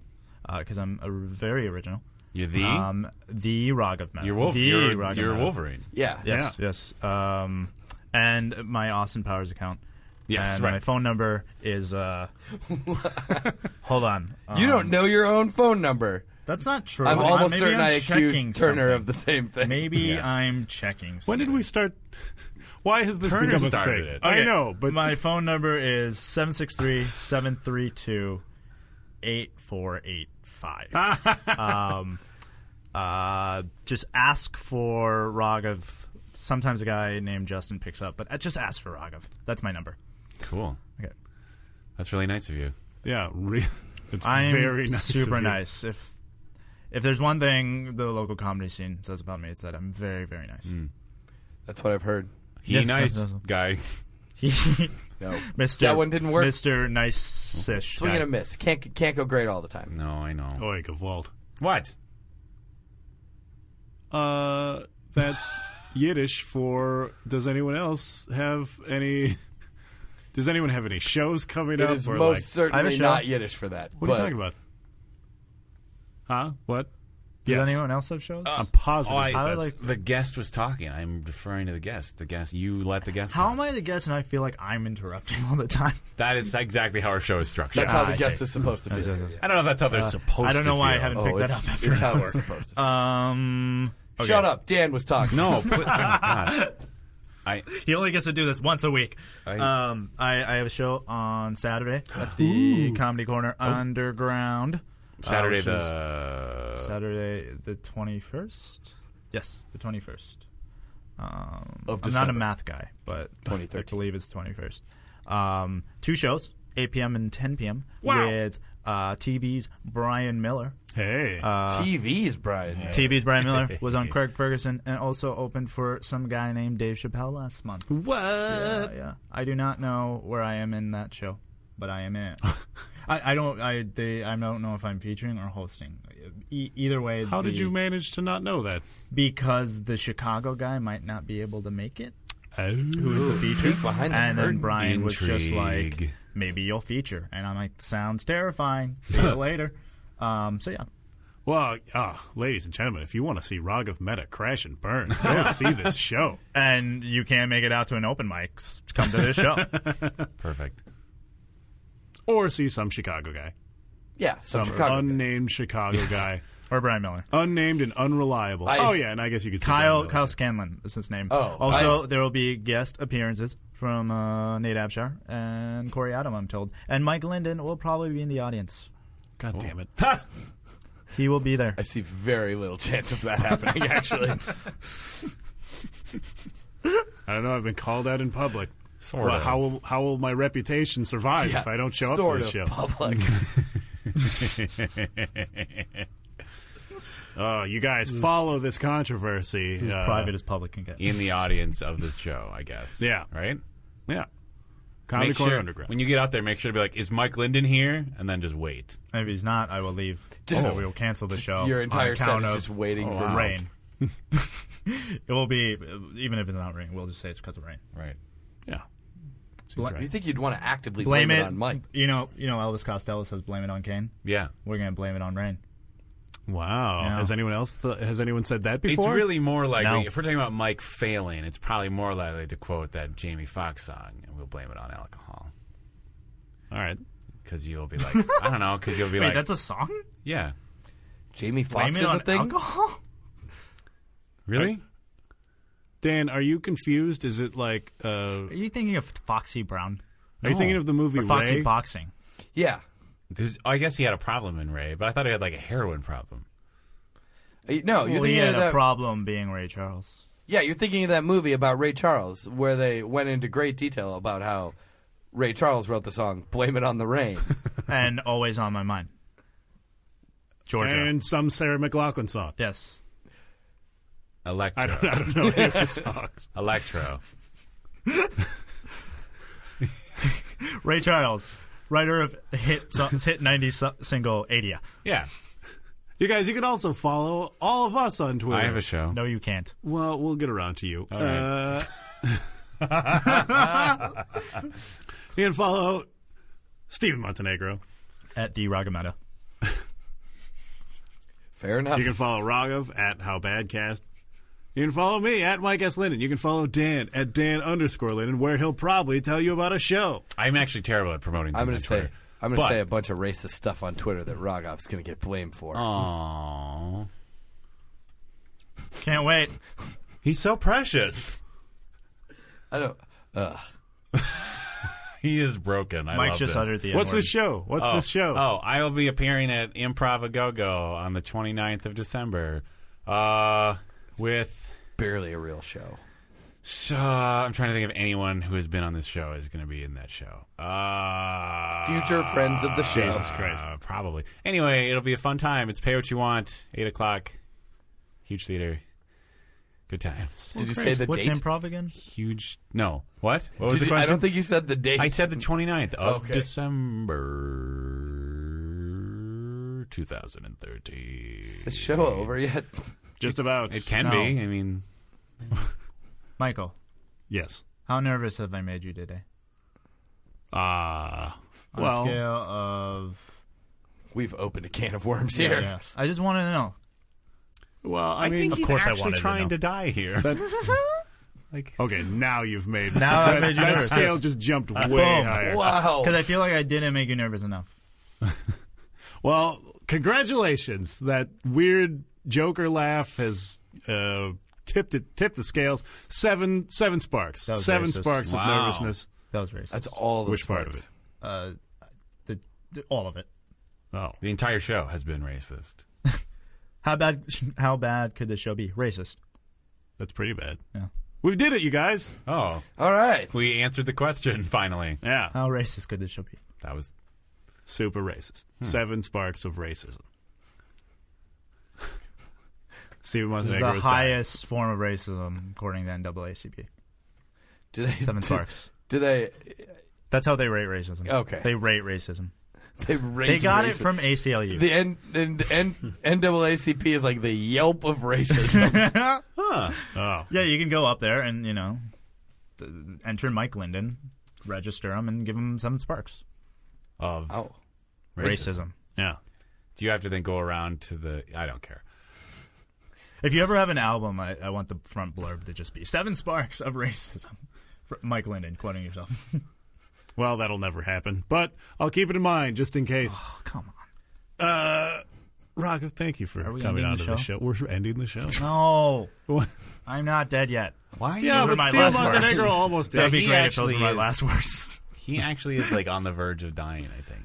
Speaker 4: because I'm a very original.
Speaker 5: You're the.
Speaker 4: Um, the Rog of Meta.
Speaker 5: you're Wolf.
Speaker 4: The
Speaker 5: You're,
Speaker 4: Rog of
Speaker 5: you're
Speaker 4: Meta.
Speaker 5: Wolverine.
Speaker 7: Yeah.
Speaker 4: Yes. Yes. Um, and my Austin Powers account.
Speaker 5: Yes,
Speaker 4: And
Speaker 5: right.
Speaker 4: My phone number is. Uh,
Speaker 5: [LAUGHS]
Speaker 4: hold on.
Speaker 7: You
Speaker 4: Um,
Speaker 7: don't know your own phone number.
Speaker 4: That's not true.
Speaker 7: I'm
Speaker 4: Hold on,
Speaker 7: almost
Speaker 4: maybe
Speaker 7: certain
Speaker 4: I'm
Speaker 7: I
Speaker 4: checking
Speaker 7: accused Turner
Speaker 4: something.
Speaker 7: of the same thing.
Speaker 4: Maybe
Speaker 5: Yeah.
Speaker 4: I'm checking.
Speaker 6: When did we start? Why has this
Speaker 5: Turner
Speaker 6: become a
Speaker 5: started
Speaker 6: thing?
Speaker 5: it.
Speaker 6: I know, but
Speaker 4: my phone number is 763-732-8485.
Speaker 6: [LAUGHS]
Speaker 4: um, uh, just ask for Raghav. Sometimes a guy named Justin picks up, but uh, just ask for Raghav. That's my number.
Speaker 5: Cool.
Speaker 4: Okay.
Speaker 5: That's really nice of you.
Speaker 6: yeah, re- [LAUGHS] it's
Speaker 4: I'm
Speaker 6: very nice. of
Speaker 4: super
Speaker 6: you.
Speaker 4: nice. If if there's one thing the local comedy scene says about me, it's that I'm very, very nice.
Speaker 7: That's what I've heard.
Speaker 5: He
Speaker 4: Yes,
Speaker 5: nice
Speaker 4: yes, yes.
Speaker 5: guy. [LAUGHS]
Speaker 4: [LAUGHS]
Speaker 7: No.
Speaker 4: Mr.
Speaker 7: That one didn't work.
Speaker 4: Mr. Nice-ish.
Speaker 7: Swing
Speaker 4: guy.
Speaker 7: and a miss. Can't can't go great all the time.
Speaker 5: No, I know.
Speaker 6: Oik of Wald.
Speaker 5: What?
Speaker 6: Uh,
Speaker 4: [LAUGHS]
Speaker 6: that's Yiddish for. Does anyone else have any? Does anyone have any shows
Speaker 7: It
Speaker 6: coming up?
Speaker 7: is
Speaker 6: or
Speaker 7: most
Speaker 6: like,
Speaker 4: I have a
Speaker 7: certainly
Speaker 4: show.
Speaker 7: not Yiddish for that.
Speaker 6: what are
Speaker 7: but
Speaker 6: you talking about? Huh? What?
Speaker 4: Does
Speaker 6: Yes.
Speaker 4: anyone else have
Speaker 7: Uh,
Speaker 4: shows?
Speaker 6: I'm positive.
Speaker 5: I,
Speaker 4: I would
Speaker 6: that's-
Speaker 4: like-
Speaker 5: the guest was talking. I'm referring to the guest. The guest. You let the guest.
Speaker 4: How
Speaker 5: talk.
Speaker 4: am I to guess? And I feel like I'm interrupting all the time.
Speaker 5: That is exactly how our show is structured.
Speaker 7: That's how
Speaker 4: Ah, I
Speaker 7: the
Speaker 4: see.
Speaker 7: guest is supposed to feel.
Speaker 4: yes, yes.
Speaker 5: I don't know if that's how they're supposed.
Speaker 4: Uh, I don't know
Speaker 5: to
Speaker 4: why I
Speaker 5: feel.
Speaker 4: haven't
Speaker 7: Oh,
Speaker 4: picked that
Speaker 7: it's,
Speaker 4: up after
Speaker 7: it's how it's supposed to. feel.
Speaker 4: Um, okay.
Speaker 7: Shut up, Dan was talking.
Speaker 4: [LAUGHS]
Speaker 5: No, put, oh, God. I
Speaker 4: He only gets to do this once a week.
Speaker 5: I-
Speaker 4: um, I, I have a show on Saturday at the Comedy Corner Underground. uh,
Speaker 5: Saturday
Speaker 4: which is
Speaker 5: the
Speaker 4: Saturday the twenty first. Yes, the twenty first. Um,
Speaker 7: Of
Speaker 4: I'm not
Speaker 7: December.
Speaker 4: a math guy, but [LAUGHS] I
Speaker 7: 2013.
Speaker 4: believe it's twenty first. Um, two shows, eight p.m. and ten p.m. with uh, TV's Brian Miller.
Speaker 6: hey,
Speaker 7: [LAUGHS]
Speaker 4: uh,
Speaker 7: TV's Brian.
Speaker 4: TV's Brian Miller was on Craig Ferguson and also opened for some guy named Dave Chappelle last month.
Speaker 6: what?
Speaker 4: Uh, yeah, I do not know where I am in that show, but I am in it. I, I don't I they I don't know if I'm featuring or hosting. E- either way,
Speaker 6: How did
Speaker 4: the-
Speaker 6: you manage to not know that?
Speaker 4: Because the Chicago guy might not be able to make it.
Speaker 6: Oh.
Speaker 4: Was the feature
Speaker 7: behind the
Speaker 4: and then
Speaker 7: curtain.
Speaker 4: Brian was just like,
Speaker 5: Intrigue.
Speaker 4: maybe you'll feature, and I'm like, sounds terrifying. See you later. Um, so yeah,
Speaker 6: Well, uh, ladies and gentlemen, if you want to see Raghav Meta crash and
Speaker 4: [LAUGHS]
Speaker 6: burn, go see this show.
Speaker 4: and you can't make it out to an open mic. s- Come to this show.
Speaker 5: perfect.
Speaker 6: Or see some Chicago guy.
Speaker 7: Yeah, some
Speaker 6: Some
Speaker 7: Chicago.
Speaker 6: unnamed Chicago guy.
Speaker 4: or Brian Miller.
Speaker 6: unnamed and unreliable.
Speaker 7: I-
Speaker 6: oh, yeah, and I guess you could see
Speaker 4: Kyle
Speaker 6: that.
Speaker 4: Kyle Scanlon is his name.
Speaker 7: Oh,
Speaker 4: also
Speaker 7: I-
Speaker 4: there will be guest appearances from uh, Nate Abshar and Corey Adam, I'm told, and Mike Linden will probably be in the audience.
Speaker 6: God damn it.
Speaker 4: He will be there.
Speaker 7: I see very little chance of that happening. Actually,
Speaker 6: I don't know. I've been called out in public.
Speaker 5: Sort
Speaker 6: Well,
Speaker 5: of.
Speaker 6: how will how will my reputation survive
Speaker 7: Yeah,
Speaker 6: if I don't show up
Speaker 7: sort
Speaker 6: to the show?
Speaker 7: of public.
Speaker 6: Oh, you guys
Speaker 5: Mm.
Speaker 6: follow this controversy.
Speaker 4: He's
Speaker 6: uh,
Speaker 4: as private as public can get.
Speaker 5: In the audience of this show, I guess.
Speaker 6: Yeah.
Speaker 5: Right.
Speaker 6: Yeah. Comedy
Speaker 5: make
Speaker 6: Corner
Speaker 5: sure
Speaker 6: Underground.
Speaker 5: when you get out there, make sure to be like, "Is Mike Linden here?" And then just wait.
Speaker 4: If he's not, I will leave.
Speaker 7: Just-
Speaker 4: or we will cancel the show.
Speaker 7: Your
Speaker 4: on
Speaker 7: entire set
Speaker 4: account
Speaker 7: is
Speaker 4: of
Speaker 7: just waiting for
Speaker 4: rain.
Speaker 7: [LAUGHS]
Speaker 4: it will be even if it's not rain. We'll just say it's because of rain.
Speaker 5: Right.
Speaker 6: yeah.
Speaker 4: Bla-
Speaker 7: You think you'd want to actively
Speaker 4: blame,
Speaker 7: blame,
Speaker 4: it
Speaker 7: on Mike?
Speaker 4: You know, you know Elvis Costello says blame it on Kane.
Speaker 5: Yeah.
Speaker 4: We're gonna blame it on rain.
Speaker 6: Wow.
Speaker 4: Yeah.
Speaker 6: Has anyone else th- has anyone said that
Speaker 5: It's
Speaker 6: before?
Speaker 5: really more likely
Speaker 4: No.
Speaker 5: if we're talking about Mike failing, it's probably more likely to quote that Jamie Foxx song, and we'll blame it on alcohol
Speaker 6: all right.
Speaker 5: because you'll be like, I don't know, because
Speaker 6: [LAUGHS]
Speaker 5: you'll be
Speaker 4: Wait,
Speaker 5: like,
Speaker 4: that's a song?
Speaker 5: yeah,
Speaker 7: Jamie
Speaker 4: Blame
Speaker 7: Foxx
Speaker 4: it
Speaker 7: is a
Speaker 4: on
Speaker 7: thing.
Speaker 4: alcohol? [LAUGHS]
Speaker 6: Really? Dan, are you confused? Is it like uh, are
Speaker 4: Are you thinking of Foxy Brown?
Speaker 6: you thinking of the movie
Speaker 4: Or Foxy
Speaker 6: Ray?
Speaker 4: Boxing?
Speaker 7: Yeah.
Speaker 5: There's, I guess he had a problem in Ray, but I thought he had like a heroin problem.
Speaker 7: Uh, No, you're
Speaker 4: Well, he
Speaker 7: thinking
Speaker 4: had
Speaker 7: of
Speaker 4: a
Speaker 7: that.
Speaker 4: problem being
Speaker 6: [LAUGHS]
Speaker 4: Ray Charles.
Speaker 7: yeah, you're thinking of that movie about Ray Charles, where they went into great detail about how Ray Charles wrote the song "Blame It on the Rain."
Speaker 4: and always on my mind. Georgia.
Speaker 6: and some Sarah McLaughlin song.
Speaker 4: yes.
Speaker 5: Electro.
Speaker 6: I don't, I don't know any of the songs.
Speaker 5: [LAUGHS] Electro.
Speaker 4: Ray Charles, writer of hit so- hit 90 so- single Adia.
Speaker 6: Yeah. You guys, you can also follow all of us on Twitter.
Speaker 5: I have a show.
Speaker 4: No, you can't.
Speaker 6: Well, we'll get around to you.
Speaker 5: right.
Speaker 6: Uh, [LAUGHS] you can follow Steve Montenegro.
Speaker 4: At the Ragamata.
Speaker 7: Fair enough.
Speaker 6: You can follow Raghav at How Badcast. You can follow me at Mike S. Linden. You can follow Dan at Dan underscore Linden, where he'll probably tell you about a show.
Speaker 5: I'm actually terrible at promoting things
Speaker 7: I'm gonna
Speaker 5: on
Speaker 7: say
Speaker 5: Twitter.
Speaker 7: I'm gonna
Speaker 5: But-
Speaker 7: say a bunch of racist stuff on Twitter that Rogov's gonna get blamed for.
Speaker 5: Aww.
Speaker 4: Can't wait.
Speaker 5: He's so precious.
Speaker 7: I don't. Ugh.
Speaker 5: He is broken. I
Speaker 4: Mike
Speaker 5: love
Speaker 4: just
Speaker 5: this.
Speaker 4: uttered the
Speaker 6: What's
Speaker 4: N-word.
Speaker 6: this show? What's
Speaker 5: Oh,
Speaker 6: this show?
Speaker 5: Oh, I will be appearing at Improv A Go Go on the 29th of December. Uh, with
Speaker 7: barely a real show.
Speaker 5: so I'm trying to think of anyone who has been on this show is going to be in that show. Uh,
Speaker 7: Future friends of the show.
Speaker 6: Jesus Christ.
Speaker 5: Uh, probably. Anyway, it'll be a fun time. It's pay what you want. Eight o'clock. Huge theater. Good times.
Speaker 7: Did you say the
Speaker 4: What's
Speaker 7: date?
Speaker 4: improv again?
Speaker 5: Huge. No. What? What was
Speaker 7: Did
Speaker 5: the
Speaker 7: you-
Speaker 5: question?
Speaker 7: I don't think you said the date.
Speaker 5: I said the 29th of
Speaker 7: Okay.
Speaker 5: December 2013.
Speaker 7: Is [LAUGHS] the show over yet.
Speaker 6: Just about.
Speaker 5: It can
Speaker 4: No.
Speaker 5: be. I mean,
Speaker 4: Michael,
Speaker 6: Yes.
Speaker 4: how nervous have I made you today?
Speaker 6: Uh,
Speaker 4: On
Speaker 6: Well-
Speaker 4: a scale of.
Speaker 7: We've opened a can of worms
Speaker 4: Yeah,
Speaker 7: here.
Speaker 4: yeah. I just want to know.
Speaker 6: well, I,
Speaker 5: I
Speaker 6: mean,
Speaker 5: think
Speaker 4: of
Speaker 5: he's
Speaker 4: course I
Speaker 5: actually
Speaker 4: wanted to
Speaker 5: trying
Speaker 4: know.
Speaker 5: to, die here.
Speaker 6: okay, now you've made
Speaker 4: Now I've
Speaker 6: that,
Speaker 4: made you
Speaker 6: that
Speaker 4: nervous.
Speaker 6: scale just jumped way
Speaker 4: Boom.
Speaker 6: higher.
Speaker 7: Wow.
Speaker 4: Because I feel like I didn't make you nervous enough.
Speaker 6: Well, congratulations! That weird Joker laugh has uh, tipped it, tipped the scales. Seven, seven sparks,
Speaker 4: was
Speaker 6: seven
Speaker 4: racist.
Speaker 6: sparks
Speaker 5: Wow.
Speaker 6: of nervousness.
Speaker 4: That was racist.
Speaker 7: That's all. Those
Speaker 6: Which part of
Speaker 7: words.
Speaker 6: it?
Speaker 4: Uh, the, the, all of it.
Speaker 6: Oh,
Speaker 5: The entire show has been racist.
Speaker 4: How bad? How bad could this show be? Racist.
Speaker 6: that's pretty bad.
Speaker 4: Yeah.
Speaker 6: We did it, you guys.
Speaker 5: Oh,
Speaker 7: All right.
Speaker 5: we answered the question [LAUGHS] finally.
Speaker 6: Yeah,
Speaker 4: How racist could this show be?
Speaker 5: That was
Speaker 6: super racist.
Speaker 4: Hmm.
Speaker 6: Seven sparks of racism. [LAUGHS] Stephen
Speaker 4: This is
Speaker 6: Montenegro
Speaker 4: the
Speaker 6: is
Speaker 4: highest form of racism, according to NAACP.
Speaker 7: Did I? [LAUGHS]
Speaker 4: Seven
Speaker 7: did-
Speaker 4: sparks.
Speaker 7: Did I?
Speaker 4: That's how they rate racism.
Speaker 7: Okay.
Speaker 4: They rate racism.
Speaker 7: They, rage
Speaker 4: They got it
Speaker 7: racist.
Speaker 4: from ACLU.
Speaker 7: the N, N, N, NAACP is like the Yelp of racism.
Speaker 6: Oh,
Speaker 4: yeah, you can go up there and, you know, th- enter Mike Linden, register him, and give him seven sparks.
Speaker 5: of
Speaker 7: oh,
Speaker 4: Racism.
Speaker 6: yeah.
Speaker 5: Do you have to then go around to the? I don't care.
Speaker 4: If you ever have an album, I, I want the front blurb to just be seven sparks of racism. [LAUGHS] Fr- Mike Linden, quoting yourself.
Speaker 6: Well, that'll never happen, but I'll keep it in mind just in case.
Speaker 4: Oh, come on.
Speaker 6: Uh, Raghav, thank you for
Speaker 4: we
Speaker 6: coming on
Speaker 4: ending
Speaker 6: to
Speaker 4: the
Speaker 6: the show. We're ending the show. [LAUGHS]
Speaker 4: No. I'm not dead yet.
Speaker 5: Why?
Speaker 6: Yeah,
Speaker 4: Those were
Speaker 6: but
Speaker 4: my
Speaker 6: Steve
Speaker 4: last words.
Speaker 6: Montenegro [LAUGHS] almost
Speaker 4: That'd
Speaker 6: did.
Speaker 4: be
Speaker 5: he
Speaker 4: great if those were
Speaker 5: actually
Speaker 4: my
Speaker 5: is-
Speaker 4: last words.
Speaker 5: he actually is like on the verge of dying. I think.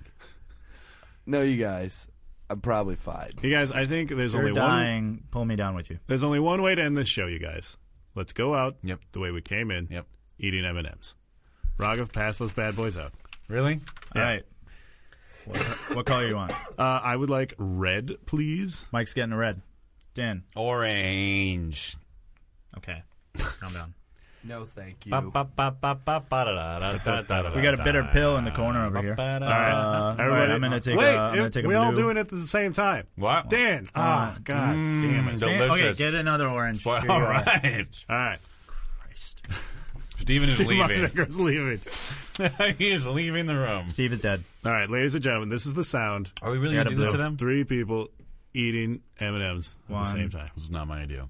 Speaker 7: no, you guys, I'm probably fine.
Speaker 6: You guys, I think there's
Speaker 4: You're
Speaker 6: only one.
Speaker 4: dying. Pull me down with you.
Speaker 6: There's only one way to end this show, you guys. Let's go out
Speaker 5: Yep.
Speaker 6: the way we came in.
Speaker 5: Yep.
Speaker 6: Eating M and M's. Raghav, pass those bad boys out.
Speaker 5: Really?
Speaker 4: All right. What, what color you want?
Speaker 6: Uh, I would like red, please.
Speaker 4: Mike's getting a red. Dan.
Speaker 5: Orange.
Speaker 4: Okay. Calm [LAUGHS] down.
Speaker 7: No, thank you.
Speaker 5: We got
Speaker 4: We got a bitter pill in the corner over here.
Speaker 5: All
Speaker 6: All right,
Speaker 4: Uh,
Speaker 6: everybody.
Speaker 4: all right, I'm gonna take a-
Speaker 6: Wait,
Speaker 4: I'm gonna
Speaker 6: it-
Speaker 4: take a
Speaker 6: we all
Speaker 4: blue.
Speaker 6: doing it at the same time.
Speaker 5: What?
Speaker 6: Dan. Ah, God
Speaker 5: mm.
Speaker 6: damn it.
Speaker 4: Dan-
Speaker 5: Delicious.
Speaker 4: Okay, get another orange.
Speaker 5: Well,
Speaker 4: Here you
Speaker 5: all
Speaker 4: go.
Speaker 5: right.
Speaker 6: All right.
Speaker 4: Christ.
Speaker 5: Steven is
Speaker 6: Steve
Speaker 5: leaving.
Speaker 6: Montenegro's leaving.
Speaker 5: he is leaving the room.
Speaker 4: Steve is dead.
Speaker 6: All right, ladies and gentlemen, this is the sound.
Speaker 5: Are we really
Speaker 4: They had
Speaker 5: going to
Speaker 4: a
Speaker 5: do this
Speaker 4: blue.
Speaker 5: to them?
Speaker 6: Three people eating M and M's at the
Speaker 4: One.
Speaker 6: same time.
Speaker 5: This is not my idea.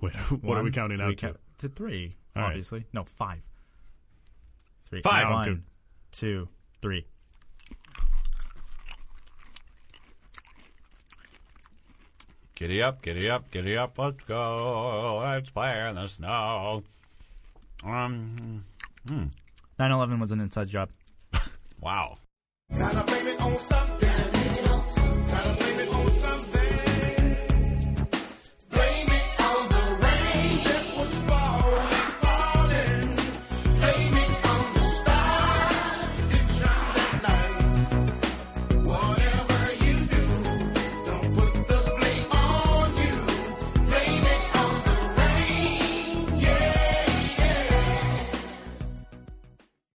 Speaker 6: Wait, [LAUGHS] what are we
Speaker 4: One,
Speaker 6: counting
Speaker 4: do
Speaker 6: out
Speaker 4: we
Speaker 6: to?
Speaker 4: count to three,
Speaker 6: All right.
Speaker 4: obviously. No, five. Three.
Speaker 5: Five.
Speaker 4: One,
Speaker 6: Okay.
Speaker 4: two, three.
Speaker 5: Giddy up, giddy up, giddy up, let's go. Let's play in the snow. Um,
Speaker 4: 9/11 was an inside job.
Speaker 5: wow.
Speaker 9: Gotta blame it on something. Gotta blame it on something.